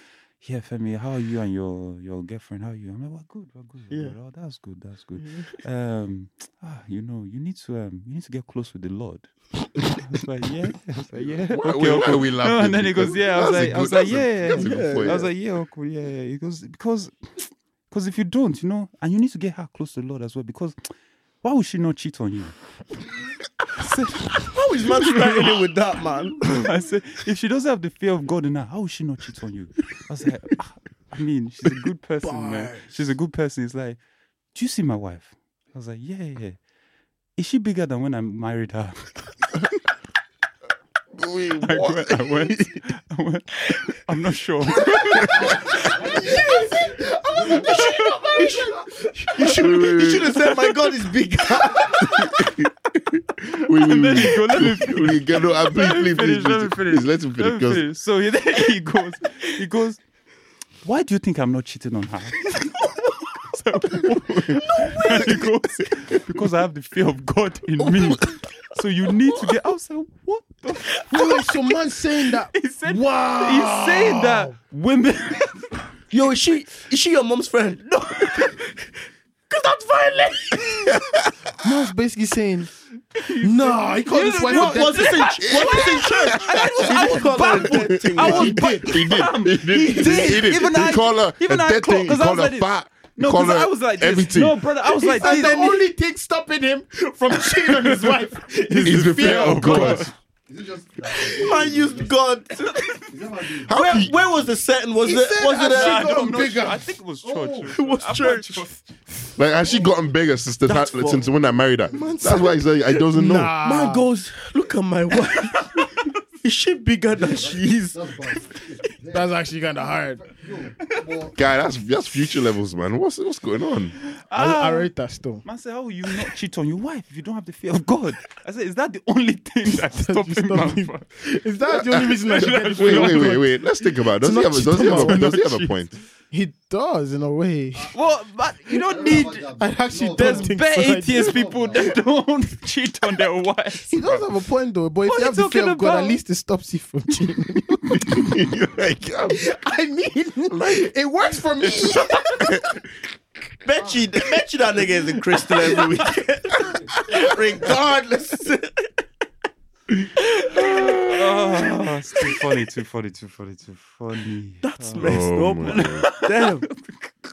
[SPEAKER 1] Yeah, Femi, how are you and your your girlfriend? How are you? I'm like, well, good, well, good, well,
[SPEAKER 4] Yeah.
[SPEAKER 1] good. Oh, that's good, that's good. Um, ah, you know, you need to um, you need to get close with the Lord. I was like, yeah, I was like, yeah.
[SPEAKER 2] Why- why- why are we laughing?
[SPEAKER 1] No, and then he goes,
[SPEAKER 2] Because
[SPEAKER 1] yeah. I was
[SPEAKER 2] that's a
[SPEAKER 1] like, I was
[SPEAKER 2] good-
[SPEAKER 1] like, yeah,
[SPEAKER 2] that's a- that's a
[SPEAKER 1] yeah.
[SPEAKER 2] good point.
[SPEAKER 1] I was like, yeah, uncle, yeah, yeah. He goes because because if you don't, you know, and you need to get her close to the Lord as well because why would she not cheat on you?
[SPEAKER 4] How is man starting it with that, man?
[SPEAKER 1] I said, if she doesn't have the fear of God in her, how will she not cheat on you? I was like, "Ah, I mean, she's a good person, man.
[SPEAKER 4] Bars.
[SPEAKER 1] She's a good person. It's like, do you see my wife? I was like, yeah, yeah. yeah. Is she bigger than when I married her?
[SPEAKER 2] Wait,
[SPEAKER 1] I
[SPEAKER 2] what?
[SPEAKER 1] went, I went, I went, I'm not sure.
[SPEAKER 4] You should,
[SPEAKER 2] Wait, wait,
[SPEAKER 4] you
[SPEAKER 2] wait.
[SPEAKER 4] should have said, my God is big.
[SPEAKER 2] Wait, wait,
[SPEAKER 1] then he go, let me
[SPEAKER 2] wait. Wait, get- no, uh, please,
[SPEAKER 1] Let me
[SPEAKER 2] please,
[SPEAKER 1] finish,
[SPEAKER 2] please,
[SPEAKER 1] let me finish.
[SPEAKER 2] please, please, let him
[SPEAKER 1] Let
[SPEAKER 2] finish.
[SPEAKER 1] me
[SPEAKER 2] 'cause
[SPEAKER 1] finish. So he, then he goes, he goes, why do you think I'm not cheating on her? So, and he goes, because I have the fear of God in me. So you need to get. I was like, what the? F-?
[SPEAKER 3] Wait, so man saying that.
[SPEAKER 1] He said,
[SPEAKER 3] Wow.
[SPEAKER 1] He's saying that women.
[SPEAKER 4] Yo, is she is she your mom's friend? No. Cause that's violent.
[SPEAKER 3] Man's basically saying, nah, he called his wife
[SPEAKER 4] What
[SPEAKER 3] a
[SPEAKER 4] was this in, was this in church? I was, I was baffled. I was
[SPEAKER 2] He did. He did. He did. He
[SPEAKER 1] did.
[SPEAKER 2] did.
[SPEAKER 1] Even
[SPEAKER 2] he
[SPEAKER 1] I-
[SPEAKER 2] called her
[SPEAKER 1] even
[SPEAKER 2] a
[SPEAKER 1] I
[SPEAKER 2] dead
[SPEAKER 1] clocked,
[SPEAKER 2] thing. He
[SPEAKER 1] 'cause I
[SPEAKER 2] called
[SPEAKER 1] was
[SPEAKER 2] her
[SPEAKER 1] like
[SPEAKER 2] fat.
[SPEAKER 1] No,
[SPEAKER 2] He called
[SPEAKER 1] because I
[SPEAKER 2] her
[SPEAKER 1] was like, this.
[SPEAKER 2] everything.
[SPEAKER 1] no, brother, I was like,
[SPEAKER 3] And the
[SPEAKER 1] this.
[SPEAKER 3] only thing stopping him from cheating on his wife is
[SPEAKER 2] It's
[SPEAKER 3] the fear of God.
[SPEAKER 4] man used God.
[SPEAKER 2] How
[SPEAKER 4] Where,
[SPEAKER 2] he-
[SPEAKER 4] where was the setting? Was it
[SPEAKER 3] said
[SPEAKER 4] was it
[SPEAKER 3] as she
[SPEAKER 4] a,
[SPEAKER 1] I,
[SPEAKER 3] got
[SPEAKER 1] don't know.
[SPEAKER 3] bigger.
[SPEAKER 1] I think Oh, it was church.
[SPEAKER 4] it was church?
[SPEAKER 2] Like, has she gotten bigger since the time,
[SPEAKER 4] That's fucked.
[SPEAKER 2] since when I married her? That's why he's like, I doesn't know.
[SPEAKER 4] Man goes, look at my wife. is she bigger than she is?
[SPEAKER 3] That's actually kind of hard.
[SPEAKER 2] Guy, that's that's future levels, man. What's what's going on?
[SPEAKER 3] I, I rate that still.
[SPEAKER 1] Man said, How will you not cheat on your wife if you don't have the fear of God? I said, Is that the only thing that's stopping
[SPEAKER 3] Stop
[SPEAKER 1] man
[SPEAKER 3] him.
[SPEAKER 1] from-
[SPEAKER 3] Is that the only reason I should get this
[SPEAKER 2] Wait,
[SPEAKER 3] from
[SPEAKER 2] wait,
[SPEAKER 3] God?
[SPEAKER 2] wait, wait. Let's think about it. Does he
[SPEAKER 3] not
[SPEAKER 2] have a,
[SPEAKER 3] cheat
[SPEAKER 2] does he
[SPEAKER 3] on
[SPEAKER 2] have a,
[SPEAKER 3] my
[SPEAKER 2] does he have a point?
[SPEAKER 3] He does in a way.
[SPEAKER 1] Well, but you don't need.
[SPEAKER 3] I actually
[SPEAKER 1] There's
[SPEAKER 3] don't think
[SPEAKER 1] bare
[SPEAKER 3] so. I
[SPEAKER 1] atheist
[SPEAKER 3] do.
[SPEAKER 1] people that don't cheat on their wives.
[SPEAKER 3] He does have a point though, but if
[SPEAKER 1] What
[SPEAKER 3] you
[SPEAKER 1] are
[SPEAKER 3] have
[SPEAKER 1] you
[SPEAKER 3] the fear
[SPEAKER 1] talking
[SPEAKER 3] of God,
[SPEAKER 1] about?
[SPEAKER 3] at least it stops you from cheating.
[SPEAKER 2] like, um,
[SPEAKER 3] I mean, it works for me.
[SPEAKER 4] Bet you, bet you that nigga is in crystal every week. Regardless.
[SPEAKER 1] Oh, it's too funny, too funny, too funny, too funny.
[SPEAKER 4] That's messed
[SPEAKER 2] oh
[SPEAKER 4] up,
[SPEAKER 2] my
[SPEAKER 4] man.
[SPEAKER 2] God.
[SPEAKER 4] Damn.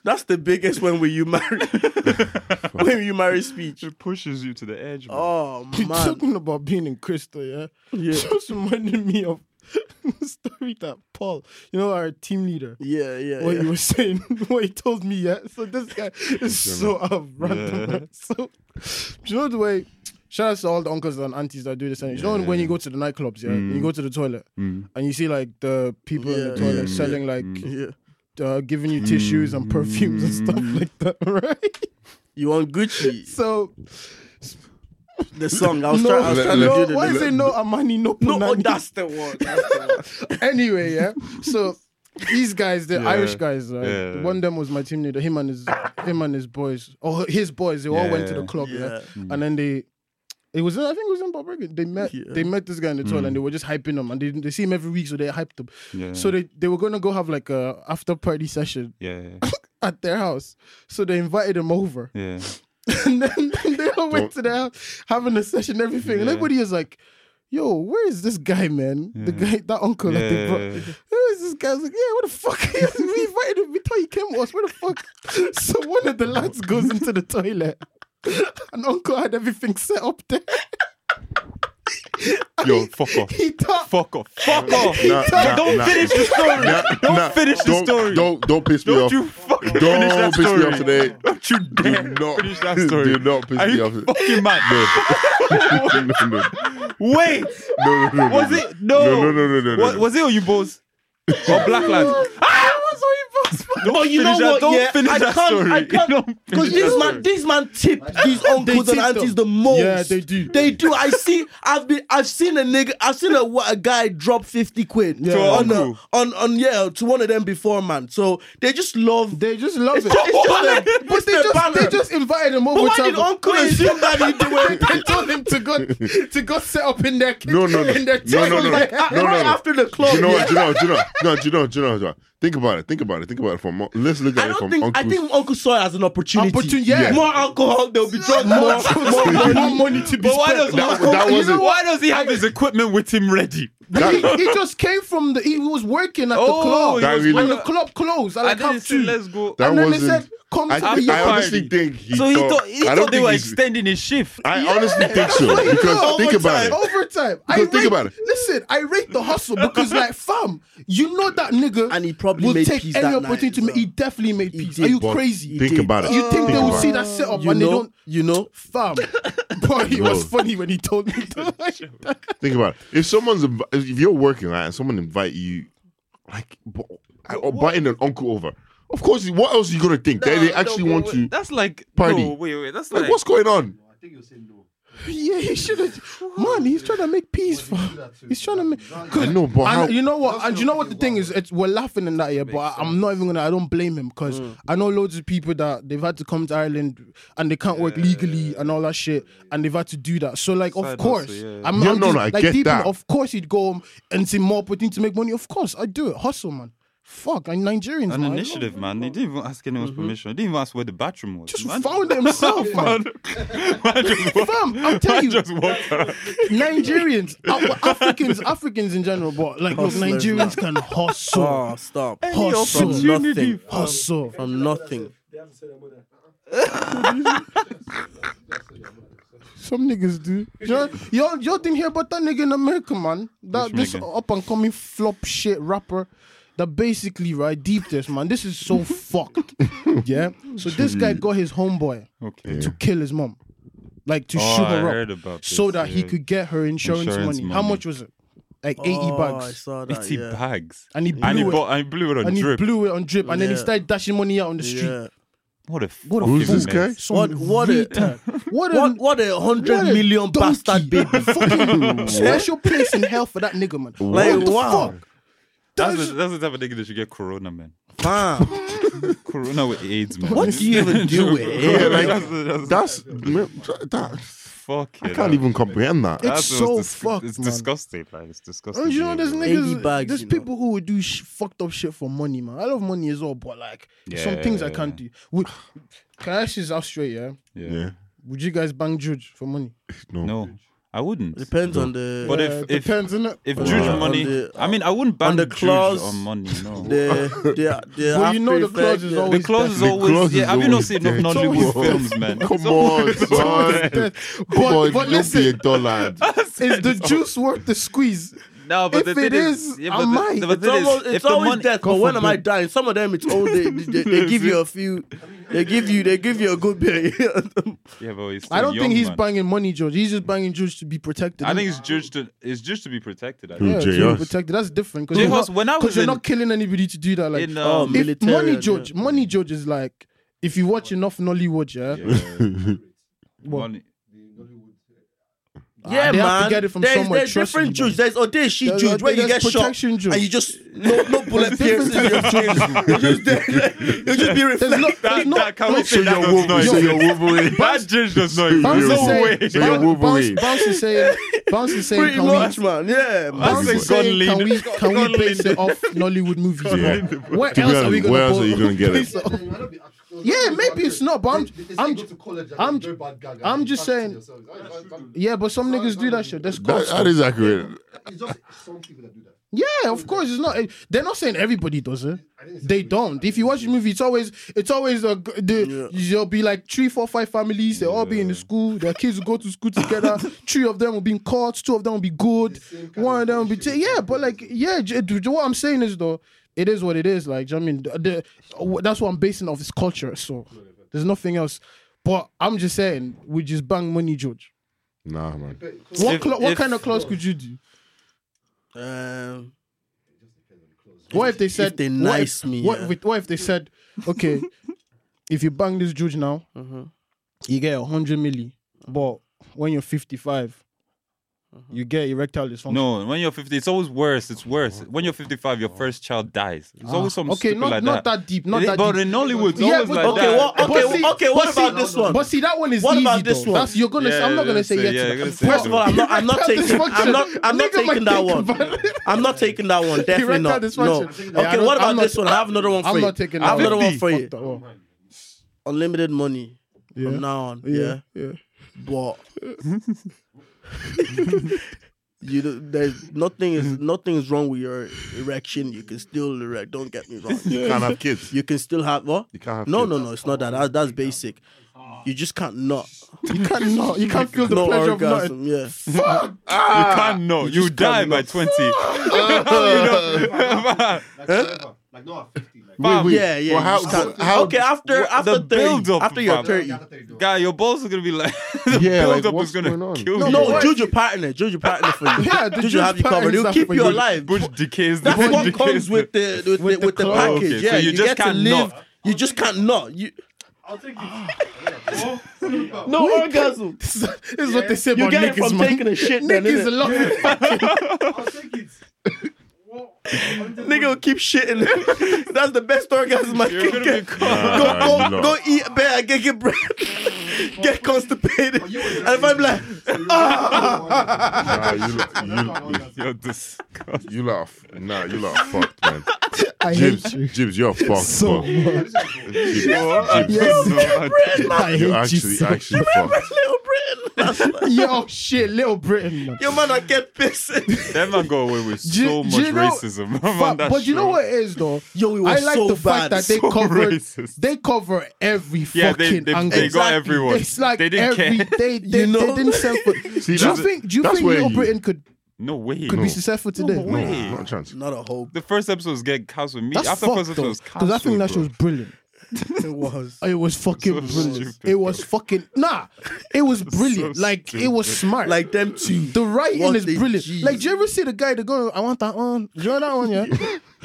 [SPEAKER 4] That's the biggest when will you marry? when will you marry speech?
[SPEAKER 1] It pushes you to the edge. man.
[SPEAKER 4] Oh
[SPEAKER 3] You're
[SPEAKER 4] man.
[SPEAKER 3] talking about being in crystal, yeah?
[SPEAKER 4] Yeah.
[SPEAKER 3] Just reminded me of the story that Paul, you know, our team leader,
[SPEAKER 4] Yeah, yeah.
[SPEAKER 3] what
[SPEAKER 4] yeah.
[SPEAKER 3] he was saying, what he told me, yeah? So this guy is so out of random.
[SPEAKER 1] Yeah.
[SPEAKER 3] man. So, do you know the way, shout out to all the uncles and aunties that do this. And you know when you go to the nightclubs, yeah? and You go to the toilet and you see like the people in the
[SPEAKER 4] Mm. Yeah. Mm.
[SPEAKER 3] toilet selling like,
[SPEAKER 4] Yeah.
[SPEAKER 3] uh, giving you tissues and perfumes and
[SPEAKER 4] Mm.
[SPEAKER 3] stuff like that, right?
[SPEAKER 4] You want Gucci?
[SPEAKER 3] So,
[SPEAKER 4] The song. I was
[SPEAKER 3] no,
[SPEAKER 4] trying, I was trying to do
[SPEAKER 3] no,
[SPEAKER 4] the
[SPEAKER 3] why is it no Amani, no
[SPEAKER 4] No, oh,
[SPEAKER 3] Punani?
[SPEAKER 4] that's the one. That's the one.
[SPEAKER 3] anyway, yeah. So these guys, the
[SPEAKER 1] Yeah.
[SPEAKER 3] Irish guys, right?
[SPEAKER 1] Yeah.
[SPEAKER 3] One of them was my team leader. Him and his him and his boys, or his boys, they all went to the
[SPEAKER 1] Yeah.
[SPEAKER 3] club, yeah.
[SPEAKER 4] Yeah.
[SPEAKER 3] And then they. It was I think it was in Barbergan. They met
[SPEAKER 4] Yeah.
[SPEAKER 3] they met this guy in the toilet and they were just hyping him and they, they see him every week so they hyped him.
[SPEAKER 1] Mm. Yeah.
[SPEAKER 3] So they, they were gonna go have like a after party session
[SPEAKER 1] yeah,
[SPEAKER 3] at their house. So they invited him over.
[SPEAKER 1] yeah.
[SPEAKER 3] And then they all went to the house having a session, everything. And
[SPEAKER 1] Yeah.
[SPEAKER 3] everybody is like, yo, where is this guy, man? The
[SPEAKER 1] Yeah.
[SPEAKER 3] guy, that uncle that they brought.
[SPEAKER 1] Yeah.
[SPEAKER 3] Where is this guy? I was like, yeah, what the fuck? we invited him. We thought he came with us. Where the fuck? So one of the lads goes into the toilet. And uncle had everything set up there.
[SPEAKER 1] Yo, fuck off.
[SPEAKER 3] He thought,
[SPEAKER 1] Fuck off. Fuck off.
[SPEAKER 2] Nah, nah,
[SPEAKER 1] don't
[SPEAKER 2] nah.
[SPEAKER 1] finish the story.
[SPEAKER 2] Nah,
[SPEAKER 1] don't
[SPEAKER 2] nah,
[SPEAKER 1] finish the
[SPEAKER 2] don't-
[SPEAKER 1] story.
[SPEAKER 2] Don't don't piss me
[SPEAKER 1] Don't
[SPEAKER 2] off.
[SPEAKER 1] you fucking
[SPEAKER 2] Don't
[SPEAKER 1] finish that
[SPEAKER 2] piss me
[SPEAKER 1] story.
[SPEAKER 2] off today.
[SPEAKER 1] Don't you dare
[SPEAKER 2] Do not-
[SPEAKER 1] finish that story.
[SPEAKER 2] do not piss
[SPEAKER 1] Are
[SPEAKER 2] me
[SPEAKER 1] you
[SPEAKER 2] off.
[SPEAKER 1] fucking mad?
[SPEAKER 2] no, no, no,
[SPEAKER 1] Wait.
[SPEAKER 2] no, no, no.
[SPEAKER 1] Was
[SPEAKER 2] no.
[SPEAKER 1] it? No.
[SPEAKER 2] No, no, no, no, no, no,
[SPEAKER 1] Wa-
[SPEAKER 2] no.
[SPEAKER 1] Was it Oyubos? Or black lads? Don't
[SPEAKER 4] But you
[SPEAKER 1] finish
[SPEAKER 4] know
[SPEAKER 1] that-
[SPEAKER 4] what,
[SPEAKER 1] Don't
[SPEAKER 4] yeah,
[SPEAKER 1] finish
[SPEAKER 4] I
[SPEAKER 1] that
[SPEAKER 4] can't-
[SPEAKER 1] story.
[SPEAKER 4] I can't-
[SPEAKER 1] Don't
[SPEAKER 4] Because
[SPEAKER 1] finish
[SPEAKER 4] these
[SPEAKER 1] that
[SPEAKER 4] man,
[SPEAKER 1] story.
[SPEAKER 4] these man tip these uncles and
[SPEAKER 3] tip them.
[SPEAKER 4] aunties the most.
[SPEAKER 3] Yeah, they do.
[SPEAKER 4] They do. I see. I've been. I've seen a nigga. I've seen a, wa- a guy drop fifty quid
[SPEAKER 3] To an
[SPEAKER 4] on, a,
[SPEAKER 1] uncle.
[SPEAKER 4] on on yeah to one of them before, man. So they just love.
[SPEAKER 3] they just love it.
[SPEAKER 4] It's just
[SPEAKER 3] It's
[SPEAKER 4] a-
[SPEAKER 3] just- but they
[SPEAKER 4] it's a
[SPEAKER 3] just,
[SPEAKER 4] banner.
[SPEAKER 3] they just invited him over
[SPEAKER 4] but why
[SPEAKER 3] to
[SPEAKER 4] did
[SPEAKER 3] have a-
[SPEAKER 4] uncle assume that he did
[SPEAKER 3] They- they told him to go to go set up in their kitchen.
[SPEAKER 2] No, no, no.
[SPEAKER 3] in their
[SPEAKER 2] No, no, no.
[SPEAKER 3] toilet.
[SPEAKER 2] No, no,
[SPEAKER 4] right
[SPEAKER 2] no.
[SPEAKER 4] after the club?
[SPEAKER 2] Do you know
[SPEAKER 4] yeah.
[SPEAKER 2] what? Do you know? Do you know? No, do you know? Do you know? do you know? Think about it. Think about it. Think about it. From let's look
[SPEAKER 4] I
[SPEAKER 2] at it
[SPEAKER 4] don't
[SPEAKER 2] from
[SPEAKER 4] think. I
[SPEAKER 2] uncle's-
[SPEAKER 4] think Uncle saw it as an opportunity.
[SPEAKER 3] Opportunity, yeah.
[SPEAKER 4] More alcohol, they'll be drunk.
[SPEAKER 3] More,
[SPEAKER 4] More.
[SPEAKER 3] more, more money to be
[SPEAKER 1] But why does
[SPEAKER 3] spent.
[SPEAKER 2] That-
[SPEAKER 1] Uncle-
[SPEAKER 2] that
[SPEAKER 1] you
[SPEAKER 2] wasn't-
[SPEAKER 1] know why does he have his equipment with him ready?
[SPEAKER 3] he, he just came from the. He was working at
[SPEAKER 1] Oh,
[SPEAKER 3] the club,
[SPEAKER 2] That really-
[SPEAKER 3] and the club closed. I
[SPEAKER 1] I
[SPEAKER 3] like
[SPEAKER 1] didn't
[SPEAKER 3] half
[SPEAKER 1] say
[SPEAKER 3] two.
[SPEAKER 1] let's go.
[SPEAKER 2] That
[SPEAKER 3] and then they
[SPEAKER 2] wasn't-
[SPEAKER 3] said, "Come
[SPEAKER 2] I,
[SPEAKER 3] to the
[SPEAKER 2] I
[SPEAKER 3] yard."
[SPEAKER 2] honestly think he
[SPEAKER 1] so he
[SPEAKER 2] thought.
[SPEAKER 1] thought he
[SPEAKER 2] I don't
[SPEAKER 1] thought they
[SPEAKER 2] think
[SPEAKER 1] were
[SPEAKER 2] he's-
[SPEAKER 1] extending his shift.
[SPEAKER 2] I honestly think so
[SPEAKER 1] oh
[SPEAKER 2] because think about it.
[SPEAKER 3] Overtime. I
[SPEAKER 2] Because
[SPEAKER 3] rate,
[SPEAKER 2] think about it.
[SPEAKER 3] Listen, I rate the hustle because, like, fam, you know that nigga,
[SPEAKER 4] And he probably
[SPEAKER 3] will
[SPEAKER 4] made
[SPEAKER 3] take
[SPEAKER 4] peace
[SPEAKER 3] any
[SPEAKER 4] that night
[SPEAKER 3] opportunity.
[SPEAKER 4] as
[SPEAKER 3] to make,
[SPEAKER 4] well.
[SPEAKER 3] he definitely made
[SPEAKER 4] He
[SPEAKER 3] peace.
[SPEAKER 4] did,
[SPEAKER 3] Are you
[SPEAKER 2] but
[SPEAKER 3] crazy?
[SPEAKER 2] Think
[SPEAKER 4] did.
[SPEAKER 2] about it.
[SPEAKER 3] you think
[SPEAKER 2] Think
[SPEAKER 3] they will
[SPEAKER 2] about
[SPEAKER 3] see
[SPEAKER 2] it.
[SPEAKER 3] that setup
[SPEAKER 4] You
[SPEAKER 3] and they
[SPEAKER 4] know.
[SPEAKER 3] don't?
[SPEAKER 4] You know.
[SPEAKER 3] Fam, boy, it was
[SPEAKER 2] Bro.
[SPEAKER 3] funny when he told me. that.
[SPEAKER 2] Think about it. If someone's inv- if you're working right and someone invite you, like bu- or biting an uncle over, of course. What else you gonna think? they, they
[SPEAKER 1] Nah,
[SPEAKER 2] actually
[SPEAKER 1] no,
[SPEAKER 2] want
[SPEAKER 1] wait,
[SPEAKER 2] to.
[SPEAKER 1] That's like
[SPEAKER 2] party.
[SPEAKER 1] No, wait, wait. That's like,
[SPEAKER 2] Like, what's going on?
[SPEAKER 5] I think you'll say no.
[SPEAKER 3] yeah, he should have. Man, he's trying to make peace. Fam. He's trying to make.
[SPEAKER 2] I know, but how?
[SPEAKER 3] And you know what?
[SPEAKER 5] That's
[SPEAKER 3] And you
[SPEAKER 5] not
[SPEAKER 3] know what the
[SPEAKER 5] really
[SPEAKER 3] thing
[SPEAKER 5] wild.
[SPEAKER 3] is? It's, we're laughing in that year, but I, I'm not even gonna. I don't blame him because I know loads of people that they've had to come to Ireland and they can't work legally and all that shit, and they've had to do that. So like, of
[SPEAKER 1] Side
[SPEAKER 3] course,
[SPEAKER 1] hustle, yeah, yeah.
[SPEAKER 3] I'm,
[SPEAKER 2] Yeah,
[SPEAKER 3] I'm
[SPEAKER 2] no,
[SPEAKER 3] just,
[SPEAKER 2] no, I
[SPEAKER 3] like
[SPEAKER 2] get
[SPEAKER 3] deep in-
[SPEAKER 2] that.
[SPEAKER 3] Of course, he'd go home and see more opportunity to make money. Of course, I do it. Hustle, man. Fuck, and Nigerians,
[SPEAKER 1] an
[SPEAKER 3] man. I love
[SPEAKER 1] initiative,
[SPEAKER 3] it.
[SPEAKER 1] man. They didn't even ask anyone's permission. They didn't even ask where the bathroom was.
[SPEAKER 3] Just
[SPEAKER 1] man.
[SPEAKER 3] found himself, man.
[SPEAKER 1] man just walked,
[SPEAKER 3] Fam, I'm telling
[SPEAKER 1] man
[SPEAKER 3] you,
[SPEAKER 1] just walked out.
[SPEAKER 3] Nigerians, Af- Africans, Africans in general, but like look,
[SPEAKER 4] Hustlers,
[SPEAKER 3] Nigerians can hustle.
[SPEAKER 4] Oh, stop.
[SPEAKER 3] Hustle.
[SPEAKER 4] From nothing.
[SPEAKER 3] Hustle.
[SPEAKER 4] From nothing.
[SPEAKER 5] They have to say their mother.
[SPEAKER 3] Some niggas do. You you you didn't hear about that nigga in America, man. That
[SPEAKER 1] Which
[SPEAKER 3] this
[SPEAKER 1] nigga?
[SPEAKER 3] up and coming flop shit rapper. That basically right deep this man. This is so fucked. Yeah. So this guy got his homeboy
[SPEAKER 1] Okay.
[SPEAKER 3] to kill his mom, like to
[SPEAKER 1] Oh,
[SPEAKER 3] shoot
[SPEAKER 1] I
[SPEAKER 3] her
[SPEAKER 1] heard
[SPEAKER 3] up,
[SPEAKER 1] about
[SPEAKER 3] so
[SPEAKER 1] this,
[SPEAKER 3] that he
[SPEAKER 1] yeah.
[SPEAKER 3] could get her insurance,
[SPEAKER 1] Insurance
[SPEAKER 3] money. How
[SPEAKER 1] money.
[SPEAKER 3] much was it? like 80
[SPEAKER 4] Oh, I
[SPEAKER 3] bags.
[SPEAKER 4] saw that.
[SPEAKER 1] 80
[SPEAKER 4] yeah.
[SPEAKER 1] bags.
[SPEAKER 3] And he
[SPEAKER 1] And he,
[SPEAKER 3] blew it.
[SPEAKER 1] bought, and he blew it on
[SPEAKER 3] and
[SPEAKER 1] drip.
[SPEAKER 3] he blew it on drip. And then he
[SPEAKER 4] Yeah.
[SPEAKER 3] started dashing money out on the street.
[SPEAKER 4] Yeah.
[SPEAKER 1] What a
[SPEAKER 3] What a
[SPEAKER 1] fucking
[SPEAKER 2] Who's this
[SPEAKER 1] mess.
[SPEAKER 2] guy?
[SPEAKER 3] Some
[SPEAKER 4] What- what a-
[SPEAKER 3] retard. what a
[SPEAKER 4] What what a hundred
[SPEAKER 3] What a
[SPEAKER 4] million
[SPEAKER 3] donkey.
[SPEAKER 4] bastard baby.
[SPEAKER 3] fucking special place in hell for that nigga, man.
[SPEAKER 4] Like,
[SPEAKER 3] what the
[SPEAKER 4] wow.
[SPEAKER 3] fuck?
[SPEAKER 1] That's the, that's the type of nigga that should get corona, man.
[SPEAKER 4] Fam,
[SPEAKER 1] Corona with AIDS, man.
[SPEAKER 4] what do you even do with
[SPEAKER 2] Yeah,
[SPEAKER 4] it?
[SPEAKER 2] like,
[SPEAKER 1] that's, that's,
[SPEAKER 2] That's that.
[SPEAKER 1] fuck
[SPEAKER 2] I
[SPEAKER 1] it,
[SPEAKER 2] can't
[SPEAKER 1] man.
[SPEAKER 2] even comprehend that.
[SPEAKER 3] It's
[SPEAKER 1] That's
[SPEAKER 3] so
[SPEAKER 1] what's disgu-
[SPEAKER 3] fucked,
[SPEAKER 1] It's
[SPEAKER 3] man.
[SPEAKER 1] disgusting, like it's disgusting.
[SPEAKER 3] And Oh, you know, there's
[SPEAKER 1] behavior.
[SPEAKER 4] 80
[SPEAKER 3] niggas,
[SPEAKER 4] bags,
[SPEAKER 3] there's
[SPEAKER 4] you know.
[SPEAKER 3] people who would do sh- fucked up shit for money, man. I love money as well, but like, there's some
[SPEAKER 1] Yeah.
[SPEAKER 3] things I can't do. Would, can I ask this out straight, yeah?
[SPEAKER 1] yeah.
[SPEAKER 2] Yeah,
[SPEAKER 3] Would you guys bang Juge for money?
[SPEAKER 2] no.
[SPEAKER 1] No, I wouldn't.
[SPEAKER 4] Depends on the
[SPEAKER 1] But if-
[SPEAKER 3] depends, innit?
[SPEAKER 1] If
[SPEAKER 4] Uh,
[SPEAKER 1] Juge
[SPEAKER 4] on
[SPEAKER 1] money,
[SPEAKER 4] the-
[SPEAKER 1] I mean, I wouldn't ban
[SPEAKER 4] on the
[SPEAKER 1] Juge
[SPEAKER 4] clause-
[SPEAKER 1] on money. No, the
[SPEAKER 4] the the, the
[SPEAKER 3] Well, you know the
[SPEAKER 4] After
[SPEAKER 3] clause
[SPEAKER 4] Effects,
[SPEAKER 3] is
[SPEAKER 4] yeah.
[SPEAKER 3] always-
[SPEAKER 1] clause is
[SPEAKER 2] The
[SPEAKER 1] always.
[SPEAKER 2] clause
[SPEAKER 1] yeah,
[SPEAKER 2] is
[SPEAKER 1] have you not
[SPEAKER 2] always
[SPEAKER 1] seen enough
[SPEAKER 2] dead.
[SPEAKER 1] Nollywood
[SPEAKER 2] Come on.
[SPEAKER 1] films, man?
[SPEAKER 2] Come on, son.
[SPEAKER 3] But,
[SPEAKER 2] Come on,
[SPEAKER 3] but
[SPEAKER 2] don't be a
[SPEAKER 3] listen,
[SPEAKER 2] dollar.
[SPEAKER 3] is the juice worth the squeeze?
[SPEAKER 1] No, but
[SPEAKER 3] If
[SPEAKER 1] the
[SPEAKER 3] it
[SPEAKER 1] thing
[SPEAKER 3] is,
[SPEAKER 1] yeah,
[SPEAKER 3] I
[SPEAKER 1] but the-
[SPEAKER 3] might.
[SPEAKER 1] the
[SPEAKER 4] It's,
[SPEAKER 1] thing is,
[SPEAKER 4] almost,
[SPEAKER 1] if
[SPEAKER 4] it's
[SPEAKER 1] the
[SPEAKER 4] always
[SPEAKER 1] money-
[SPEAKER 4] death. But when am I
[SPEAKER 3] forbid.
[SPEAKER 4] dying? Some of them, it's old. They, they, they, they give you a few. They give you. They give you a good bit.
[SPEAKER 1] Yeah, but he's still
[SPEAKER 3] I don't
[SPEAKER 1] young,
[SPEAKER 3] think he's
[SPEAKER 1] man.
[SPEAKER 3] banging money, George. He's just banging George to be protected.
[SPEAKER 1] I
[SPEAKER 3] innit?
[SPEAKER 1] think it's judged to it's judged to be protected. I
[SPEAKER 2] Dude,
[SPEAKER 1] think.
[SPEAKER 3] yeah,
[SPEAKER 2] J-Hus.
[SPEAKER 3] to be protected. That's different because you're,
[SPEAKER 1] J-Hus,
[SPEAKER 3] not,
[SPEAKER 1] when I
[SPEAKER 3] 'cause
[SPEAKER 1] was
[SPEAKER 3] you're
[SPEAKER 1] in-
[SPEAKER 3] not killing anybody to do that. Like,
[SPEAKER 1] In, um,
[SPEAKER 4] Oh,
[SPEAKER 3] if
[SPEAKER 4] military,
[SPEAKER 3] money
[SPEAKER 4] yeah.
[SPEAKER 3] George, money George is like, if you watch enough Nollywood, yeah,
[SPEAKER 1] yeah,
[SPEAKER 3] What?
[SPEAKER 1] money.
[SPEAKER 4] yeah,
[SPEAKER 3] they
[SPEAKER 4] man.
[SPEAKER 3] have to get it from
[SPEAKER 4] there's,
[SPEAKER 3] somewhere,
[SPEAKER 4] There's
[SPEAKER 3] trust
[SPEAKER 4] different
[SPEAKER 3] me, man.
[SPEAKER 4] juice. There's Odeshi
[SPEAKER 3] There's
[SPEAKER 4] juice where you
[SPEAKER 3] Odeshi
[SPEAKER 4] get shot
[SPEAKER 3] protection juice.
[SPEAKER 4] and you just no no bullet pierces.
[SPEAKER 3] different
[SPEAKER 4] You're just dead. You'll just be
[SPEAKER 3] there's no,
[SPEAKER 4] reflecting.
[SPEAKER 3] there's no.
[SPEAKER 1] That- can we say that does
[SPEAKER 2] you're
[SPEAKER 1] not
[SPEAKER 2] Wolverine. So
[SPEAKER 1] exist?
[SPEAKER 2] you're Wolverine.
[SPEAKER 1] That judge does not
[SPEAKER 2] Bounce
[SPEAKER 1] exist.
[SPEAKER 3] Bounce
[SPEAKER 1] No
[SPEAKER 2] You're-
[SPEAKER 3] is saying,
[SPEAKER 1] way.
[SPEAKER 2] So you're
[SPEAKER 3] Bounce-
[SPEAKER 2] Wolverine.
[SPEAKER 3] Bounce is saying, Bounce is saying,
[SPEAKER 4] Pretty
[SPEAKER 3] can we
[SPEAKER 4] much, man. Yeah, man.
[SPEAKER 1] That's
[SPEAKER 3] Bounce
[SPEAKER 1] a
[SPEAKER 3] is saying,
[SPEAKER 1] gun
[SPEAKER 3] can we,
[SPEAKER 1] lead.
[SPEAKER 3] can
[SPEAKER 1] Gun
[SPEAKER 3] we base
[SPEAKER 1] lead.
[SPEAKER 3] it off Nollywood movies?
[SPEAKER 2] Yeah.
[SPEAKER 3] bro? Where
[SPEAKER 2] To be
[SPEAKER 3] else are we
[SPEAKER 2] honest,
[SPEAKER 3] gonna
[SPEAKER 2] where else
[SPEAKER 3] put-
[SPEAKER 2] are you gonna get
[SPEAKER 3] base
[SPEAKER 2] it?
[SPEAKER 3] off- Yeah, maybe it's not, but I'm- I'm- I'm- I'm just saying- Yeah, but some niggas do that shit. There's
[SPEAKER 2] That,
[SPEAKER 3] cops.
[SPEAKER 2] that is accurate.
[SPEAKER 5] It's just some people that do that.
[SPEAKER 3] Yeah, of course it's not. eh, They're not saying everybody does it. They don't. If you watch the movie, it's always it's always a, g- the there'll be like three, four, five families. They'll all be in the school. Their kids will go to school together. three of them will be in courts. Two of them will be good. One of them will be ta- yeah. But like yeah, j- do, do what I'm saying is though, it is what it is. Like do you know what I mean, the, the- that's what I'm basing off is culture. So there's nothing else. But I'm just saying, we just bang money, George.
[SPEAKER 2] Nah, man.
[SPEAKER 3] What
[SPEAKER 1] If-
[SPEAKER 3] clo- what
[SPEAKER 1] if-
[SPEAKER 3] kind of clause could you do?
[SPEAKER 4] Um,
[SPEAKER 3] What if they said
[SPEAKER 4] they
[SPEAKER 3] what
[SPEAKER 4] nice
[SPEAKER 3] if,
[SPEAKER 4] me,
[SPEAKER 3] What,
[SPEAKER 4] yeah.
[SPEAKER 3] if, what if they said, okay, if you bang this judge now,
[SPEAKER 4] Mm-hmm.
[SPEAKER 3] you get hundred milli, but when you're 55,
[SPEAKER 4] Mm-hmm.
[SPEAKER 3] you get erectile dysfunction.
[SPEAKER 1] No, when you're 50, it's always worse. It's worse. When you're 55, your first child dies. It's always some
[SPEAKER 3] Oh. Ah, okay,
[SPEAKER 1] stupid
[SPEAKER 3] not
[SPEAKER 1] like
[SPEAKER 3] not
[SPEAKER 1] that.
[SPEAKER 3] that deep, not that
[SPEAKER 1] but
[SPEAKER 3] deep.
[SPEAKER 1] in Hollywood, it's
[SPEAKER 3] Yeah,
[SPEAKER 1] always
[SPEAKER 3] but-
[SPEAKER 1] like
[SPEAKER 4] okay,
[SPEAKER 1] that.
[SPEAKER 4] what- okay,
[SPEAKER 3] But see-
[SPEAKER 4] well, okay. What
[SPEAKER 3] but
[SPEAKER 4] about
[SPEAKER 3] see-
[SPEAKER 4] this one?
[SPEAKER 3] But see, that one is
[SPEAKER 4] What
[SPEAKER 3] easy,
[SPEAKER 4] about this
[SPEAKER 3] though.
[SPEAKER 4] one?
[SPEAKER 3] That's you're gonna. say,
[SPEAKER 1] Yeah,
[SPEAKER 3] I'm not
[SPEAKER 1] you're
[SPEAKER 3] gonna say
[SPEAKER 1] gonna say-
[SPEAKER 3] yes.
[SPEAKER 1] yeah,
[SPEAKER 3] to
[SPEAKER 1] you're gonna
[SPEAKER 3] that.
[SPEAKER 1] say
[SPEAKER 4] First of all, I'm not. I'm not
[SPEAKER 3] Erectile
[SPEAKER 4] taking. I'm not.
[SPEAKER 3] dysfunction.
[SPEAKER 4] I'm
[SPEAKER 3] Nigga
[SPEAKER 4] not
[SPEAKER 3] might
[SPEAKER 4] taking that
[SPEAKER 3] think
[SPEAKER 4] one.
[SPEAKER 3] about it.
[SPEAKER 4] I'm not taking that one. Definitely
[SPEAKER 3] Erectile
[SPEAKER 4] not. No.
[SPEAKER 3] dysfunction. Yeah, I
[SPEAKER 4] Okay,
[SPEAKER 3] don't-
[SPEAKER 4] what
[SPEAKER 3] I'm
[SPEAKER 4] about
[SPEAKER 3] not-
[SPEAKER 4] this one? I have another one for you.
[SPEAKER 3] I'm not taking
[SPEAKER 4] I have
[SPEAKER 3] that
[SPEAKER 4] another one for you.
[SPEAKER 3] Fuck that one.
[SPEAKER 4] Unlimited money
[SPEAKER 3] Yeah.
[SPEAKER 4] from now on.
[SPEAKER 3] Yeah,
[SPEAKER 4] Yeah.
[SPEAKER 3] yeah.
[SPEAKER 4] But you know, there's nothing is nothing is wrong with your erection. You can still erect. Don't get me wrong.
[SPEAKER 2] You can't have kids.
[SPEAKER 4] You can still have what?
[SPEAKER 2] You can't have
[SPEAKER 4] No,
[SPEAKER 2] kids.
[SPEAKER 4] no, no. It's not that. that that's basic. You just can't not.
[SPEAKER 3] You can't not. You can't feel the
[SPEAKER 4] no
[SPEAKER 3] pleasure of not.
[SPEAKER 4] orgasm. Yeah.
[SPEAKER 1] You can't
[SPEAKER 3] Ah!
[SPEAKER 1] know. You, die by 20.
[SPEAKER 5] Like forever. Like not at 50. Like,
[SPEAKER 1] Fam,
[SPEAKER 4] Yeah, yeah.
[SPEAKER 2] Well,
[SPEAKER 4] you
[SPEAKER 2] how-
[SPEAKER 4] just can't-
[SPEAKER 2] how-
[SPEAKER 4] okay, after
[SPEAKER 1] what-
[SPEAKER 4] after
[SPEAKER 1] the build
[SPEAKER 4] 30,
[SPEAKER 1] up,
[SPEAKER 4] after you're
[SPEAKER 1] fam.
[SPEAKER 4] 30.
[SPEAKER 5] yeah, that's what
[SPEAKER 1] Guy, your balls are going to be like, the
[SPEAKER 2] Yeah, like,
[SPEAKER 1] build-up
[SPEAKER 2] what's
[SPEAKER 1] is going
[SPEAKER 2] going on?
[SPEAKER 1] to kill
[SPEAKER 2] No,
[SPEAKER 1] you.
[SPEAKER 4] No,
[SPEAKER 3] Why-
[SPEAKER 4] judge your partner. Judge your partner for you.
[SPEAKER 3] Yeah, the
[SPEAKER 4] judge will
[SPEAKER 3] judge
[SPEAKER 4] have you
[SPEAKER 3] partner
[SPEAKER 4] covered.
[SPEAKER 3] is
[SPEAKER 4] He'll
[SPEAKER 3] up
[SPEAKER 4] keep
[SPEAKER 3] for
[SPEAKER 4] you
[SPEAKER 3] you.
[SPEAKER 4] alive.
[SPEAKER 1] Bush decays.
[SPEAKER 4] That's
[SPEAKER 1] Bush
[SPEAKER 4] what
[SPEAKER 1] decays.
[SPEAKER 4] comes with the with,
[SPEAKER 3] With
[SPEAKER 4] the,
[SPEAKER 3] the
[SPEAKER 4] with the
[SPEAKER 3] clothes.
[SPEAKER 4] package.
[SPEAKER 1] Okay, so
[SPEAKER 4] yeah,
[SPEAKER 1] you just
[SPEAKER 4] get
[SPEAKER 1] can't
[SPEAKER 4] to live.
[SPEAKER 1] not.
[SPEAKER 4] You just can't not. You
[SPEAKER 5] I'll take it.
[SPEAKER 4] no orgasm.
[SPEAKER 3] This is this is what they say
[SPEAKER 4] You
[SPEAKER 3] about
[SPEAKER 4] get it
[SPEAKER 3] niggas,
[SPEAKER 4] from
[SPEAKER 3] man.
[SPEAKER 4] taking a shit. Then,
[SPEAKER 3] Niggas
[SPEAKER 4] innit?
[SPEAKER 3] love it.
[SPEAKER 5] I'll take it. What?
[SPEAKER 4] Nigga will keep shitting. That's the best orgasm I
[SPEAKER 1] You're
[SPEAKER 4] can
[SPEAKER 1] going to be
[SPEAKER 4] get.
[SPEAKER 1] caught.
[SPEAKER 4] Go,
[SPEAKER 2] Nah,
[SPEAKER 4] go,
[SPEAKER 2] no.
[SPEAKER 4] go eat bear, get get bread, get constipated. And if I'm like,
[SPEAKER 2] Nah, you lot, you,
[SPEAKER 1] You're disgusting.
[SPEAKER 2] you lot, are f- nah, you lot are fucked, man.
[SPEAKER 3] I
[SPEAKER 2] Jibs,
[SPEAKER 3] hate you.
[SPEAKER 2] Jibs, you're fucked. So,
[SPEAKER 3] So much.
[SPEAKER 2] Jibs,
[SPEAKER 3] Yes.
[SPEAKER 1] No,
[SPEAKER 3] I
[SPEAKER 2] you're
[SPEAKER 3] hate you
[SPEAKER 2] actually,
[SPEAKER 3] so
[SPEAKER 2] actually fucked.
[SPEAKER 4] little Britain, that's like,
[SPEAKER 3] Yo, shit, Little Britain. Man.
[SPEAKER 4] your man, I get pissed.
[SPEAKER 1] That man go away with
[SPEAKER 3] Do you-
[SPEAKER 1] so
[SPEAKER 3] do
[SPEAKER 1] much
[SPEAKER 3] you know-
[SPEAKER 1] racism.
[SPEAKER 3] But,
[SPEAKER 1] on that
[SPEAKER 3] but you know
[SPEAKER 1] show.
[SPEAKER 3] what it is though?
[SPEAKER 4] Yo, it
[SPEAKER 3] I
[SPEAKER 4] was
[SPEAKER 3] like
[SPEAKER 4] so
[SPEAKER 3] the
[SPEAKER 4] bad,
[SPEAKER 3] fact that they
[SPEAKER 1] so
[SPEAKER 3] covered
[SPEAKER 1] racist.
[SPEAKER 3] they cover every
[SPEAKER 1] Yeah, they-
[SPEAKER 3] fucking
[SPEAKER 1] they- they
[SPEAKER 3] angle.
[SPEAKER 1] got everyone.
[SPEAKER 3] It's like
[SPEAKER 1] They didn't
[SPEAKER 3] every,
[SPEAKER 1] care.
[SPEAKER 3] They, they,
[SPEAKER 4] You know?
[SPEAKER 3] they didn't sell for.
[SPEAKER 2] See,
[SPEAKER 3] do you
[SPEAKER 2] that's-
[SPEAKER 3] think do you
[SPEAKER 2] that's
[SPEAKER 3] think
[SPEAKER 2] where
[SPEAKER 3] Little
[SPEAKER 2] you-
[SPEAKER 3] Britain could
[SPEAKER 1] No way.
[SPEAKER 3] could
[SPEAKER 1] No.
[SPEAKER 3] be successful today?
[SPEAKER 1] but
[SPEAKER 2] No,
[SPEAKER 1] Wait.
[SPEAKER 2] not a chance.
[SPEAKER 4] Not a hope.
[SPEAKER 1] The first episode was getting cast with me.
[SPEAKER 3] That's
[SPEAKER 1] After
[SPEAKER 3] fucked
[SPEAKER 1] first episode
[SPEAKER 3] though.
[SPEAKER 1] was
[SPEAKER 3] Because I
[SPEAKER 1] cancelled,
[SPEAKER 3] think
[SPEAKER 1] bro.
[SPEAKER 3] that shit was brilliant. Oh,
[SPEAKER 4] It was.
[SPEAKER 3] It was fucking
[SPEAKER 1] So
[SPEAKER 3] brilliant.
[SPEAKER 1] stupid.
[SPEAKER 3] It was fucking nah. It was brilliant. like it was smart.
[SPEAKER 4] Like them two.
[SPEAKER 3] the writing
[SPEAKER 4] What
[SPEAKER 3] is
[SPEAKER 4] the
[SPEAKER 3] brilliant.
[SPEAKER 4] G's.
[SPEAKER 3] Like, do you ever see the guy that go, "I want that one"? Do you know that one? Yeah.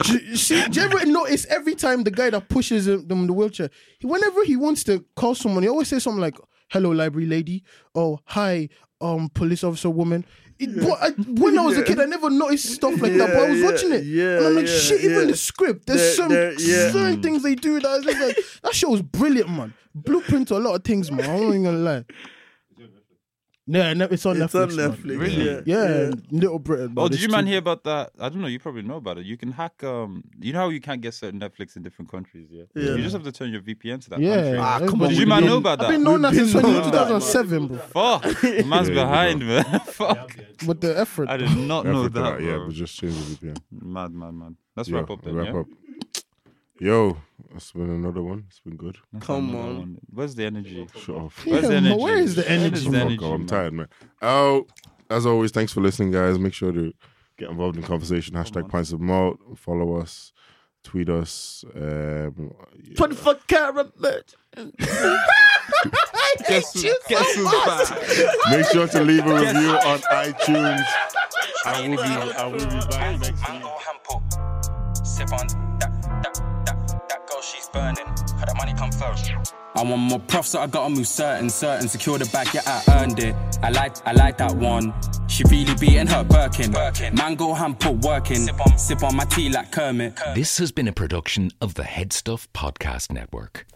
[SPEAKER 3] do, you- see, do you ever notice every time the guy that pushes him- them in the wheelchair, he, whenever he wants to call someone, he always says something like, "Hello, library lady," or "Hi, um, police officer woman." It, but I, when I was a kid, I never noticed stuff like that. But I was
[SPEAKER 4] Yeah,
[SPEAKER 3] watching it,
[SPEAKER 4] yeah,
[SPEAKER 3] and I'm like,
[SPEAKER 4] yeah,
[SPEAKER 3] "Shit!" Even
[SPEAKER 4] yeah.
[SPEAKER 3] the script, there's
[SPEAKER 4] There-
[SPEAKER 3] some
[SPEAKER 4] there- yeah. Hmm.
[SPEAKER 3] certain things they do that I was just like, that show was brilliant, man. Blueprint to a lot of things, man. I'm not even gonna lie. Yeah, no, it's on
[SPEAKER 4] It's
[SPEAKER 3] Netflix.
[SPEAKER 4] on
[SPEAKER 3] man.
[SPEAKER 4] Netflix.
[SPEAKER 1] Really?
[SPEAKER 4] Yeah.
[SPEAKER 3] Yeah, Little Britain.
[SPEAKER 1] Oh, did you man hear about that? I don't know. You probably know about it. You can hack. Um, you know how you can't get certain Netflix in different countries. Yeah,
[SPEAKER 4] Yeah.
[SPEAKER 1] you just have to turn your VPN to that
[SPEAKER 3] Yeah.
[SPEAKER 1] country.
[SPEAKER 4] Ah, come on,
[SPEAKER 1] Did
[SPEAKER 4] we
[SPEAKER 1] you man
[SPEAKER 4] didn't-
[SPEAKER 1] know about that?
[SPEAKER 3] I've been known that since
[SPEAKER 4] been knowing that.
[SPEAKER 3] 2007, bro.
[SPEAKER 1] Fuck, the man's
[SPEAKER 2] Yeah,
[SPEAKER 1] behind, man. Fuck,
[SPEAKER 3] With the effort.
[SPEAKER 1] I did not know
[SPEAKER 2] Africa,
[SPEAKER 1] that.
[SPEAKER 2] yeah,
[SPEAKER 1] bro.
[SPEAKER 2] but just change the VPN.
[SPEAKER 1] Mad, mad, mad. Let's
[SPEAKER 2] Yeah,
[SPEAKER 1] wrap up then.
[SPEAKER 2] wrap
[SPEAKER 1] yeah?
[SPEAKER 2] up. Yo, it's been another one. It's been good.
[SPEAKER 1] That's
[SPEAKER 4] Come
[SPEAKER 1] another
[SPEAKER 4] on.
[SPEAKER 1] one. Where's the energy?
[SPEAKER 2] Shut off.
[SPEAKER 1] Where's the
[SPEAKER 3] Yeah,
[SPEAKER 1] energy?
[SPEAKER 3] man, where is the energy?
[SPEAKER 2] Fuck, I'm tired, man. Oh, as always, thanks for listening, guys. Make sure to get involved in conversation. Hashtag pints of malt. Follow us. Tweet us. Um, yeah.
[SPEAKER 4] 24 carat merch.
[SPEAKER 1] Guess who's, guess who's back?
[SPEAKER 2] Make sure to leave a review on iTunes. I will be. I will be back next week.
[SPEAKER 6] I'm gon' humble. Sip on that, that, that, that girl, she's burning. Her that money come first. I want more prof, so I gotta move certain, certain. Secure the bag, yeah, I earned it. I like, I like that one. She really beating her Birkin. Mango hand put working. Sip on, my tea like Kermit.
[SPEAKER 7] This has been a production of the Head Stuff Podcast Network.